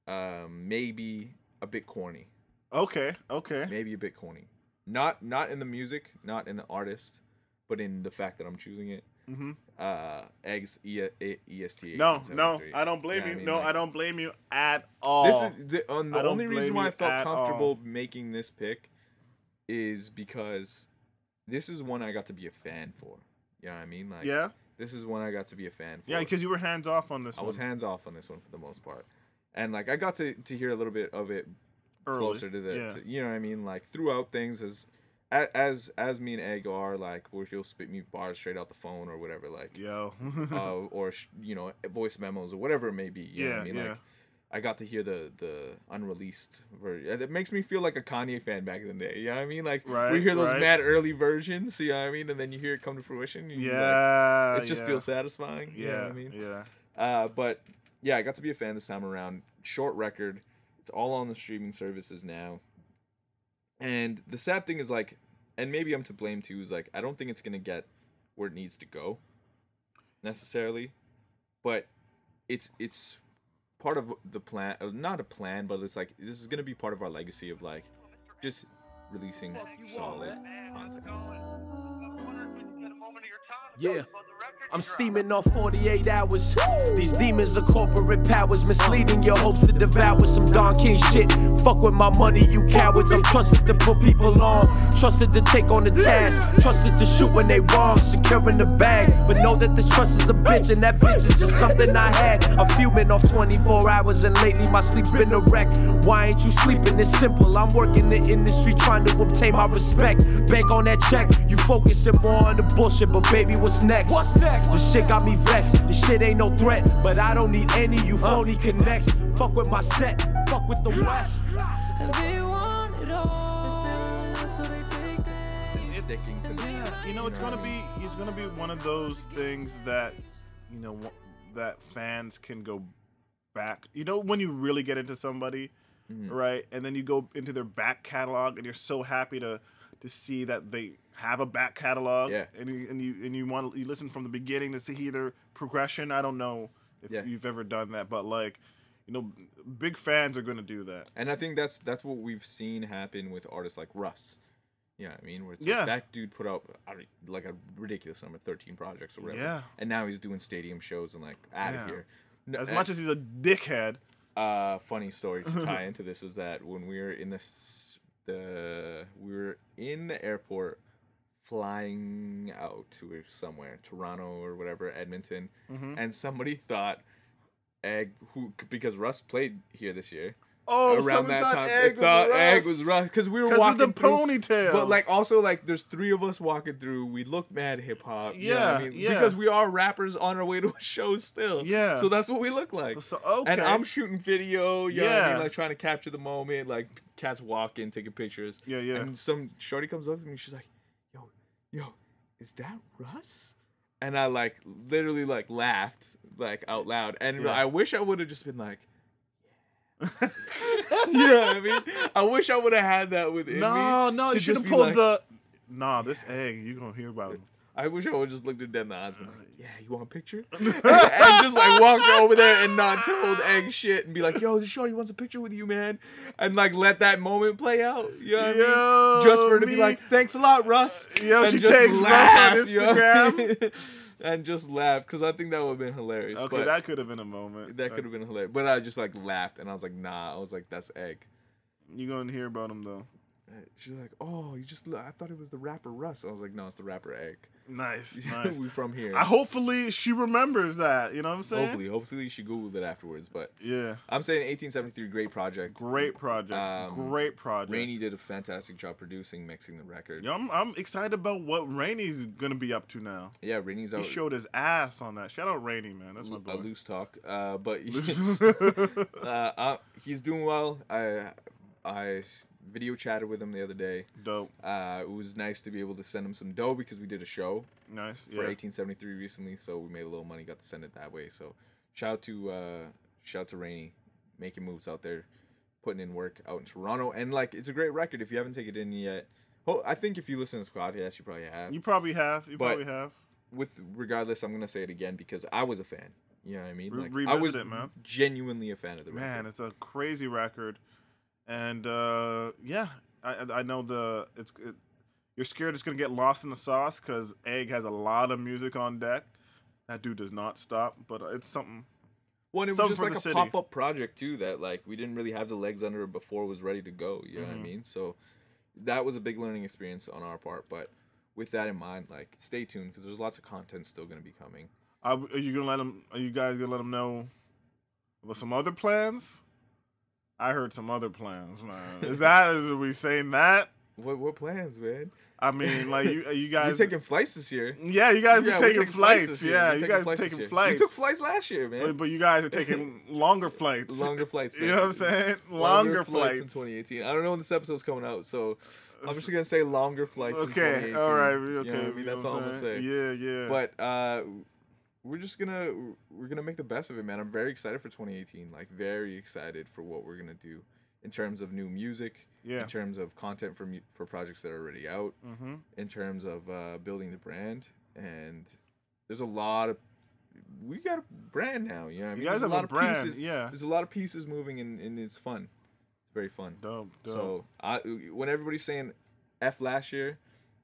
S1: um maybe a bit corny
S2: okay okay
S1: maybe a bit corny not not in the music not in the artist but in the fact that i'm choosing it
S2: Mhm.
S1: uh eggs e- e- EST
S2: No, no, I don't blame you. no, I don't blame you at all.
S1: this is the, on the
S2: I don't
S1: only reason
S2: blame
S1: why
S2: you
S1: I felt
S2: at all.
S1: comfortable making this pick is because this is one I got to be a fan for. You know what I mean? Like,
S2: Yeah.
S1: this is one I got to be a fan for.
S2: Yeah, because you were hands off on this
S1: I
S2: one.
S1: was hands off on this one for the most part, and like I got to to hear a little bit of it
S2: Early,
S1: closer to the,
S2: yeah.
S1: to- you know what I mean? Like throughout things as a- as as me and Egg are like, where he'll spit me bars straight out the phone or whatever, like
S2: yo,
S1: uh, or sh- you know voice memos or whatever it may be. You know what I
S2: Yeah,
S1: mean?
S2: yeah.
S1: Like, I got to hear the the unreleased version. It makes me feel like a Kanye fan back in the day. You know what I mean? Like
S2: Right,
S1: we hear those
S2: right.
S1: mad early versions. You know what I mean? And then you hear it come to fruition. and you, like,
S2: Yeah,
S1: it just
S2: yeah.
S1: feels satisfying. You know what I
S2: Yeah,
S1: mean?
S2: yeah.
S1: Uh, but yeah, I got to be a fan this time around. Short record. It's all on the streaming services now. And the sad thing is like, and maybe I'm to blame too. Is like I don't think it's gonna get where it needs to go necessarily, but it's it's part of the plan, uh, not a plan, but it's like this is gonna be part of our legacy of like just releasing solid content.
S17: Yeah. I'm steaming off 48 hours. These demons of corporate powers misleading your hopes to devour some Don King shit. Fuck with my money, you cowards. I'm trusted to put people on, trusted to take on the task, trusted to shoot when they wrong, securing the bag. But know that this trust is a bitch, and that bitch is just something I had. I'm fuming off 24 hours, and lately my sleep's been a wreck. Why ain't you sleeping? It's simple. I'm working the industry trying to obtain my respect. Bank on that check. You focusing more on the bullshit, but baby, what's next? What's next? This shit got me vexed. This shit ain't no threat, but I don't need any you phony connects. Fuck with my set. Fuck with the West.
S10: They want it all. It's still so they take it.
S1: Sticking to the
S2: You know, it's gonna be it's gonna be one of those things that you know wh- that fans can go back. You know, when you really get into somebody,
S1: Mm-hmm.
S2: right, and then you go into their back catalog, and you're so happy to to see that they have a back catalog,
S1: Yeah.
S2: and you and you and you want to you listen from the beginning to see their progression. I don't know if
S1: Yeah.
S2: you've ever done that, but like, you know, big fans are gonna do that.
S1: And I think that's that's what we've seen happen with artists like Russ. Yeah, I mean, where it's
S2: Yeah.
S1: like that dude put out I don't- like a ridiculous number, thirteen projects or whatever.
S2: Yeah.
S1: And now he's doing stadium shows and like out
S2: Yeah.
S1: of here. Eh.
S2: As much as he's a dickhead.
S1: Uh, funny story to tie into this is that when we were in this, the we were in the airport, flying out to somewhere, Toronto or whatever, Edmonton,
S2: Mhm.
S1: and somebody thought Egg, who because Russ played here this year.
S2: Oh, someone thought Egg
S1: they
S2: was
S1: thought Egg was
S2: Russ.
S1: Russ because we were
S2: 'Cause of
S1: walking
S2: the
S1: through-
S2: ponytail.
S1: But like also like there's three of us walking through. We look mad hip hop. you know what I
S2: Yeah,
S1: mean?
S2: yeah.
S1: Because we are rappers on our way to a show still.
S2: Yeah.
S1: So that's what we look like.
S2: So-
S1: And
S2: okay.
S1: I'm shooting video. You yeah. Know what I
S2: Yeah.
S1: mean? Like trying to capture the moment. Like cats walking, taking pictures.
S2: Yeah, yeah.
S1: And some shorty comes up to me. She's like, "Yo, yo, is that Russ?" And I like literally like laughed like out loud. And
S2: Yeah.
S1: I wish I would have just been like. you know what I mean? I wish I would have had that within me.
S2: No, no,
S1: to
S2: you
S1: just
S2: should have
S1: be
S2: pulled
S1: like-
S2: the. Nah, this egg, you gonna hear about. Him.
S1: I wish I would just looked at dead in the eyes and be like, yeah, you want a picture? and, and just like walked over there and not told egg shit and be like, yo, this shorty wants a picture with you, man. And like let that moment play out. You know what I mean? Just for her to be
S2: me-
S1: like, thanks a lot, Russ.
S2: Yo,
S1: and
S2: she tags Russ on
S1: you know what I mean? and just laugh because I think that would have been hilarious.
S2: Okay,
S1: but
S2: that uh, could have been a moment.
S1: that could have been hilarious. But I just like laughed and I was like, nah. I was like, that's egg.
S2: You gonna hear about him though.
S1: She's like, oh, you just, I thought it was the rapper Russ. I was like, no, it's the rapper egg.
S2: Nice, nice.
S1: we from here.
S2: I hopefully she remembers that. You know what I'm saying?
S1: Hopefully, hopefully she googled it afterwards. But
S2: Yeah.
S1: I'm saying 1873, great project.
S2: Great project.
S1: Um,
S2: Great project.
S1: Rainey did a fantastic job producing, mixing the record.
S2: Yo, I'm, I'm excited about what Rainey's gonna be up to now.
S1: Yeah, Rainey's
S2: He
S1: out.
S2: showed his ass on that. Shout out Rainey, man. That's my
S1: L-
S2: boy.
S1: a loose talk, uh, but uh, uh, he's doing well. I I video chatted with him the other day.
S2: Dope.
S1: Uh, it was nice to be able to send him some dough because we did a show.
S2: Nice,
S1: For
S2: yeah.
S1: 1873 recently, so we made a little money. Got to send it that way. So shout out to uh, shout out to Rainey, making moves out there, putting in work out in Toronto, and like it's a great record. If you haven't taken it in yet, oh, I think if you listen to this podcast, you probably have.
S2: You probably have. You
S1: But-
S2: probably have.
S1: With regardless, I'm gonna say it again because I was a fan. You know what I mean?
S2: Re-
S1: I was
S2: revisit it, man.
S1: genuinely a fan of the record.
S2: Man, it's a crazy record, and uh, yeah, I I- I know the it's it, you're scared it's gonna get lost in the sauce because Egg has a lot of music on deck. That dude does not stop, but it's something.
S1: Well, and it was
S2: something
S1: just
S2: for
S1: like
S2: the
S1: a
S2: city.
S1: pop up project too that like we didn't really have the legs under it before it was ready to go. You know what I
S2: Mhm.
S1: mean? So that was a big learning experience on our part. But with that in mind, like stay tuned because there's lots of content still going to be coming.
S2: Are, are you gonna let him? Are you guys gonna let him know about some other plans? I heard some other plans, man. Is that is are we saying that?
S1: What what plans, man?
S2: I mean, like you you
S1: We're
S2: guys
S1: taking flights this year.
S2: Yeah, you guys be
S1: Yeah, we're
S2: taking, flights.
S1: this year.
S2: Yeah,
S1: We're
S2: you guys
S1: this
S2: taking
S1: year.
S2: flights.
S1: We took flights last year, man.
S2: But, but you guys are taking longer flights.
S1: longer flights.
S2: you
S1: than-
S2: know what I'm saying? Longer, flights.
S1: in 2018. I don't know when this episode's coming out, so I'm just gonna say longer flights. in
S2: Okay,
S1: 2018.
S2: all right, we-
S1: You know
S2: okay,
S1: what I
S2: you
S1: mean
S2: know
S1: that's
S2: what
S1: all
S2: I'm
S1: I'm gonna say.
S2: saying? Yeah, yeah.
S1: But uh, we're just gonna we're gonna make the best of it, man. I'm very excited for 2018. Like very excited for what we're gonna do in terms of new music.
S2: Yeah.
S1: In terms of content for mu- for projects that are already out.
S2: Mhm.
S1: In terms of uh, building the brand, and there's a lot of we got a brand now. You know what I mean?
S2: You guys
S1: There's
S2: have a brand,
S1: Pieces,
S2: yeah.
S1: There's a lot of pieces moving, and, and it's fun. It's very fun.
S2: Dope,
S1: So I, when everybody's saying F last year,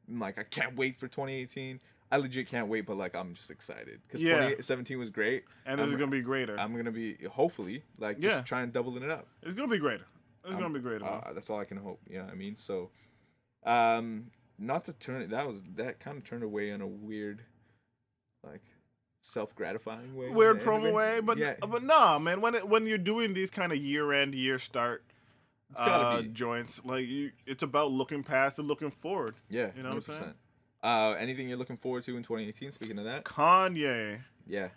S1: I'm like, I can't wait for 2018. I legit can't wait, but like, I'm just excited because
S2: Yeah.
S1: 2017 was great,
S2: And it's
S1: I'm-
S2: gonna be greater.
S1: I'm gonna be hopefully like
S2: Yeah.
S1: just trying doubling it up.
S2: It's gonna be greater. It's
S1: I'm-
S2: gonna be greater. man.
S1: uh, that's all I can hope. You know what I mean? So, um, not to turn it. That was that kind of turned away in a weird, like, self gratifying way.
S2: weird
S1: Yeah,
S2: promo
S1: anyway.
S2: way, but
S1: yeah,
S2: but nah, man. When it, when you're doing these kind of year end, year start
S1: gotta
S2: uh,
S1: be.
S2: joints, like you, it's about looking past and looking forward.
S1: yeah,
S2: you know what I'm saying.
S1: 100%. Uh, anything you're looking forward to in 2018? Speaking of that,
S2: Kanye,
S1: yeah,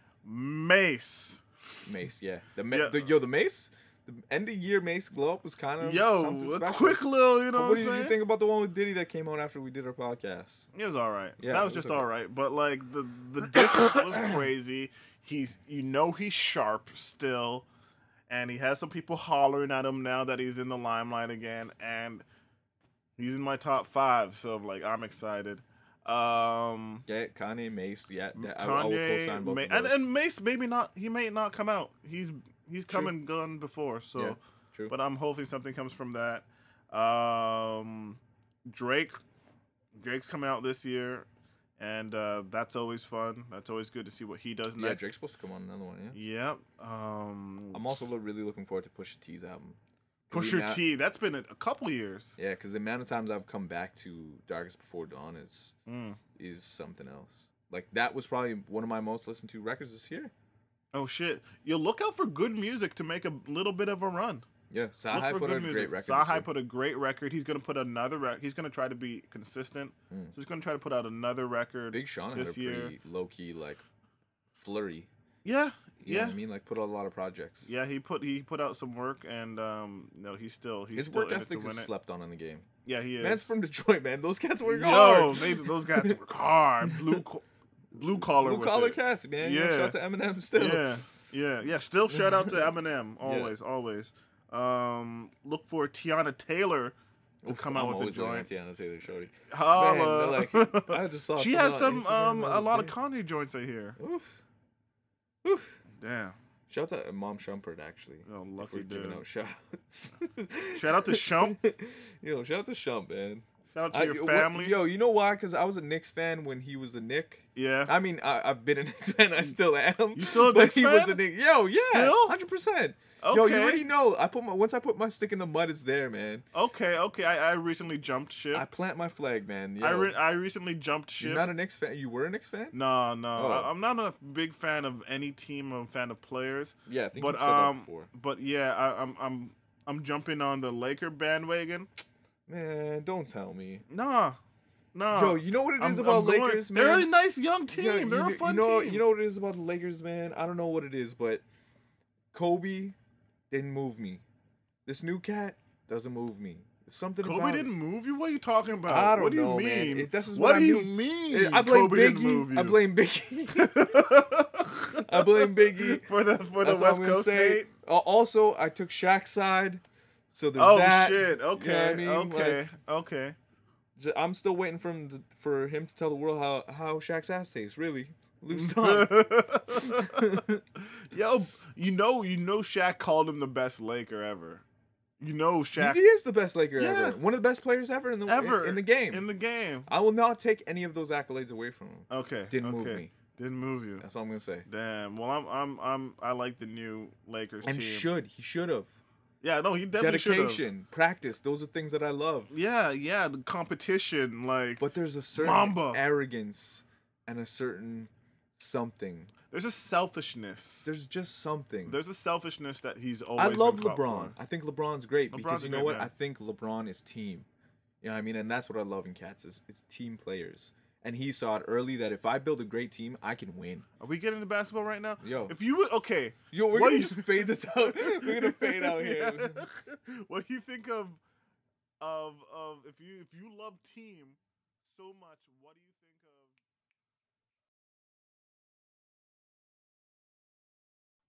S2: Mace,
S1: Mace, yeah, the, ma-
S2: Yeah.
S1: the yo the Mace, the end of year Mace glow up was kind of
S2: yo,
S1: Um, something
S2: a
S1: special.
S2: quick little, you know.
S1: But
S2: What,
S1: what
S2: I'm
S1: did
S2: saying?
S1: you think about the one with Diddy that came on after we did our podcast?
S2: It was all right.
S1: Yeah,
S2: that
S1: it
S2: was,
S1: was
S2: just
S1: okay.
S2: all right. But like the the disc was crazy. He's you know he's sharp still, and he has some people hollering at him now that he's in the limelight again, and he's in my top five. So like I'm excited. Um,
S1: Yeah, Kanye Mace, yeah, that, I, I will
S2: Kanye,
S1: co-sign both
S2: Ma-
S1: of
S2: and
S1: those.
S2: and Mace maybe not. He may not come out. He's he's come
S1: True.
S2: and gone before. So,
S1: Yeah, true.
S2: but I'm hoping something comes from that. Um, Drake, Drake's coming out this year, and uh, that's always fun. That's always good to see what he does
S1: yeah,
S2: next.
S1: Drake's supposed to come on another one. Yeah,
S2: Yep. Um,
S1: I'm also lo- really looking forward to Pusha T's album. 'Cause the
S2: Pusher
S1: amount-
S2: T. That's been a, a couple years.
S1: Yeah, because the amount of times I've come back to Darkest Before Dawn is
S2: Mm.
S1: is something else. Like that was probably one of my most listened to records this year.
S2: Oh shit! You look out for good music to make a little bit of a run.
S1: Yeah,
S2: Look
S1: Sahai
S2: for
S1: put
S2: good
S1: out a great
S2: music.
S1: record.
S2: Sahai
S1: this year.
S2: put a great record. He's gonna put another record. He's gonna try to be consistent.
S1: Mm.
S2: So he's gonna try to put out another record.
S1: Big Sean
S2: this
S1: had a
S2: year.
S1: pretty low key like flurry.
S2: Yeah,
S1: You know
S2: yeah,
S1: what I mean, like put out a lot of projects.
S2: yeah. He put he put out some work, and um, no, he's still he's
S1: His
S2: still
S1: work
S2: in it to
S1: ethic
S2: win
S1: is
S2: it.
S1: slept on in the game.
S2: Yeah, he is.
S1: Man's from Detroit, man. Those cats work
S2: Yo,
S1: hard.
S2: they, those guys work hard. Blue co- blue collar
S1: Blue
S2: with
S1: collar
S2: it.
S1: cats, man. You know, shout out to Eminem still.
S2: Yeah, yeah, yeah. Still shout out to Eminem.
S1: Yeah.
S2: Always, always. Um, look for Tiana Taylor to come out
S1: I'm
S2: with a
S1: always looking
S2: joint.
S1: at Tiana Taylor Shorty.
S2: Holla.
S1: Man, they're like, I just saw
S2: she
S1: something
S2: has
S1: on
S2: some
S1: Instagram
S2: um
S1: the
S2: a
S1: other
S2: lot of
S1: day.
S2: Kanye joints I hear.
S1: Oof.
S2: Damn.
S1: Shout out to Mom Shumpert actually.
S2: Oh,
S1: if
S2: lucky
S1: we're giving
S2: dude.
S1: out shout outs.
S2: Shout out to Shump.
S1: yo, shout out to Shump, man.
S2: Shout out to
S1: I-
S2: your
S1: what-
S2: family.
S1: yo, you know why? Because I was a Knicks fan when he was a Nick.
S2: Yeah.
S1: I mean, I, I've been a Knicks fan. I still am. You
S2: still a
S1: but
S2: Knicks
S1: he was
S2: fan?
S1: a Knicks. Yo, yeah,
S2: Still?
S1: hundred percent. Yo, you
S2: Okay.
S1: already know. I put my once I put my stick in the mud, it's there, man.
S2: Okay, okay. I, I recently jumped ship.
S1: I plant my flag, man.
S2: I
S1: Yo,
S2: re- I recently jumped ship.
S1: you're not a Knicks fan. You were a Knicks fan.
S2: no, no.
S1: Oh.
S2: I, I'm not a big fan of any team. I'm a fan of players.
S1: Yeah, I think
S2: but
S1: you've said that
S2: um,
S1: before.
S2: but yeah, I, I'm I'm I'm jumping on the Laker bandwagon.
S1: Man, don't tell me.
S2: Nah, nah.
S1: Yo, you know what it is
S2: I'm-
S1: about
S2: I'm going-
S1: Lakers,
S2: They're
S1: man?
S2: a nice young team.
S1: Yeah, you
S2: They're
S1: kn-
S2: a fun
S1: you know,
S2: team.
S1: You know what it is about the Lakers, man? I don't know what it is, but Kobe didn't move me. This new cat doesn't move me. There's Something
S2: Kobe
S1: about
S2: didn't move you. What are you talking about?
S1: I don't
S2: what do you
S1: know,
S2: mean?
S1: man. It- this is
S2: what,
S1: what I
S2: do you
S1: mean.
S2: mean?
S1: I blame
S2: Kobe
S1: Biggie.
S2: Didn't move you?
S1: I blame Biggie. I blame Biggie
S2: for the for the
S1: That's all I'm
S2: West
S1: gonna
S2: Coast
S1: say.
S2: hate.
S1: Uh, Also, I took Shaq's side, so there's
S2: Oh
S1: that.
S2: shit!
S1: You know
S2: Okay,
S1: what I mean?
S2: okay,
S1: Like,
S2: okay.
S1: j- I'm still waiting for him to, for him to tell the world how how Shaq's ass tastes. Really, loose tongue.
S2: Yo, you know, you know, Shaq called him the best Laker ever. You know, Shaq
S1: He is the best Laker
S2: Yeah.
S1: ever. One of the best players ever in the
S2: ever
S1: in, in the game.
S2: In the game.
S1: I will not take any of those accolades away from him.
S2: Okay,
S1: Didn't
S2: okay.
S1: move me.
S2: Didn't move you.
S1: That's all I'm gonna say.
S2: Damn. Well, I'm, I'm, I'm. I like the new Lakers
S1: And
S2: team.
S1: should he should have
S2: Yeah, no, he definitely should have.
S1: dedication, practice. Those are things that I love.
S2: Yeah, yeah, the competition, like.
S1: But there's a certain
S2: Mamba.
S1: arrogance and a certain something.
S2: There's a selfishness.
S1: There's just something.
S2: There's a selfishness that he's
S1: I
S2: always.
S1: love
S2: been caught
S1: LeBron.
S2: for.
S1: I think LeBron's great
S2: LeBron's
S1: because
S2: a
S1: you know
S2: great
S1: what?
S2: man.
S1: I think LeBron is team. You know what I mean? And that's what I love in cats is it's team players. And he saw it early that if I build a great team, I can win.
S2: Are we getting into basketball right now?
S1: Yo.
S2: if you would, okay,
S1: Yo, we're
S2: What
S1: gonna
S2: do you-
S1: just fade this out. We're gonna fade out here.
S2: Yeah. What do you think of, of, of if you if you love team so much, what do you think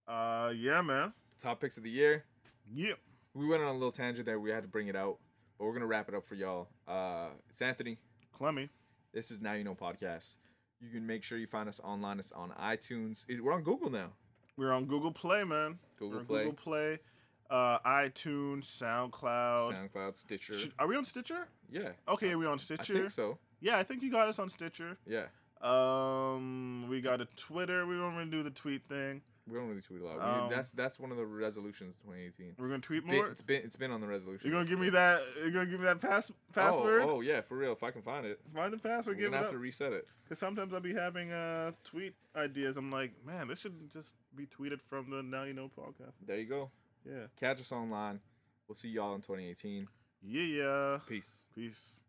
S2: of? Uh, yeah, man.
S1: Top picks of the year.
S2: Yeah.
S1: We went on a little tangent there. We had to bring it out, but we're gonna wrap it up for y'all. Uh, it's Anthony.
S2: Clemmy.
S1: This is Now You Know podcast. You can make sure you find us online. It's on iTunes. It- We're on Google now.
S2: We're on Google Play, man.
S1: Google
S2: We're on
S1: Play.
S2: Google Play, uh, iTunes, SoundCloud.
S1: SoundCloud, Stitcher.
S2: Should- Are we on Stitcher?
S1: Yeah.
S2: Okay, are we on oh, Stitcher?
S1: so.
S2: Yeah, I think you got us on Stitcher.
S1: Yeah.
S2: Um, we got a Twitter. We don't really do the tweet thing.
S1: We don't really tweet a lot. We-
S2: Um,
S1: that's that's one of the resolutions of 2018.
S2: We're gonna tweet
S1: It's been-
S2: more?
S1: It's been it's been on the resolution.
S2: You're gonna give me that. You're gonna give me that pass password.
S1: Oh, oh, yeah, for real. If I can find it,
S2: Find the password.
S1: we're
S2: Give it
S1: gonna have
S2: up.
S1: to reset it.
S2: Cause sometimes I'll be having uh tweet ideas. I'm like, man, this should just be tweeted from the Now You Know podcast.
S1: There you go.
S2: Yeah.
S1: Catch us online. We'll see y'all in 2018.
S2: Yeah, yeah.
S1: Peace.
S2: Peace.